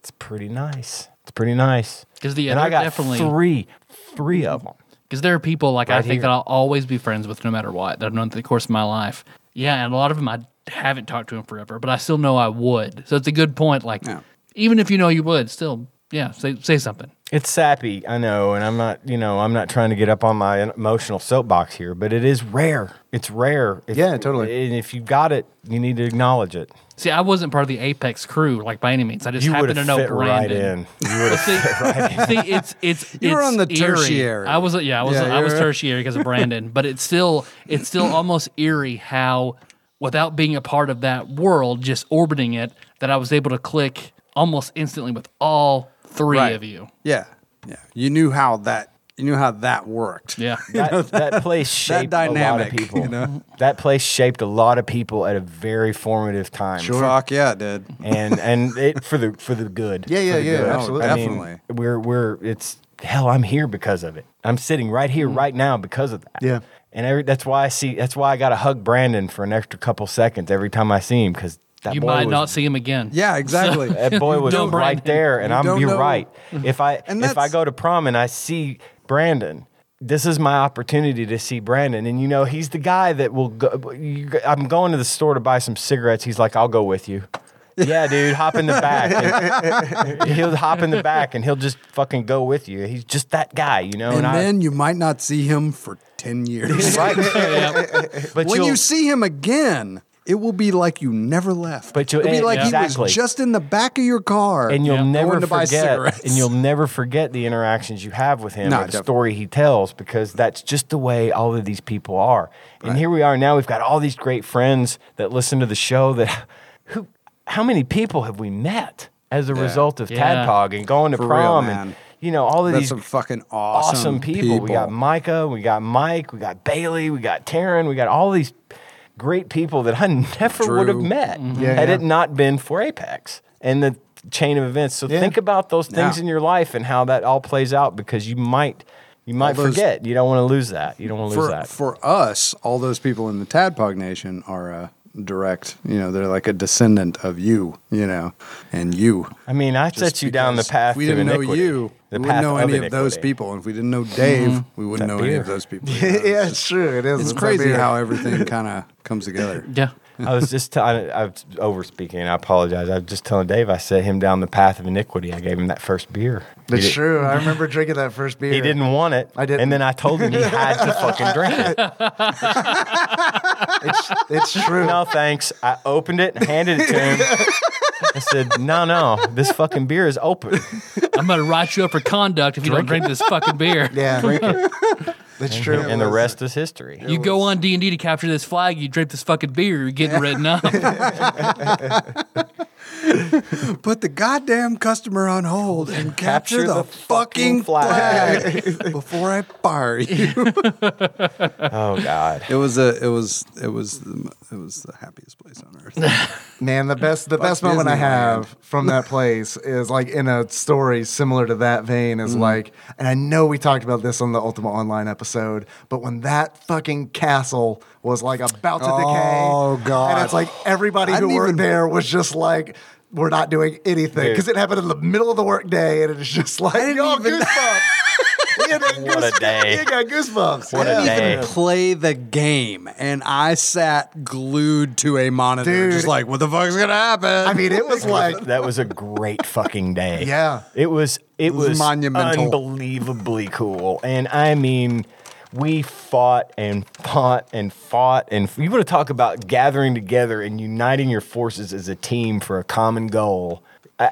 S4: it's pretty nice it's pretty nice
S1: 'Cause the
S4: and
S1: other
S4: i got
S1: definitely-
S4: three three of them
S1: Because there are people like I
S4: Right
S1: think
S4: here.
S1: that I'll always be friends with no matter what that I've known through the course of my life. Yeah, and a lot of them I haven't talked to them forever, but I still know I would. So it's a good point. Like,
S2: Yeah.
S1: even if you know you would, still, yeah, say say something.
S4: It's sappy, I know, and I'm not, you know, I'm not trying to get up on my emotional soapbox here, but it is rare. It's rare. If-
S3: Yeah, totally.
S4: And if you got it, you need to acknowledge it.
S1: See, I wasn't part of the Apex crew, like by any means. I just
S4: You would
S1: happened to
S4: have
S1: know
S4: fit right
S1: Brandon.
S4: in. You would
S2: (laughs)
S4: have
S1: See, see, it's it's
S2: You were
S1: it's
S2: on the
S1: eerie.
S2: tertiary.
S1: I was yeah, I was
S2: Yeah,
S1: I was
S2: you're-
S1: tertiary because of Brandon, but it's still it's
S2: (clears throat)
S1: still almost eerie how without being a part of that world, just orbiting it, that I was able to click almost instantly with all three
S2: Right.
S1: of you.
S2: Yeah. Yeah. You knew how that you knew how that worked.
S1: Yeah.
S4: that, that place shaped a lot of
S2: dynamic,
S4: people.
S2: you know?
S4: That place shaped a lot of people at a very formative time.
S2: Fuck yeah, it did.
S4: and and it for the for the good.
S3: Yeah, yeah,
S4: For the
S3: yeah,
S4: good. Oh,
S3: absolutely. (laughs)
S4: I mean,
S2: Definitely.
S4: we're we're it's hell. I'm here because of it. I'm sitting right here right now because of that.
S3: Mm-hmm. Yeah.
S4: and every, that's why I see. That's why I got to hug Brandon for an extra couple seconds every time I see him because that
S1: You
S4: boy
S1: might
S4: was,
S1: not see him again.
S2: Yeah,
S4: (laughs)
S2: exactly.
S4: that boy was
S1: don't-
S4: right there, and
S2: You
S4: I'm
S2: don't
S4: you're
S2: know. (laughs)
S4: right. If I
S2: And
S4: if I
S2: that's-
S4: go to prom and I see Brandon, this is my opportunity to see Brandon, and you know he's the guy that will go. You, I'm going to the store to buy some cigarettes. He's like, I'll go with you. Yeah, dude, hop in the back.
S2: (laughs)
S4: And he'll hop in the back and he'll just fucking go with you. He's just that guy, you know.
S2: and
S4: I-
S2: then you might not see him for 10
S4: (laughs)
S2: years. (laughs)
S4: right, but
S2: when
S4: you'll-
S2: you see him again, it will be like you never left.
S4: But you'll-
S2: It'll be
S4: eh,
S2: like he
S4: exactly.
S2: was just in the back of your car.
S4: and you'll
S1: Yeah.
S4: never
S2: Going to buy
S4: forget
S2: cigarettes.
S4: and you'll never forget the interactions you have with him
S2: No,
S4: or the
S2: definitely.
S4: story he tells because that's just the way all of these people are and here we are now we've got all these great friends that listen to the show that (laughs) who how many people have we met as a result of
S1: Yeah.
S4: tadpog and going to
S2: For real,
S4: prom and
S2: man.
S4: you know all of
S2: That's
S4: these
S2: some fucking awesome,
S4: awesome, people. We got Micah, we got Mike, we got Bailey, we got Taryn, we got all these great people that I (laughs) never would have
S2: Drew. Mm-hmm.
S4: met
S3: Yeah,
S4: had
S3: yeah.
S4: it not been for Apex and the chain of events. So
S3: Yeah.
S4: think about those things
S2: Yeah.
S4: in your life and how that all plays out because you might you might
S2: those-
S4: forget. You don't want to lose that. You don't want to lose
S2: for,
S4: that.
S2: for us, all those people in the Tadpog Nation are uh, direct. You know, they're like a descendant of you. You know, and you.
S4: I mean, I
S2: Just
S4: set you down the
S2: because
S4: path
S2: We
S4: to
S2: didn't know
S4: iniquity,
S2: you.
S4: The
S2: we
S4: path
S2: wouldn't know any of
S4: iniquity. Mm-hmm.
S2: those people. And if we didn't know Dave, we wouldn't know any of
S4: beer.
S2: those
S4: (laughs)
S2: people. You know,
S3: yeah,
S2: it's,
S3: it's true. It is.
S2: it's
S3: a
S2: crazy
S3: beer.
S2: how everything kind of comes
S4: (laughs)
S2: together.
S1: Yeah.
S4: I was just t- I, I was over speaking. I apologize. I was just telling Dave I set him down the path of iniquity. I gave him that first beer. He
S3: It's
S4: did-
S3: true. I remember drinking that first beer.
S4: He didn't want it.
S3: I didn't.
S4: And then I told him he had
S3: (laughs)
S4: to fucking drink it.
S3: It's, it's true.
S4: No thanks. I opened it and handed it to him.
S3: (laughs)
S4: I said, "No, no, this fucking beer is open."
S1: I'm going to write you up for conduct if you don't drink this fucking
S2: (laughs)
S1: beer.
S4: (laughs)
S3: Yeah, that's true.
S4: And the rest is history.
S1: You go on D and D to capture this flag. You drink this fucking beer. You're getting written
S2: (laughs)
S1: up.
S2: Put the goddamn customer on hold and capture, the, fucking
S4: flag.
S2: flag before I fire you.
S4: oh God.
S2: It was a. It was. It was. the- It was the happiest place on earth.
S3: Man, the best the best moment I have from that place is like in a story similar to that vein
S4: Mm-hmm.
S3: is like, and I know we talked about this on the Ultima Online episode, but when that fucking castle was like about to decay,
S2: Oh, God.
S3: and it's like everybody
S2: I
S3: who
S2: didn't
S3: worked
S2: even-
S3: there was just like. We're not doing anything
S4: Dude.
S3: because it happened in the middle of the workday, and it's just like y'all
S2: even-
S3: goosebumps. (laughs) We
S4: (laughs)
S3: had that
S4: What a
S3: goose-
S4: day.
S3: we got goosebumps.
S4: What a
S3: (laughs) yeah.
S4: day.
S2: Even play the game, and I sat glued to a monitor,
S3: Dude.
S2: just like, what the fuck's gonna happen?
S3: I mean, it was
S4: (laughs)
S3: like
S4: That was a great fucking day.
S3: Yeah.
S4: It was it
S2: was
S4: was,
S2: monumental.
S4: unbelievably cool. And I mean we fought and fought and fought and you want to talk about gathering together and uniting your forces as a team for a common goal. I,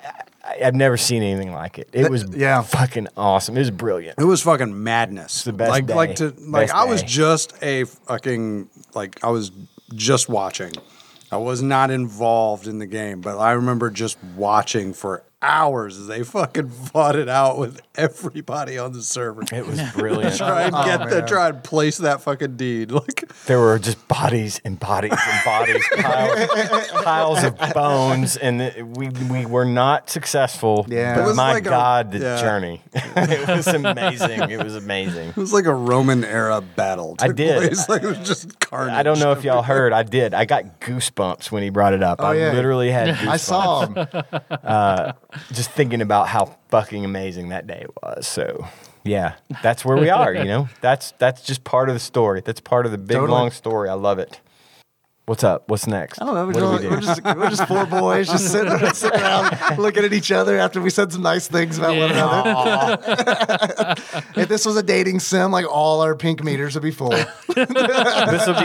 S4: I, I've never seen anything like it. It was
S3: yeah.
S4: fucking awesome. It was brilliant.
S2: It was fucking madness.
S4: the best
S2: Like,
S4: day.
S2: like to like
S4: Best
S2: I was
S4: day.
S2: just a fucking like I was just watching. I was not involved in the game, but I remember just watching for hours as they fucking fought it out with everybody on the server.
S4: It was
S2: (laughs)
S4: brilliant.
S2: Try and
S3: Oh,
S2: get the
S3: man.
S2: try and place that fucking deed. (laughs) Like
S4: there were just bodies and bodies and bodies, piles, piles of bones, and it- we we were not successful.
S3: Yeah. It
S4: but
S3: was
S4: my
S2: like a-
S4: God, the
S2: yeah.
S4: journey! (laughs) it was amazing. It was amazing.
S2: it was like a Roman era battle.
S4: I
S2: took
S4: did.
S2: place. (laughs) Like, it was just carnage.
S4: I don't know if y'all heard. I did. I got goosebumps when he brought it up. I
S3: Oh, yeah.
S4: literally had. Goosebumps
S3: I saw him.
S4: just thinking about how fucking amazing that day was. So. Yeah, that's where we are. You know, that's that's just part of the story. That's part of the big
S3: Totally.
S4: long story. I love it. What's up? What's next?
S3: I don't know. We're,
S4: What do we
S3: just, we are
S4: do?
S3: just, we're just four boys
S4: (laughs)
S3: just sitting, (laughs) around- sitting around looking at each other after we said some nice things about one another. if this was a dating sim, like all our pink meters would be full.
S4: this will be (laughs)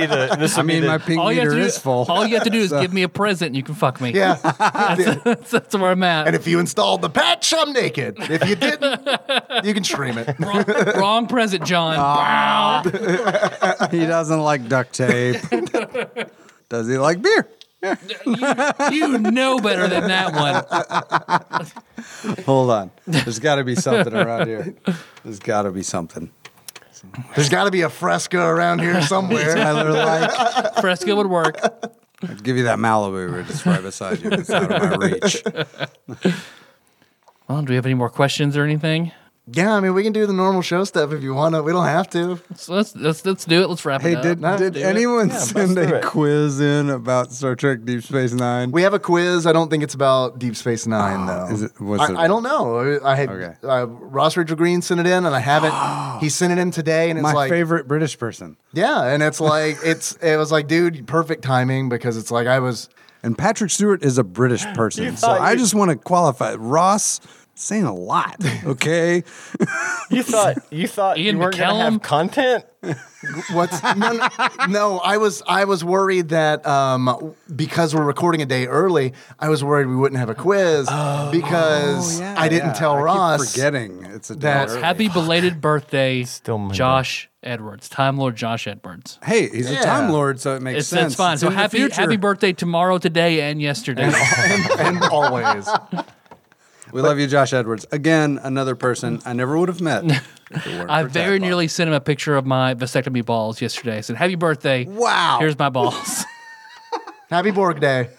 S4: the. This will
S2: I mean,
S4: be
S2: (laughs)
S4: the,
S2: my pink
S1: All you, have
S2: meter
S1: to do,
S2: is full.
S1: all
S2: (laughs)
S1: you have to do is give me a present and you can fuck me.
S4: (laughs)
S3: Yeah.
S1: That's, that's where I'm at.
S3: and if you installed the patch, I'm naked. If you didn't, you can stream it.
S1: wrong, wrong present, John.
S2: Ah.
S1: Wow.
S2: he doesn't like duct tape.
S1: (laughs)
S2: Does he like beer?
S1: You know better than that one.
S2: Hold on. There's got to be something around here. There's got to be something.
S3: There's got to be a fresco around
S4: (laughs)
S3: here somewhere.
S2: Tyler, like,
S1: Fresco would work.
S2: I'd give you that Malibu. We're just right beside you. It's out of my reach.
S1: Well, do we have any more questions or anything?
S3: Yeah, I mean, we can do the normal show stuff if you want to. We don't have to.
S1: So let's let's let's do it. Let's wrap
S2: Hey,
S1: it up.
S2: did, did
S1: do it.
S2: anyone send
S4: do
S2: a
S4: it.
S2: quiz in about Star Trek Deep Space Nine?
S3: We have a quiz. I don't think it's about Deep Space Nine, though.
S2: Oh, is it- what's
S3: I,
S2: it-
S3: I don't know. I had
S2: Okay.
S3: uh, Ross Rachel Green sent it in, and
S2: (gasps)
S3: I haven't. he sent it in today, and it's
S2: my
S3: like,
S2: favorite British person. (laughs)
S3: yeah, and it's like it's it was like, dude, perfect timing because it's like I was
S2: And Patrick Stewart is a British person. So
S5: thought
S2: I
S5: you-
S2: just want to qualify. Ross, saying a lot, okay?
S4: You thought you thought
S1: Ian
S4: you weren't going to
S1: McKellen?
S4: have content.
S3: What's no, no, no, I was I was worried that um, because we're recording a day early, I was worried we wouldn't have a quiz because Oh, I didn't tell
S2: Oh, I Keep
S3: Ross.
S2: forgetting. It's a
S3: that-
S2: dollar.
S1: Happy belated birthday,
S4: Still Monday.
S1: Josh Edwards, Time Lord Josh Edwards.
S2: Hey, he's a
S3: Yeah.
S2: Time Lord, so it makes
S1: It's,
S2: sense.
S1: it's fine.
S2: It's
S1: so
S2: in the
S1: happy
S2: future.
S1: happy birthday tomorrow, today, and yesterday.
S3: and always.
S2: We love you, Josh Edwards. Again, another person I never would
S1: (laughs)
S2: have met. if it weren't
S1: I
S2: for
S1: very
S2: Tadpog.
S1: nearly sent him a picture of my vasectomy balls yesterday. I said, "Happy birthday!
S2: Wow.
S1: here's my balls. (laughs)
S3: Happy Borg Day.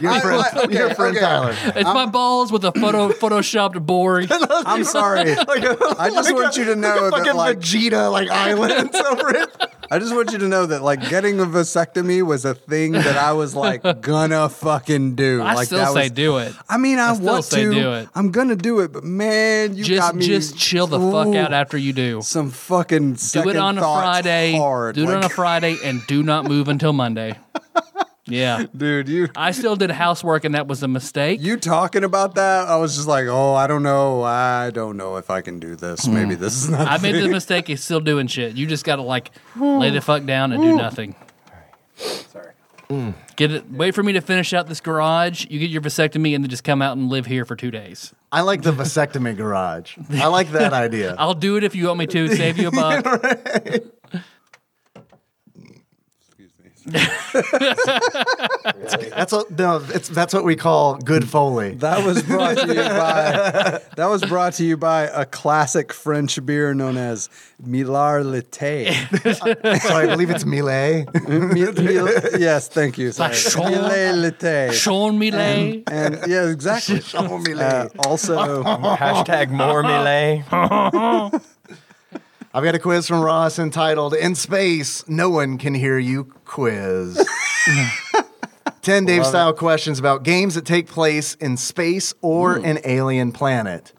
S3: your friend, your friend
S2: (laughs)
S3: Tyler.
S1: it's my balls with a photo photoshopped Borg. (laughs)
S2: I'm sorry.
S3: (laughs)
S2: I (laughs) just want you to know
S3: Look
S2: that
S3: at
S2: like
S3: Vegeta like islands (laughs) over it.
S2: I just want you to know that like getting a vasectomy was a thing that I
S1: (laughs)
S2: was like gonna fucking do.
S1: I
S2: like
S1: still
S2: that
S1: say
S2: was,
S1: do it.
S2: I mean, I,
S1: still
S2: want
S1: say
S2: to.
S1: do it.
S2: I'm gonna do it, but man, you
S1: Just
S2: got me.
S1: just chill the fuck
S2: Ooh,
S1: out after you do.
S2: Some fucking
S1: Do
S2: second
S1: it on a
S2: thoughts
S1: Friday.
S2: Hard.
S1: Do it on
S2: Like, (laughs)
S1: a Friday, and do not move until Monday. Yeah,
S2: dude. You
S1: I still did housework, and that was a mistake.
S2: you talking about that? I was just like, oh, I don't know. I don't know if I can do this. Maybe this is
S1: Hmm.
S2: not.
S1: I made
S2: (laughs)
S1: the mistake of still doing shit. You just gotta like lay the fuck down and do nothing. Sorry. Get it. Wait for me to finish out this garage. You get your vasectomy, and then just come out and live here for two days.
S3: I like the vasectomy garage. I like that idea.
S1: I'll do it if you want me to. Save
S2: (laughs)
S1: you a buck.
S3: (laughs) That's what no, it's that's what we call good foley.
S2: That
S1: (laughs)
S2: was brought to you by that was brought to you by a classic French beer known as
S1: (laughs)
S2: Milard Latte.
S3: so I believe it's Millet.
S2: Mil- mil- yes, thank you. Sorry.
S1: Sean-
S2: Millet Latte.
S1: Sean Millet.
S2: And yeah, exactly. Uh, also,
S4: Hashtag more melee.
S3: I've got a quiz from Ross entitled "In Space, No One Can Hear You" quiz. Ten Dave style questions about games that take place in space or an alien planet.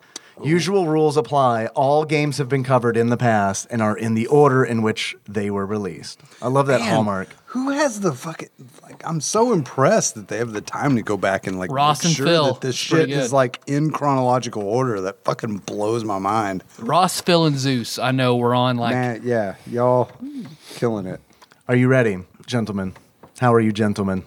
S3: Usual rules apply. All games have been covered in the past and are in the order in which they were released. I love that hallmark.
S2: who has the fucking like? I'm so impressed that they have the time to go back and like
S1: Ross
S2: make
S1: and
S2: sure
S1: Phil.
S2: that this
S1: It's pretty
S2: shit is
S1: good.
S2: like in chronological order. That fucking blows my mind.
S1: Ross, Phil, and Zeus. I know we're on like
S2: Man, yeah, y'all killing it.
S3: Are you ready, gentlemen? How are you, gentlemen?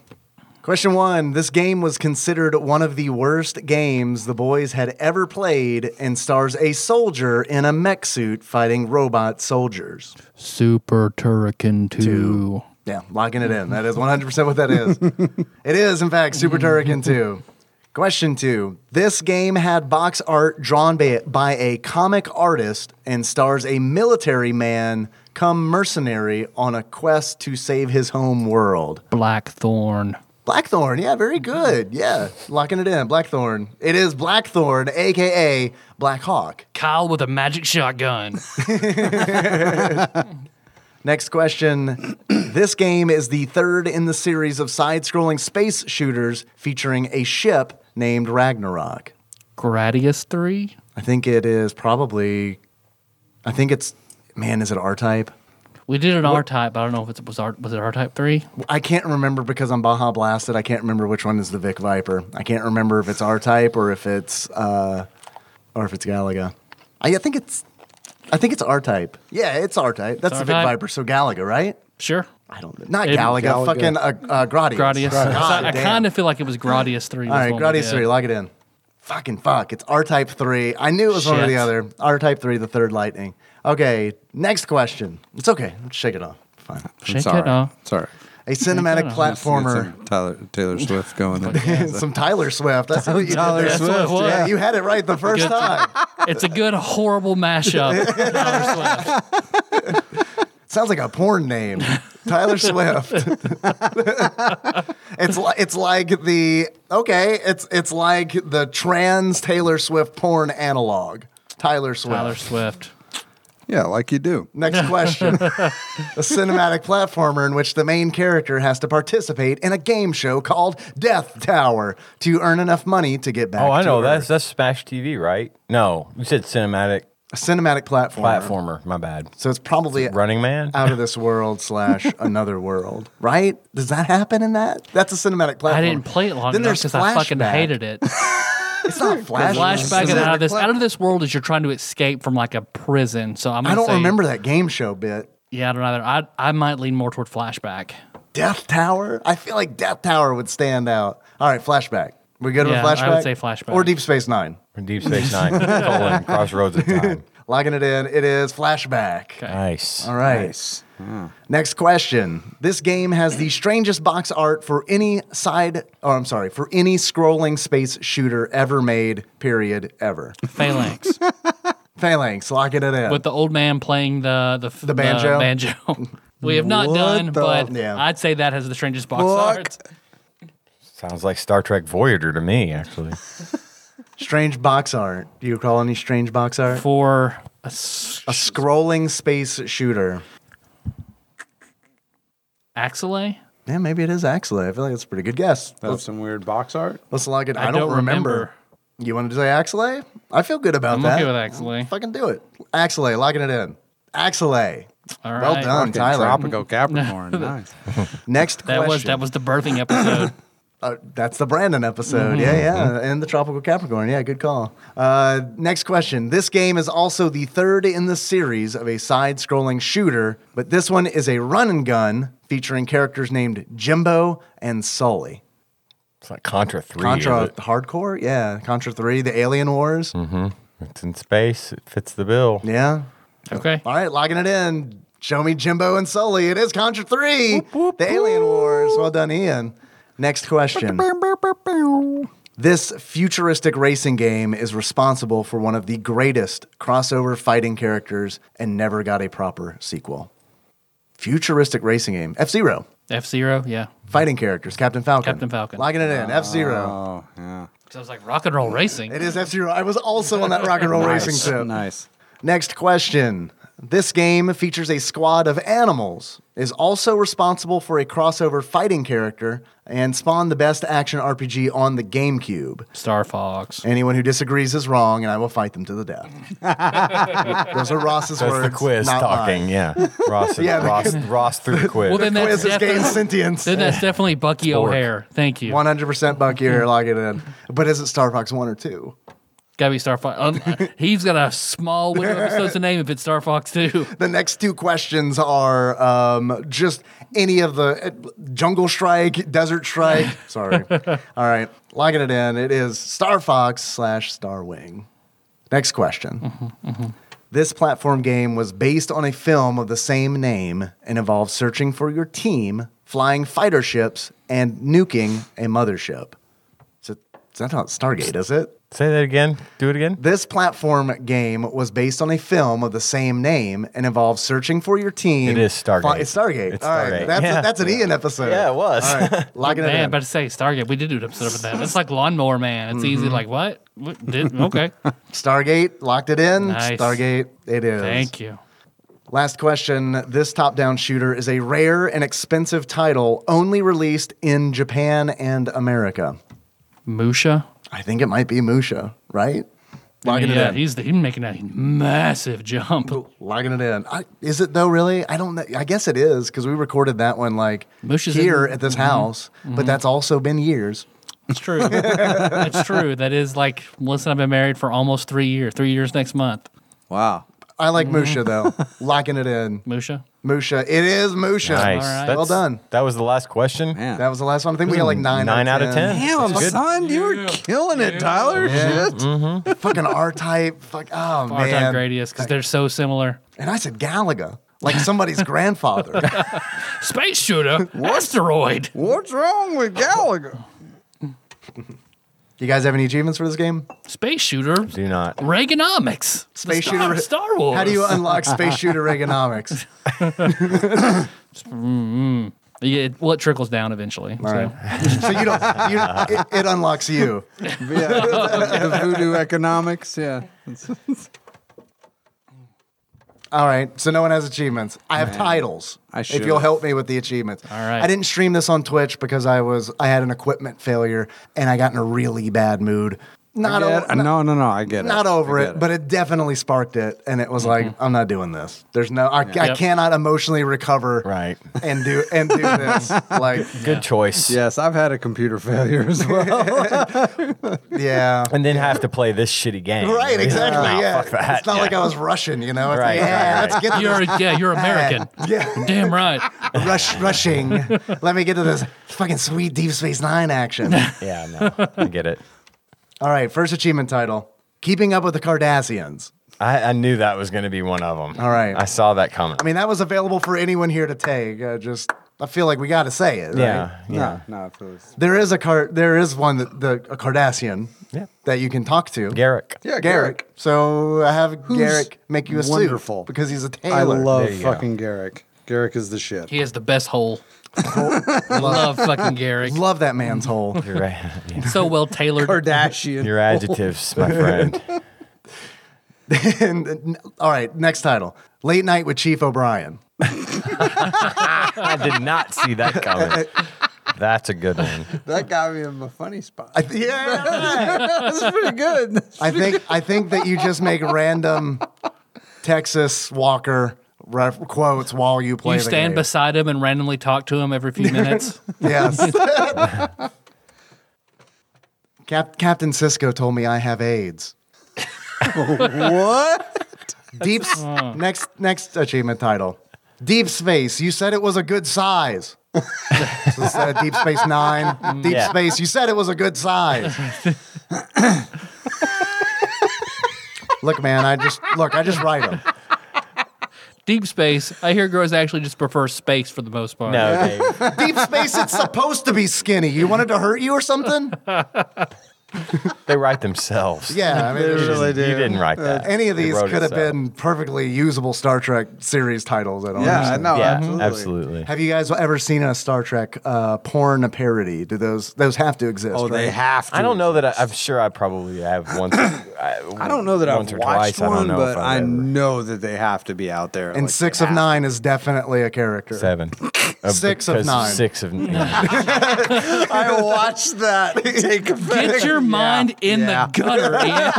S3: Question one This game was considered one of the worst games the boys had ever played and stars a soldier in a mech suit fighting robot soldiers.
S1: Super Turrican Two.
S3: Yeah, locking it in. That is 100% what that is. it is, in fact, Super Turrican 2. Question two. This game had box art drawn by, by a comic artist and stars a military man come mercenary on a quest to save his home world.
S1: Blackthorn.
S3: Blackthorn, yeah, very good. Yeah, locking it in. Blackthorn. It is Blackthorn, aka Black Hawk.
S1: Kyle with a magic shotgun.
S3: Next question. (clears throat) this game is the third in the series of side scrolling space shooters featuring a ship named Ragnarok.
S1: (laughs) Gradius Three.
S3: I think it is probably, I think it's, man, is it R type?
S1: We did an R type. I don't know if it was R. Was it R type three?
S3: I can't remember because I'm Baja Blasted. I can't remember which one is the Vic Viper. I can't remember if it's R type or if it's uh, or if it's Galaga. I, I think it's I think it's R type. Yeah, it's R type. That's the Vic
S1: R-type.
S3: Viper. So Galaga, right?
S1: Sure.
S3: I don't know. Not
S1: It-
S3: Galaga.
S2: Galaga.
S3: Fucking uh, uh, Gradius.
S1: Gradius.
S3: God
S1: I,
S3: damn.
S1: kind of feel like it was Gradius Three.
S3: All
S1: was
S3: right,
S1: one we did.
S3: Gradius three. Lock it in. Fucking fuck. It's R type three. I knew it was one or
S1: Shit.
S3: the other. R type three, the third lightning. Okay. Next question. It's okay. Shake it off. Fine.
S1: Shake it off.
S2: Sorry.
S3: A cinematic
S1: off.
S3: platformer.
S2: Tyler Taylor Swift going
S3: And (laughs) some Tyler Swift. That's what you did
S2: Tyler
S3: there.
S1: That's what it
S2: Swift,
S1: was.
S3: Yeah, you had it right the first
S1: Good.
S3: time.
S1: It's a good horrible
S3: (laughs)
S1: mashup. Tyler Swift.
S3: Sounds like a porn name, Tyler Swift. (laughs) it's li- it's like the okay. It's it's like the trans Taylor Swift porn analog, Tyler Swift.
S1: Tyler Swift.
S2: Yeah, like you do.
S3: Next question. a cinematic platformer in which the main character has to participate in a game show called Death Tower to earn enough money to get back
S4: (laughs) Oh, I
S3: to
S4: know
S3: Earth.
S4: that's that's Smash TV, right? No, you said cinematic.
S3: A cinematic platform.
S4: Platformer, my bad.
S3: So it's probably
S4: Running Man.
S3: out of this world slash another world, right? Does that happen in that? That's a cinematic platform.
S1: I didn't play it long
S3: then
S1: enough
S3: there's
S1: because I fucking
S3: flashback.
S1: hated it.
S3: It's not flashback.
S1: Flashback
S3: It's
S1: and out of this
S3: cinematic
S1: out of this world is you're trying to escape from like a prison. So I'm.
S3: I
S1: gonna
S3: don't
S1: say-
S3: remember that game show bit.
S1: Yeah, I don't either. I I might lean more toward flashback.
S3: Death Tower? I feel like Death Tower would stand out. All right, flashback. We good
S1: Yeah, I
S3: with
S1: would
S3: flashback?
S1: say flashback.
S3: Or Deep Space Nine.
S4: From Deep Space Nine. colon, Crossroads of Time.
S3: Logging it in, it is flashback.
S4: Nice.
S3: All right. Next question. This game has the strangest box art for any side, or I'm sorry, for any scrolling space shooter ever made, period, ever.
S1: (laughs) Phalanx
S3: Phalanx, locking it in.
S1: with the old man playing the the the
S3: banjo?
S1: banjo. (laughs) we have not
S2: What
S1: done,
S2: the-
S1: but
S3: Yeah.
S1: I'd say that has the strangest box
S2: Fuck.
S1: art.
S4: Sounds like Star Trek Voyager to me, actually.
S3: strange box art. Do you recall any strange box art?
S1: for a s-
S3: A scrolling space shooter.
S1: Axelay?
S3: Yeah, maybe it is Axelay. I feel like that's a pretty good guess.
S5: That's some weird box art.
S3: Let's log it. I,
S1: I
S3: don't,
S1: don't
S3: remember.
S1: remember.
S3: You wanted to say Axelay? I feel good about
S1: I'm
S3: that.
S1: okay with Axelay.
S3: Fucking do it. Axelay, locking it in. Axelay.
S1: All right.
S3: Well done,
S5: Fucking
S3: Tyler.
S2: (laughs)
S5: Tropical Capricorn. nice.
S3: Next
S1: That
S3: question.
S1: was that was the birthing
S3: (coughs)
S1: episode.
S3: Uh, that's the Brandon episode. Yeah, yeah. And the Tropical Capricorn. Yeah, good call. Uh, next question. This game is also the third in the series of a side scrolling shooter, but this one is a run and gun featuring characters named Jimbo and Sully.
S4: It's like Contra 3.
S3: Contra
S4: is it?
S3: Hardcore? Yeah. Contra 3, the Alien Wars.
S4: It's in space. It fits the bill.
S3: Yeah.
S1: Okay.
S3: All right, logging it in. Show me Jimbo and Sully. It is Contra 3, the Alien Wars. Well done, Ian. Next question. This futuristic racing game is responsible for one of the greatest crossover fighting characters and never got a proper sequel. Futuristic racing game. F Zero.
S1: F Zero, yeah.
S3: Fighting characters. Captain Falcon.
S1: Captain Falcon.
S3: Logging it in. F Zero.
S5: Oh, yeah.
S1: So I was like rock and roll racing.
S3: It is F Zero. I was also on that rock and roll racing trip.
S5: Ah. (laughs) Nice.
S3: Next question. This game features a squad of animals, is also responsible for a crossover fighting character, and spawned the best action RPG on the GameCube.
S1: Star Fox.
S3: Anyone who disagrees is wrong, and I will fight them to the
S4: (laughs)
S3: death. Those are Ross's
S4: That's
S3: words.
S4: the quiz
S3: not
S4: talking,
S3: mine.
S4: yeah. Ross,
S3: Yeah, the-
S4: Ross, Ross through the quiz.
S1: Well then that's
S3: Quiz is
S1: definitely,
S3: gained sentience.
S1: then that's definitely Bucky O'Hare. Thank you.
S3: 100% Buck here, lock it in. But is it Star Fox 1 or 2?
S1: Gotta be Star Fox.
S3: (laughs)
S1: Um, he's got a small window of episodes to name if it's Star Fox two.
S3: The next two questions are um, just any of the uh, Jungle Strike, Desert Strike. Sorry. All right, logging it in. It is Star Fox slash Star Wing. Next question. This platform game was based on a film of the same name and involves searching for your team, flying fighter ships, and nuking a mothership. So that's not Stargate, is it?
S4: Say that again. Do it again.
S3: This platform game was based on a film of the same name and involves searching for your team.
S4: It is Stargate.
S3: Fi- It's Stargate.
S4: It's
S3: All right,
S4: Stargate.
S3: That's,
S4: Yeah.
S3: a, that's an Ian episode.
S4: Yeah, it was.
S3: All
S4: (laughs)
S3: right. Locking it
S1: Man,
S3: in.
S1: but to say Stargate, we did do an episode of that. It's like Lawnmower Man. It's
S3: Mm-hmm.
S1: easy. Like what? what? Did,
S3: (laughs)
S1: okay.
S3: Stargate, locked it in.
S1: Nice.
S3: Stargate, it is.
S1: Thank you.
S3: Last question. This top down shooter is a rare and expensive title only released in Japan and America.
S1: Musha.
S3: I think it might be Musha, right?
S1: I mean,
S3: Locking
S1: yeah,
S3: it in.
S1: he's he's making a massive jump.
S3: Logging it in. I, is it though? Really? I don't. know. I guess it is because we recorded that one like
S1: Mush is
S3: here
S1: in-
S3: at this house, but that's also been years.
S1: It's true. That's true. That is like, listen, I've been married for almost three years. Three years next month.
S5: Wow.
S3: I like Musha though. Locking it in.
S1: Musha.
S3: Musha. It is Musha.
S4: Nice.
S1: All right.
S4: That's-
S3: Well done.
S4: That was the last question.
S5: Man.
S3: That was the last one. I think we got like nine.
S4: Nine out of 10.
S5: Damn,
S4: That's good.
S5: son, you were killing it, Tyler.
S3: Yeah.
S5: Shit.
S2: Mm-hmm.
S3: (laughs) Fucking R type. Fuck. Oh
S1: Part time
S3: man.
S1: Gradius, because they're so similar.
S3: And I said Galaga, like somebody's grandfather.
S1: Space
S3: (laughs)
S1: shooter. Asteroid.
S5: What's wrong with
S2: (laughs)
S5: Gallagher?
S3: You guys have any achievements for this game?
S1: Space shooter.
S4: Do not.
S1: Reaganomics. The
S3: Space
S1: Star,
S3: shooter-
S1: Star Wars.
S3: How do you unlock space shooter economics?
S1: Yeah, it, well, it trickles down eventually. so.
S3: so you don't. You, it, it unlocks you.
S5: Yeah, the voodoo economics. Yeah.
S3: All right. So no one has achievements. I have titles.
S5: I
S3: If you'll
S5: should've.
S3: help me with the achievements. All
S1: right.
S3: I didn't stream this on Twitch because I was I had an equipment failure and I got in a really bad mood. not
S2: I get-
S3: o- not-
S2: no, no, no. I get it.
S3: not over
S2: I
S3: it,
S2: get
S3: but it definitely sparked it, and it was like, I'm not doing this. There's no, I, I
S1: Yep.
S3: cannot emotionally recover,
S4: Right.
S3: and do and do this. like,
S4: Good
S2: (laughs)
S4: choice.
S2: yes, I've had a computer failure as well.
S3: yeah,
S4: And then have to play this shitty game.
S3: right,
S4: It's like,
S3: exactly.
S4: nah,
S3: yeah,
S4: Ah, fuck that.
S3: it's not
S4: Yeah.
S3: like I was Russian, you know. It's
S4: Right,
S3: like, yeah,
S4: right, right.
S3: let's get to
S1: You're yeah, you're American.
S3: (laughs) Yeah.
S1: Damn right.
S3: this
S4: (laughs)
S3: rush rushing. Let me get to this fucking sweet Deep Space Nine
S4: (laughs)
S3: action.
S4: Yeah, no, I get it.
S3: All right, first achievement title: Keeping Up with the Cardassians.
S4: I, I knew that was going to be one of them.
S3: All right.
S4: I saw that coming.
S3: I mean, that was available for anyone here to take. Uh, just, I feel like we got to say it.
S2: (laughs)
S3: right?
S4: yeah, yeah.
S2: no, no, please.
S3: There is a car. There is one that the a Cardassian
S4: Yeah.
S3: that you can talk to.
S4: Garrick.
S2: Yeah,
S3: Garrick. So I have
S2: Who's
S3: Garrick make you a
S2: wonderful.
S3: suit because he's a
S2: I
S3: tailor.
S2: love
S4: There you go.
S2: fucking Garrick. Garrick is the shit.
S1: He has the best hole. Love fucking Garrick.
S3: love that man's
S4: (laughs)
S3: hole.
S4: You're right. Yeah.
S1: So well tailored.
S2: Kardashian.
S4: Your adjectives,
S3: (laughs)
S4: my friend.
S3: (laughs) and, and- all right, next title: Late Night with
S2: (laughs)
S3: Chief O'Brien.
S4: I did not see that coming. That's a good one.
S2: that got me in a funny spot.
S3: I th- (laughs) yeah,
S2: (laughs) That's pretty good.
S3: I think I think that you just make random Texas Walker ref- quotes while you play.
S1: You
S3: the
S1: stand
S3: game.
S1: beside him and randomly talk to him every few minutes.
S3: Yes. (laughs) Cap- Captain Cisco told me I have AIDS.
S2: what?
S3: Deep s-
S1: Oh.
S3: next next achievement title. Deep Space. You said it was a good size. (laughs) This is, uh, Deep Space
S1: Mm,
S3: Nine. Deep
S4: Yeah.
S3: Space. You said it was a
S1: (laughs)
S3: good size. look, man. I just look. I just write them.
S1: Deep space. I hear girls actually just prefer space for the most part.
S4: No, Dave.
S3: Deep Space. It's supposed to be skinny. You wanted to hurt you or something?
S4: They write themselves.
S3: Yeah. I mean,
S2: They
S3: it's just-
S2: really do.
S4: You didn't write that.
S3: Uh, any of
S4: They
S3: these
S4: wrote
S3: could have
S4: itself.
S3: been perfectly usable Star Trek series titles. I
S2: (laughs)
S3: don't
S2: Yeah, I
S3: understand.
S2: know.
S4: yeah,
S2: absolutely.
S4: absolutely.
S3: Have you guys ever seen a Star Trek uh, porn parody? Do those those have to exist?
S2: Oh, they
S3: right?
S2: have to.
S4: I don't know that I, I'm sure I probably have (coughs) once. I,
S2: I don't know that I've
S4: once or
S2: watched
S4: twice. I don't
S2: one,
S4: know
S2: but
S4: if
S2: I
S4: I've ever-
S2: know that they have to be out there.
S3: And
S2: like,
S3: six
S2: they
S3: of
S2: have-
S3: nine is definitely a character.
S4: (laughs) Seven. Uh,
S3: Six of
S4: because
S3: nine.
S4: Six of (laughs) nine.
S2: I watched that. (laughs) Take
S1: Get
S2: (laughs)
S1: your mind in
S2: yeah.
S1: the gutter, Ian.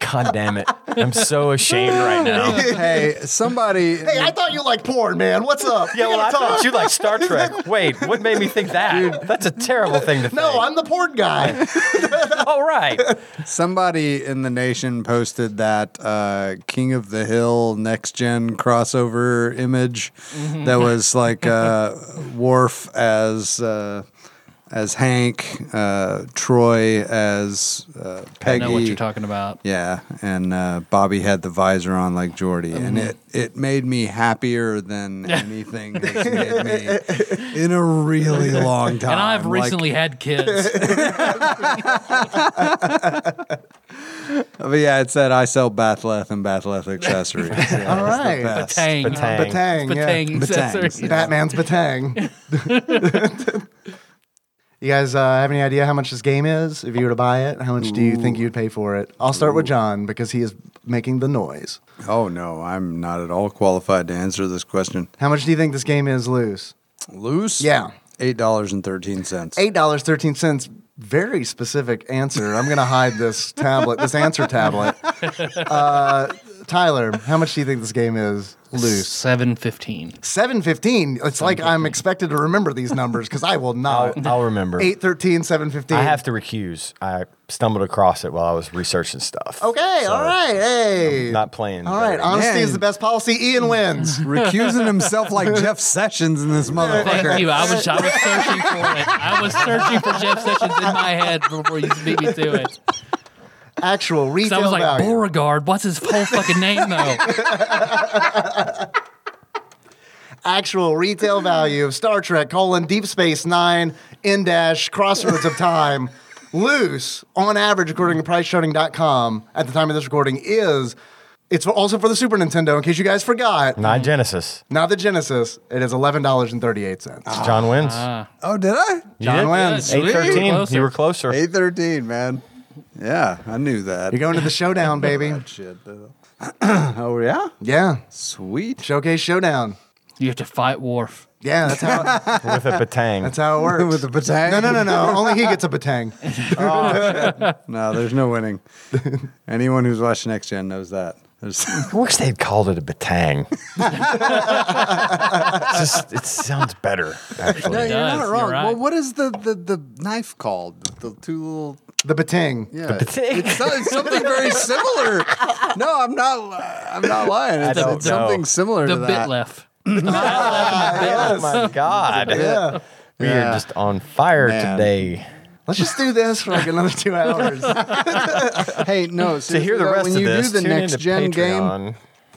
S4: God damn it. I'm so ashamed right now.
S2: hey, somebody.
S3: Hey, I thought you liked porn, man.
S2: (laughs)
S3: What's up?
S4: (laughs) Yeah, well, I
S3: talk.
S4: thought you like Star Trek. Wait, what made me think that? That's a terrible thing to think.
S3: No, I'm the porn guy.
S4: All right.
S2: Somebody in the nation posted that uh, King of the Hill next gen crossover image
S1: Mm-hmm. (laughs)
S2: that was like uh, Worf as uh, as Hank, uh, Troy as uh,
S1: I
S2: Peggy.
S1: know what you're talking about.
S2: Yeah, and uh, Bobby had the visor on like Jordy, and
S1: Mm-hmm.
S2: it, it made me
S1: (laughs)
S2: happier than anything has made me in a really long time.
S1: And I've
S2: Like,
S1: recently had kids.
S2: but yeah, it said I sell Bathleth and
S3: (laughs)
S2: Bathleth accessories. Yeah,
S3: All
S2: it was the
S3: right.
S2: best.
S1: Tang.
S4: Batang.
S3: Batang. yeah.
S1: Batang accessories.
S2: Batang.
S3: Batman's Batang. (laughs) you guys uh, have any idea how much this game is? If you were to buy it, how much do you think you'd pay for it? I'll start with John because he is making the noise.
S2: Oh no, I'm not at all qualified to answer this question.
S3: How much do you think this game is loose?
S2: Loose?
S3: Yeah.
S2: eight dollars and thirteen cents.
S3: eight dollars thirteen cents. Very specific answer. I'm gonna hide this tablet, this answer (laughs) tablet. Uh, Tyler, how much do you think this game is loose?
S1: Seven fifteen.
S3: Seven fifteen. It's like I'm expected to remember these numbers because I will
S4: I'll,
S3: not.
S4: I'll remember.
S3: Eight thirteen, seven fifteen.
S4: I have to recuse. I stumbled across it while I was researching stuff.
S3: Okay,
S4: So,
S3: all right, hey.
S4: Not playing.
S3: all right,
S4: dirty.
S3: honesty
S2: Man.
S3: is the best policy. Ian
S2: (laughs)
S3: wins.
S2: Recusing himself
S3: (laughs)
S2: like Jeff Sessions in this
S1: Thank
S2: motherfucker.
S1: you. I was I was searching for it. I was searching for Jeff Sessions in my head before you beat me to it.
S3: Actual
S1: So
S3: retail
S1: I was like
S3: value.
S1: Beauregard. What's his whole fucking name though?
S3: Actual retail value of Star Trek: colon, Deep Space Nine in dash Crossroads of Time. Loose on average, according to PriceCharting.com, at the time of this recording is. It's also for the Super Nintendo. In case you guys forgot,
S4: Not Genesis.
S3: not the Genesis. It is eleven dollars and thirty-eight cents.
S4: John wins.
S2: Oh, did I?
S3: Ah. John wins.
S1: Yeah,
S4: Eight
S1: sweet.
S4: thirteen.
S1: Closer.
S4: You were closer.
S2: Eight thirteen, man. Yeah, I knew that.
S3: You're going to the showdown,
S4: (laughs)
S3: baby.
S2: Shit. though. (clears throat) oh yeah,
S3: Yeah,
S2: sweet.
S3: showcase showdown.
S1: You have to fight Worf.
S3: Yeah, that's
S4: (laughs)
S3: how
S4: with a batang.
S2: (laughs)
S3: that's how it works.
S2: With a batang?
S3: No, no, no, no. Only he gets a batang.
S2: No, there's no
S3: (laughs)
S2: winning. Anyone who's watched Next Gen knows that. There's,
S4: I wish they'd called it
S2: (laughs)
S4: a batang. It's just it sounds better. Actually,
S1: It does, you're right.
S2: Well, what is the, the, the knife called? The two little.
S3: The batang.
S2: Yeah.
S4: batang.
S2: It's, so- it's something very similar. No, I'm not. li- I'm not lying. It's,
S4: don't
S2: it's
S4: know.
S2: something similar
S1: The
S2: to
S1: bit
S2: that.
S1: left.
S4: Oh my god!
S3: Yeah.
S4: We
S2: Yeah.
S4: are just on fire
S2: Man.
S4: today.
S3: Let's just do this for like another two hours.
S2: (laughs) Hey, no.
S4: To hear the rest
S2: when you
S4: of this,
S2: do the
S4: tune
S2: next
S4: into
S2: gen game,
S4: Patreon.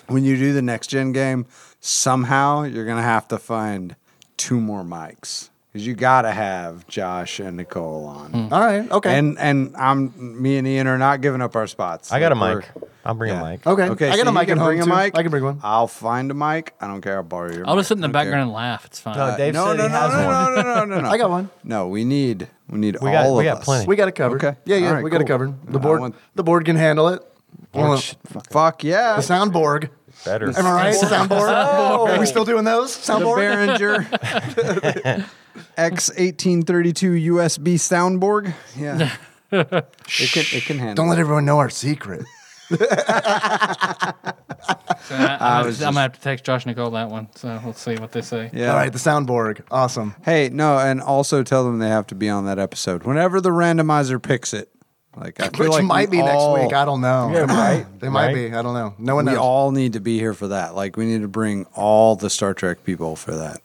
S2: when you do the next gen game, somehow you're gonna have to find two more mics because you gotta have Josh and Nicole on.
S4: Hmm.
S3: All right. Okay.
S2: And and I'm me and Ian are not giving up our spots.
S4: I got a
S2: Like,
S4: mic. I'll bring a mic.
S3: okay.
S2: we're- Okay,
S3: I got
S2: so
S3: a mic
S2: You
S3: at
S2: can
S3: home
S2: bring a
S3: too.
S2: mic.
S3: I can bring one.
S2: I'll find a mic. I don't care. I'll borrow your.
S1: I'll
S2: mic.
S1: just sit in the
S2: I don't
S1: background
S2: care.
S1: and laugh. It's fine.
S4: No, Dave
S2: No,
S4: said
S2: no,
S4: he
S2: no,
S4: has
S2: no,
S4: one.
S2: no, no, no, no.
S3: (laughs) I got one.
S2: No, we need we need
S4: We
S2: all
S4: got-
S2: of
S4: we got
S2: us.
S4: plenty.
S3: We got it covered.
S2: Okay.
S3: Yeah, yeah.
S2: All right,
S3: we got it
S2: cool.
S3: covered.
S2: I
S3: The board,
S2: want-
S3: the board can handle it. Well,
S4: Porch
S2: Oh, Fuck yeah!
S3: the soundboard.
S4: better.
S3: Am I right? Soundboard. Are we still doing those?
S2: the
S3: Soundboard.
S2: Behringer X eighteen thirty two USB soundboard. Yeah,
S1: (laughs)
S2: it can it can handle.
S3: Don't let
S2: it.
S3: everyone know our secret.
S1: So I, I
S2: was
S1: am gonna have to text Josh and Nicole that one. So let's see what they say.
S2: Yeah.
S3: All right. The soundboard. Awesome.
S2: Hey, no, and also tell them they have to be on that episode whenever the randomizer picks it. Like I feel
S3: Which
S2: like we
S3: might be
S2: all-
S3: next week. I don't know.
S4: Yeah, right,
S3: They might
S4: right.
S3: be. I don't know. No one
S2: We
S3: knows.
S2: all need to be here for that. Like we need to bring all the Star Trek people for that.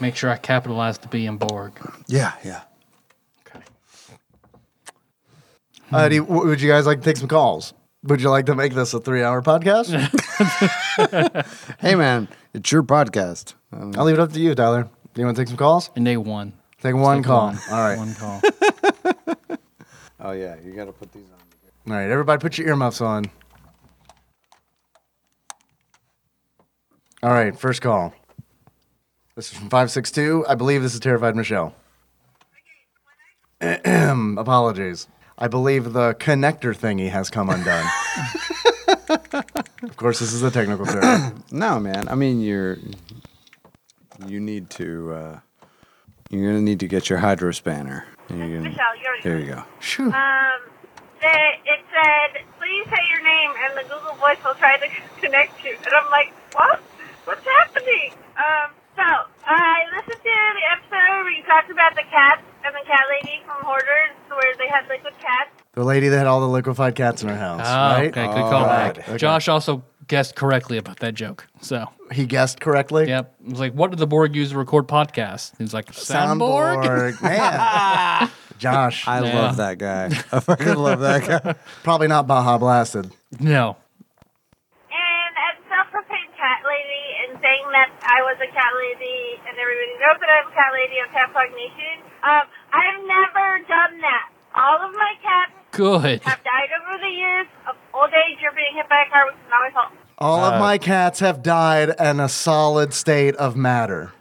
S1: Make sure I capitalize the B in Borg.
S2: Yeah, yeah.
S1: Okay.
S3: Uh, do you, w- would you guys like to take some calls? Would you like to make this a three-hour podcast?
S2: Hey man, it's your podcast. Um,
S3: I'll leave it up to you, Tyler. Do you want to take some calls?
S1: And they won.
S3: Take one
S1: Take
S3: call.
S1: one.
S3: All right.
S1: One call.
S2: Oh yeah, you got to put these on.
S3: All right. Everybody, put your earmuffs on. All right. First call. This is from five six two. I believe this is terrified Michelle. (clears throat) Ahem, Apologies. I believe the connector thingy has
S1: (laughs)
S3: come undone. of course, this is a
S1: (coughs)
S3: technical term.
S2: No, man. I mean, you're you need to uh, you're gonna need to get your hydro spanner. And you're gonna-
S6: Michelle, you're-
S2: there you go.
S3: Phew.
S6: Um, they, it said, please say your name, and the Google voice will try to (laughs) connect you. And I'm like, what? What's happening? Um, so I listened to the episode where you talked about the cats and the cat lady from Hoarders, where they had liquid cats.
S3: The lady that had all the liquefied cats in her house,
S1: Ah,
S3: right?
S1: Okay, good call back. Josh also guessed correctly about that joke. So,
S3: He guessed correctly.
S1: yep. I was like, what did the Borg use to record podcasts? He's like, Soundborg?
S3: Soundboard. Man. Josh.
S2: I
S1: Yeah.
S2: love that guy. (laughs) I fucking love that guy.
S3: Probably not Baja Blasted.
S1: No.
S6: And as a self-proclaimed cat lady, and saying that I was a cat lady, and everybody knows that I'm a cat lady of Cat Plug Nation, um, I've never done that. All of my cats
S1: Good.
S6: have died over the years of old age or being hit by a car, which is not my fault.
S3: All
S2: Uh,
S3: of my cats have died in a solid state of matter.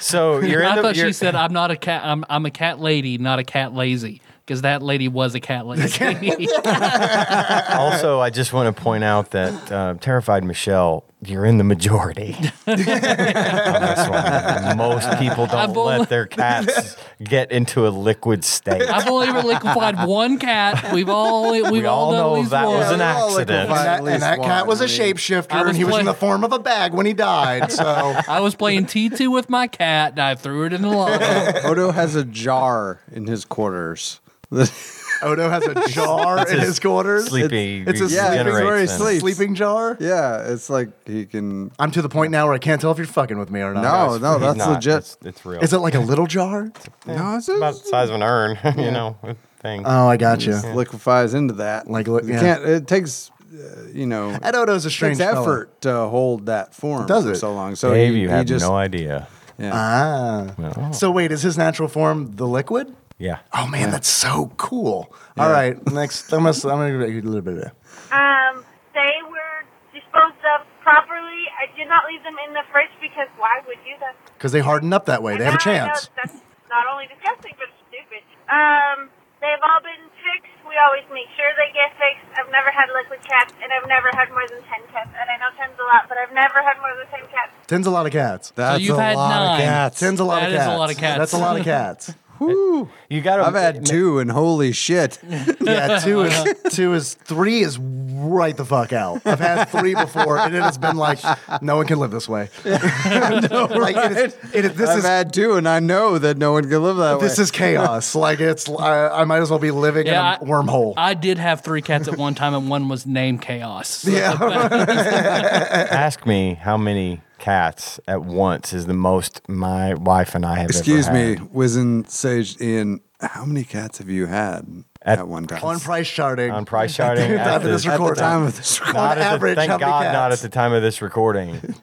S4: So you're in
S1: I
S4: the.
S1: thought
S4: you're-
S1: she said, I'm not a cat. I'm, I'm a cat lady, not a cat lazy. Because that lady was a
S4: (laughs)
S1: cat lazy.
S4: also, I just want to point out that uh, terrified Michelle, you're in the majority. on this one. Most people don't
S1: I've only-
S4: let their cats get into a liquid state.
S1: I've only ever liquefied one cat. We've all we've
S4: We all
S1: done at
S4: know
S1: least
S4: that
S1: one.
S4: was an
S2: we're all liquefied.
S4: accident.
S3: And that,
S2: at least
S3: and that cat
S2: one,
S3: was a
S2: I mean.
S3: shapeshifter,
S1: I was
S3: and he was in
S1: play-
S3: the form of a bag when he died.
S2: (laughs)
S3: So
S1: I was playing T2 with my cat, and I threw it in the
S4: (laughs)
S1: lava.
S2: (laughs) Odo has a jar in his quarters.
S3: Odo has a jar in
S4: his
S3: his quarters.
S4: (laughs) Sleepy.
S3: It's a
S2: yeah,
S3: sleeping-
S4: regenerates
S2: where he
S4: them.
S2: sleeps.
S3: sleeping jar.
S2: yeah, it's like he can.
S3: I'm to the point now where I can't tell if you're fucking with me or not.
S2: No,
S3: guys.
S2: no, that's
S4: Oh, Not-
S2: legit.
S4: It's, it's real.
S3: Is it like a little jar?
S2: no, it's,
S4: about the size of an urn? (laughs) you know, thing.
S3: Oh, I got you.
S2: it liquefies into that.
S3: Like, li-
S2: you
S3: yeah.
S2: can't. It takes, uh, you know,
S3: Ed Odo's a
S2: it
S3: strange
S2: takes
S3: fella.
S2: effort to hold that form.
S3: Does
S2: for
S3: it?
S2: so long? So
S4: Dave,
S2: he,
S4: you
S2: he
S4: have
S2: just,
S4: no idea.
S2: yeah.
S3: Ah. So wait, is his natural form the liquid?
S4: Yeah.
S3: Oh man, that's so cool. All right, next. I'm gonna. I'm gonna give you a little bit of.
S6: Um, they were disposed of properly. I did not leave them in the fridge because why would you? That's
S3: Because they harden up that way. They have a chance.
S6: That's not only disgusting but stupid. Um, they've all been fixed. We always make sure they get fixed. I've never had liquid cats, and I've never had more than ten cats. And I know ten's a lot, but I've never had more than ten cats.
S3: Ten's a lot of cats.
S2: That's
S1: you've had
S2: a
S1: nine.
S2: lot of cats.
S3: Ten's a lot
S1: That
S3: of
S1: is
S3: cats.
S1: a lot of cats.
S3: That's a lot of
S1: (laughs)
S3: cats.
S4: You got.
S2: I've had two, and holy shit.
S3: yeah, two is
S1: Uh-huh.
S3: two is three is right the fuck out. I've had three before, and it has been like no one can live
S1: (laughs)
S3: this way. (laughs) Like, it is- it is- this
S2: I've
S3: is
S2: had two, and I know that no one can live that way.
S3: this is chaos. Like it's I, I might as well be living
S1: Yeah,
S3: in
S1: I-
S3: a wormhole.
S1: I did have three cats at one time, and one was named Chaos. So
S3: yeah,
S4: (laughs) Ask me how many cats at once is the most my wife and I have.
S2: Excuse
S4: ever
S2: me,
S4: had.
S2: Wizen Sage Ian. How many cats have you had at, one time?
S3: on price charting.
S4: On price charting, at
S3: After this
S4: the-
S2: at the
S3: recording.
S2: time of this recording.
S4: not at the-
S3: average, how many
S4: thank God, not at
S3: cats?
S4: the time of this recording.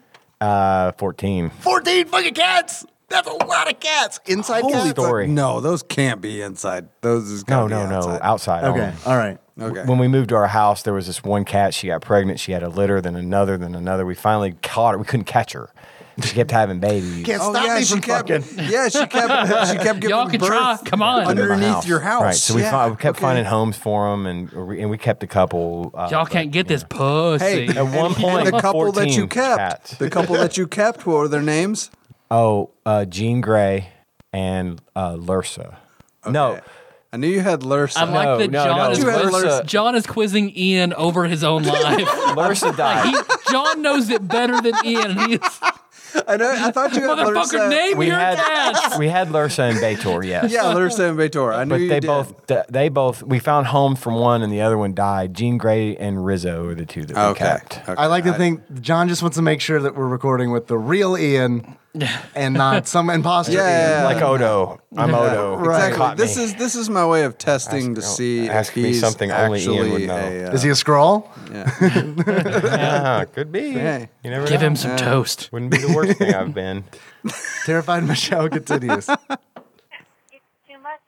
S4: Uh, fourteen.
S3: 14 fucking cats. That's a lot of cats. Inside
S4: Holy
S3: cats.
S4: story.
S2: No, those can't be inside. Those is
S4: No,
S2: gotta
S4: no,
S2: be
S4: no.
S2: outside.
S4: Outside.
S3: Okay.
S4: only.
S3: All right.
S2: Okay.
S4: When we moved to our house, there was this one cat. She got pregnant. She had a litter, then another, then another. We finally caught her. We couldn't catch her. She kept having babies.
S3: Can't
S2: Oh
S3: stop
S2: yeah,
S3: me
S2: she
S3: from
S2: kept. (laughs)
S3: fucking.
S2: Yeah, she kept. uh, She kept giving
S1: Y'all can
S2: birth
S1: try. Come on.
S4: under my
S2: underneath your house.
S4: Right. So we,
S2: Yeah,
S4: found, we kept
S2: okay.
S4: finding homes for them, and we- and we kept a couple. Uh,
S1: Y'all can't get this pussy.
S2: Hey,
S4: At one
S2: And
S4: point,
S2: the couple that you
S4: 14
S2: kept.
S4: cats.
S2: The couple that you kept. What were their names?
S4: Oh, uh, Jean Grey and uh, Lursa. No,
S2: I knew you had Lursa.
S4: (laughs)
S1: I
S4: No,
S1: like that
S4: no,
S1: John,
S4: no.
S1: Is
S2: You had
S1: quiz-
S4: Lursa.
S1: John is quizzing Ian over his own
S4: (laughs)
S1: life. (laughs)
S4: Lursa died.
S1: he, John knows it better than Ian. He
S4: (laughs)
S1: is,
S2: I know. I thought you had
S1: motherfucker,
S2: Lursa.
S1: name
S4: we
S1: your
S4: had
S1: cats.
S4: (laughs) we had Lursa and
S2: (laughs)
S4: Bator. Yes.
S2: Yeah, Lursa and Bator. I knew
S4: But
S2: you
S4: they
S2: did.
S4: both, th- they both, we found home from one and the other one died. Jean Grey and Rizzo are the two that we
S2: Okay.
S4: kept.
S2: Okay.
S3: I like to think John just wants to make sure that we're recording with the real
S2: (laughs)
S3: Ian and not some imposter.
S2: Yeah.
S3: Ian.
S4: Like Odo. I'm Odo.
S3: Right.
S2: Exactly.
S4: Caught
S2: This
S4: me.
S2: is this is my way of testing to
S4: Ask-
S2: see
S4: ask
S2: if
S4: me
S2: he's
S4: something only
S2: actually
S4: Ian would know.
S2: a, uh,
S3: Is he a scroll?
S2: yeah.
S4: Yeah, Ah, could be.
S2: Hey.
S4: You never
S1: Give
S4: know.
S1: him some toast.
S4: Wouldn't be the worst thing
S3: (laughs)
S4: I've been.
S3: Terrified
S2: (laughs)
S3: Michelle continues.
S6: It's too much.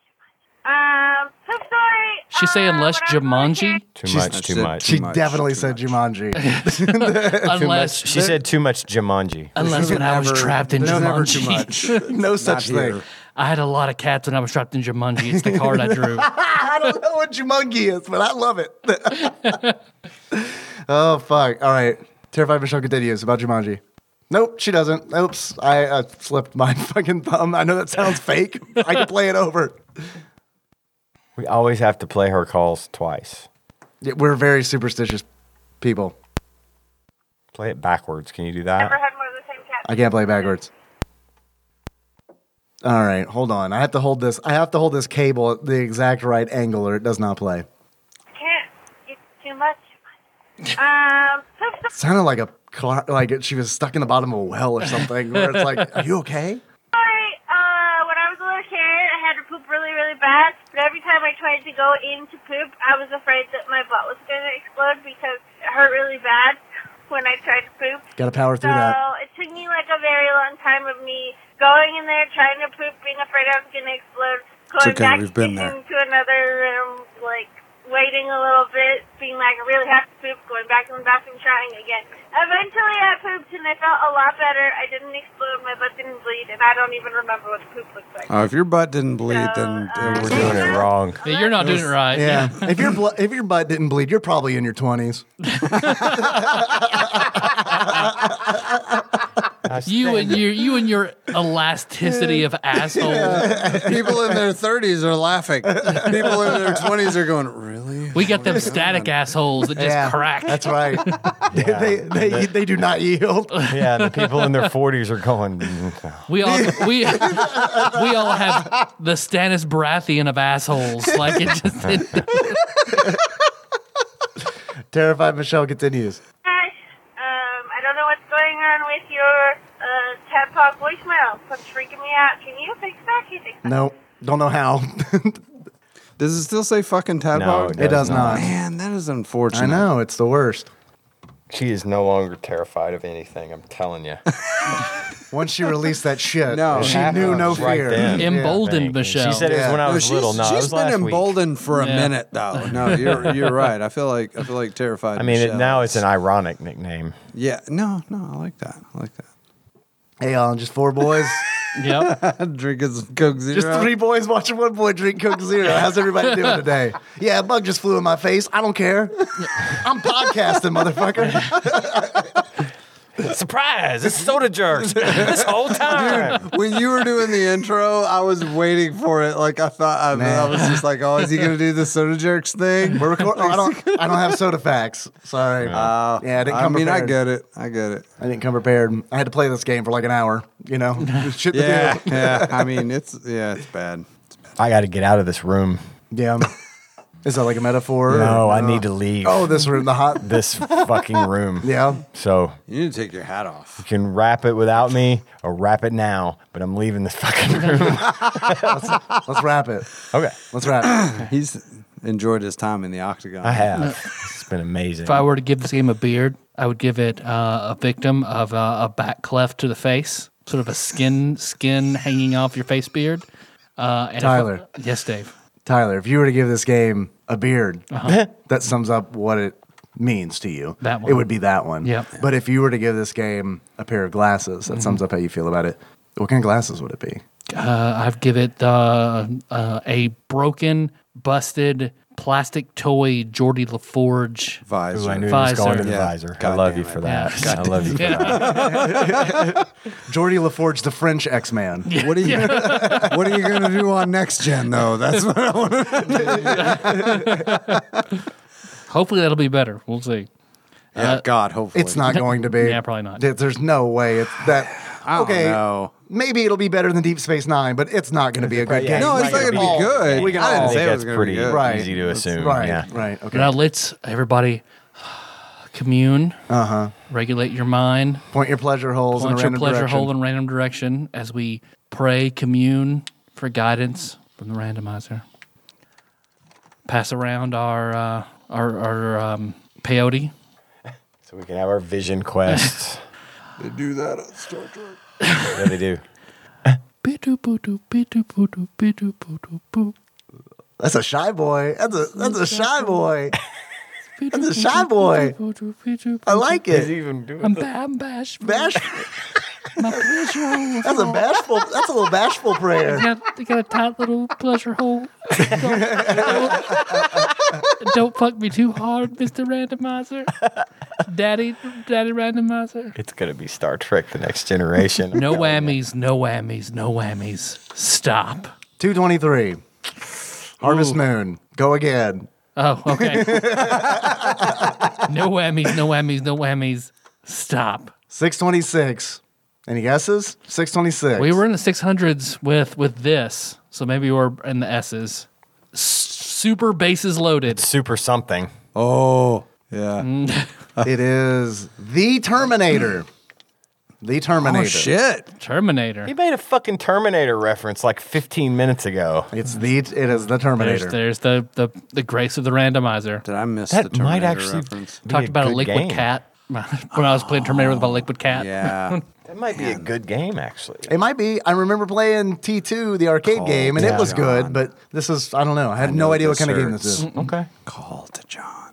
S6: Um, so sorry.
S1: She's saying
S6: uh,
S1: less
S6: when I was a
S1: Jumanji,
S6: kid-
S4: Too
S3: She's-
S4: much, too
S2: said
S4: much.
S3: She
S2: Too much,
S3: definitely
S2: too (laughs)
S3: said Jumanji.
S1: unless
S4: she said too much Jumanji.
S1: unless when I was
S2: Never-
S1: trapped in
S2: there's
S1: Jumanji.
S2: never too much. (laughs)
S3: No such
S2: here.
S3: thing.
S1: (laughs)
S3: (laughs)
S1: I had a lot of cats when I was trapped in Jumanji. It's the card I drew.
S3: Ah, I don't know what Jumanji is, but I love it. (laughs) oh fuck! All right, terrified Michelle continues about Jumanji. Nope, she doesn't. Oops, I uh, slipped my (laughs) fucking thumb. I know that sounds fake. I can play it over.
S4: We always have to play her calls twice.
S3: Yeah, We're very superstitious people.
S4: Play it backwards. Can you do
S6: Never
S4: that?
S6: had more of the same cat.
S3: I can't play backwards. All right, hold on. I have to hold this. I have to hold this cable at the exact right angle, or it does not play.
S6: can't. It's too much. Um, so
S3: Sounded like a car, like it, she was stuck in the bottom of a well or something. Where it's like, are you okay?
S6: sorry. Uh, when I was a little kid, I had to poop really, really bad. But every time I tried to go in to poop, I was afraid that my butt was going to explode because it hurt really bad when I tried to poop.
S3: Got to power
S6: So
S3: through that.
S6: it took me like a very long time of me going in there, trying to poop, being afraid I was going to explode, going
S2: okay,
S6: back
S2: we've been there.
S6: into another room, like waiting a little bit, being like, I really have to poop, going back in the bathroom, trying again. Eventually I pooped and I felt a lot better. I didn't explode, my butt didn't bleed, and I don't even remember what poop looked like.
S2: Oh, if your butt didn't bleed, then uh,
S6: uh,
S2: we're
S4: Doing
S2: doing it.
S4: it wrong.
S1: You're not doing it right.
S3: Yeah. if your blo- if your butt didn't bleed, you're probably in your twenties.
S1: You and your you and your elasticity of asshole.
S2: People in their 30s are laughing. People in their 20s are going, really?
S1: We got them static assholes that just crack.
S3: That's right. they, they, they do not yield.
S4: (laughs) Yeah, the people
S3: (laughs)
S4: in their 40s are going, "Mm, no."
S1: We all we we all have the Stannis Baratheon of assholes. Like it just it,
S3: Terrified Michelle continues.
S6: Guys, um, I don't know what's going on with your uh, Tadpog voicemail. It's freaking me out. Can you fix that? Can you fix that?
S3: No, don't know how.
S2: Does it still say fucking Tad
S4: No,
S2: Pod?
S3: it does not.
S2: Man, that is unfortunate.
S3: I know it's the worst.
S4: She is no longer terrified of anything. I'm telling (laughs) you.
S3: Once she released that shit,
S2: No,
S3: she
S4: Happened
S3: knew no
S4: right
S3: fear.
S1: (laughs)
S4: then.
S1: emboldened
S4: Thank you.
S1: Michelle.
S4: She said it was
S3: Yeah.
S4: when I
S2: No,
S4: was
S2: she's,
S4: little. No, it
S2: she's
S4: was
S2: been
S4: last week.
S2: emboldened for a
S1: Yeah.
S2: minute, though. No, you're you're right. I feel like I feel like terrified.
S4: I mean, it,
S2: Michelle
S4: now it's
S2: is-
S4: an ironic nickname.
S2: yeah. No, no, I like that. I like that. (laughs)
S3: Hey, y'all, just four boys.
S1: Yep.
S2: Drinking some Coke Zero.
S3: Just three boys watching one boy drink Coke Zero. How's everybody doing today? Yeah, a bug just flew in my face. I don't care. I'm podcasting, motherfucker.
S4: Surprise! It's soda jerks this whole time.
S2: (laughs) when you were doing the intro, I was waiting for it. Like I thought, I, I was just like, "Oh, is he gonna do the soda jerks thing?"
S3: (laughs) We're recording. I don't. I don't have soda facts. Sorry.
S2: Uh,
S3: yeah, I didn't
S2: I
S3: come
S2: mean, I
S3: prepared.
S2: get it. I get it.
S3: I didn't come prepared. I had to play this game for like an hour. You
S4: (laughs)
S3: know, shit.
S2: (laughs)
S3: to do.
S2: Yeah, yeah. I mean, it's yeah, it's bad. It's bad.
S4: I got to get out of this room.
S3: Yeah. Is that like a metaphor?
S4: No, I need to leave
S3: Oh, this room, the hot.
S4: this fucking room.
S3: Yeah.
S4: So
S2: You need to take your hat off.
S4: you can wrap it without me or wrap it now, but I'm leaving this (laughs) fucking room.
S3: Let's wrap it.
S4: Okay.
S3: Let's wrap it.
S2: (laughs) He's enjoyed his time in the octagon.
S4: I have. It's been amazing.
S1: If I were to give this game a beard, I would give it uh, a victim of uh, a back cleft to the face, sort of a skin skin hanging off your face beard. Uh, and if-
S3: Tyler.
S1: yes, Dave.
S3: Tyler, if you were to give this game a beard, that sums up what it means to you.
S1: Uh-huh. That one.
S3: It would be that one.
S1: Yep. Mm-hmm.
S3: But if you were to give this game a pair of glasses, that sums up how you feel about it. What kind of glasses would it be?
S1: Uh, I've give it uh, uh, a broken, busted plastic toy Geordie LaForge.
S4: Ooh,
S2: Visor.
S4: I knew he
S1: Visor.
S4: was going to the
S2: Yeah.
S4: visor. I
S2: God
S4: love
S2: damn
S4: you
S2: it.
S4: for
S1: Yeah,
S4: that. I love you for that.
S3: Jordy LaForge, the French X Man.
S2: What are you What are you gonna do on next gen though? That's what I want.
S1: (laughs) Hopefully that'll be better. We'll see.
S2: Yeah, God, hopefully
S3: It's not going to be.
S1: Yeah, probably not.
S3: There- There's no way it's that.
S2: I don't
S3: okay.
S2: know.
S3: Maybe it'll be better than Deep Space Nine, but it's not going to be a good game.
S4: Yeah,
S2: No, it's not
S4: Right.
S2: gonna be good.
S3: We can
S2: I
S3: all-
S2: didn't
S4: I
S2: say it was
S4: think that's
S2: gonna
S4: pretty
S2: be good.
S3: Right.
S4: easy to assume.
S3: Right,
S4: Yeah.
S3: right. Okay.
S1: Now let's everybody (sighs) commune, uh-huh. regulate your mind,
S3: Point your pleasure holes in a
S1: point your
S3: random
S1: pleasure
S3: direction.
S1: hole in random direction as we pray, commune for guidance from the randomizer. Pass around our uh, our, our um, peyote.
S4: So we can have our vision quests.
S2: They do that at Star Trek.
S4: yeah, they do.
S1: Pitu-putu, pitu-putu, pitu-putu-poo,
S3: That's a shy boy. That's a that's a shy boy. That's a shy
S1: pitu-putu,
S3: boy.
S1: pitu-putu, pitu-putu.
S3: I like it.
S4: even doing
S1: I'm, ba- I'm bashful.
S3: Bash.
S1: My pleasure hole.
S3: That's a bashful. That's a little bashful prayer.
S1: got, they got a tight little pleasure hole. Don't, don't- don't fuck me too hard, Mr. Randomizer. Daddy, Daddy Randomizer.
S4: It's gonna be Star Trek: The Next Generation.
S1: No whammies, no whammies, no whammies. Stop.
S3: Two twenty three. Harvest Moon. Go again.
S1: Oh, okay. no whammies, no whammies, no whammies. Stop.
S3: Six twenty six. Any guesses? Six twenty six.
S1: We were in the 600s with with this, so maybe we're in the S's. S- super bases loaded.
S4: Super something.
S2: Oh, yeah.
S3: It is the (laughs) Terminator. The Terminator.
S2: Oh shit.
S1: Terminator.
S4: He made a fucking Terminator reference like 15 minutes ago.
S3: It's the. It is the
S1: There's,
S3: Terminator.
S1: there's the, the, the grace of the randomizer.
S2: Did I miss the
S4: That
S2: Terminator
S4: might actually (laughs)
S2: reference? (laughs)
S4: be
S1: talked about a
S4: good
S1: liquid
S4: game.
S1: cat (laughs) when I was playing Terminator with a liquid cat.
S2: Yeah.
S4: That might be a good game actually.
S3: It might be. I remember playing T2, the arcade game, and it
S4: yeah.
S3: was good, but this is, I don't know. Oh, I had no
S2: know
S3: idea what
S2: this
S3: kind of game
S2: hurts.
S3: this is.
S4: Okay.
S2: Call to John.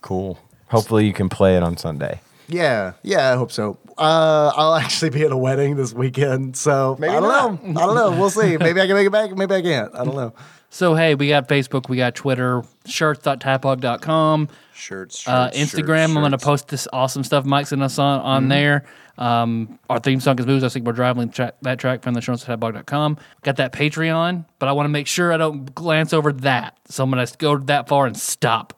S4: Cool. Hopefully you can play it on Sunday.
S3: Yeah. Yeah, I hope so. Uh, I'll actually be at a wedding this weekend, so
S4: Maybe
S3: I don't
S4: not.
S3: know. I don't know. We'll see. Maybe I can make it back. Maybe I can't. I don't know.
S1: So, hey, we got Facebook, we got Twitter, shirts.tapog.com,
S2: Shirts. shirts
S1: uh, Instagram.
S2: shirts,
S1: I'm going to
S2: shirts.
S1: post this awesome stuff Mike's and us on,
S3: Mm-hmm.
S1: on there. Um, our theme song is Moves. I think we're driving track, that track from the shirts.tapog.com. Got that Patreon, but I want to make sure I don't glance over that. So, I'm going to go that far and stop.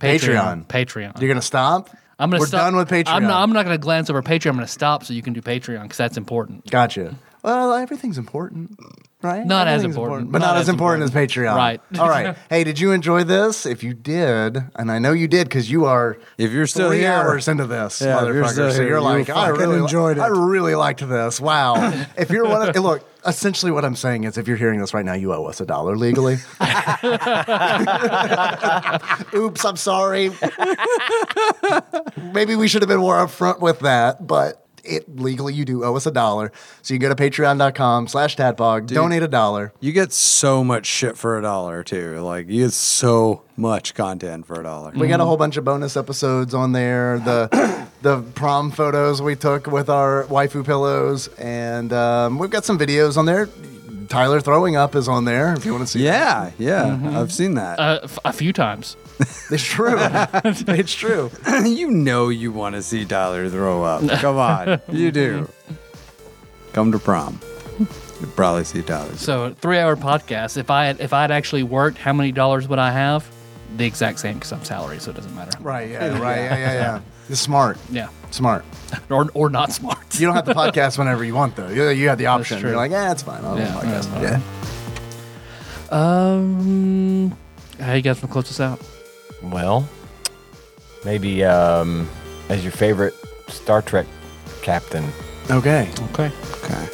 S3: Patreon.
S1: Patreon.
S3: You're going to stop?
S1: I'm gonna
S3: We're
S1: stop.
S3: done with Patreon.
S1: I'm not, I'm not going to glance over Patreon. I'm going to stop so you can do Patreon because that's important.
S3: Gotcha. Well, everything's important, right?
S1: Not as
S3: Everything's
S1: important.
S3: but not, as important, as Patreon.
S1: Right.
S3: (laughs) All right. Hey, did you enjoy this? If you did, and I know you did because you are
S2: If you're still
S3: three
S2: here-
S3: hours into this,
S2: Yeah, if you're
S3: motherfucker.
S2: still
S3: so
S2: here,
S3: you're
S2: you
S3: like, "Oh, I
S2: fucking
S3: really
S2: enjoyed
S3: I
S2: it."
S3: really liked this. Wow.
S2: (laughs)
S3: if you're one of hey, look, essentially what I'm saying is if you're hearing this right now, you owe us a
S2: (laughs)
S3: dollar legally. Oops, I'm sorry. Maybe we should have been more upfront with that, but it legally you do owe us a dollar. So you can go to patreon.com slash tadpog, donate a dollar.
S2: You get so much shit for a dollar too. Like you get so much content for a dollar.
S3: We
S1: Mm-hmm.
S3: got a whole bunch of bonus episodes on there.
S1: (clears throat)
S3: The the prom photos we took with our waifu pillows, and um, we've got some videos on there. Tyler throwing up is on there. If you want to see,
S2: Yeah, yeah, I've seen that.
S1: Uh, f- a few times.
S3: that. it's
S1: (laughs)
S3: true. it's true.
S2: (laughs) you know you want to see Tyler throw
S4: (laughs)
S2: up. Come on, you do. Come to prom. You probably see Tyler.
S1: So three hour podcast. If I had, if I had actually worked, how many dollars would I have? The exact same because I'm salary, so it doesn't matter.
S3: Right. Yeah. Right. Yeah. Yeah. Yeah. It's smart.
S1: Yeah,
S3: Smart.
S1: or or not smart.
S3: You don't have to podcast whenever you want, though. You, you have the option.
S1: true.
S3: You're like, yeah, it's fine. I'll
S1: Yeah,
S3: podcast.
S1: yeah,
S3: Yeah.
S1: Um, how you guys want to close this out?
S4: Well, maybe um, as your favorite Star Trek captain.
S3: Okay.
S1: Okay.
S2: Okay.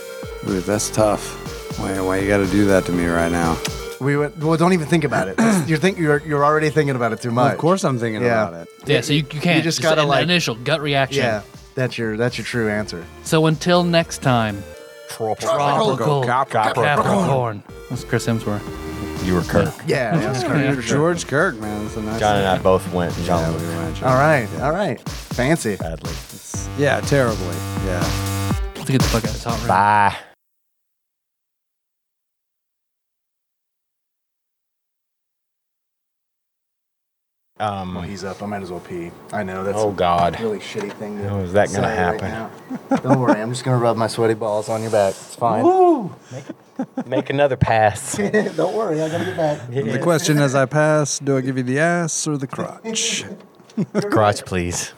S2: Ooh, that's tough. Why, why you got to do that to me right now?
S3: We went, well, don't even think
S1: (clears throat)
S3: about it. That's- you're think you're you're already thinking about it too much.
S2: of course, I'm thinking
S3: Yeah.
S2: about it.
S1: Yeah, so you, you can't.
S3: just
S1: It's
S3: gotta,
S1: an
S3: like-
S1: initial gut reaction.
S3: Yeah. That's your that's your true answer.
S1: So until next time, tropical
S2: Cap-
S1: Capricorn. That's Chris Hemsworth.
S4: You were Kirk.
S3: Yeah.
S1: (laughs) Yeah.
S2: George Kirk, man, that's a nice.
S4: John and I both went
S2: Yeah,
S4: John
S2: we
S4: Luke
S2: went.
S3: All right. All right. Fancy.
S4: badly.
S2: Yeah, terribly. Yeah.
S4: (laughs)
S1: Let's get the fuck out of this hot room.
S4: Bye.
S3: Well,
S4: Um,
S3: he's up. I might as well pee. I know that's
S4: oh God.
S3: a really shitty thing. To
S4: How is that gonna
S3: say
S4: happen?
S3: now. Don't worry. I'm just gonna rub my sweaty balls on your back. It's fine.
S4: Make another pass.
S3: Don't worry. I gotta get back.
S2: The question as I pass, do I give you the ass or the crotch?
S4: Crotch, please.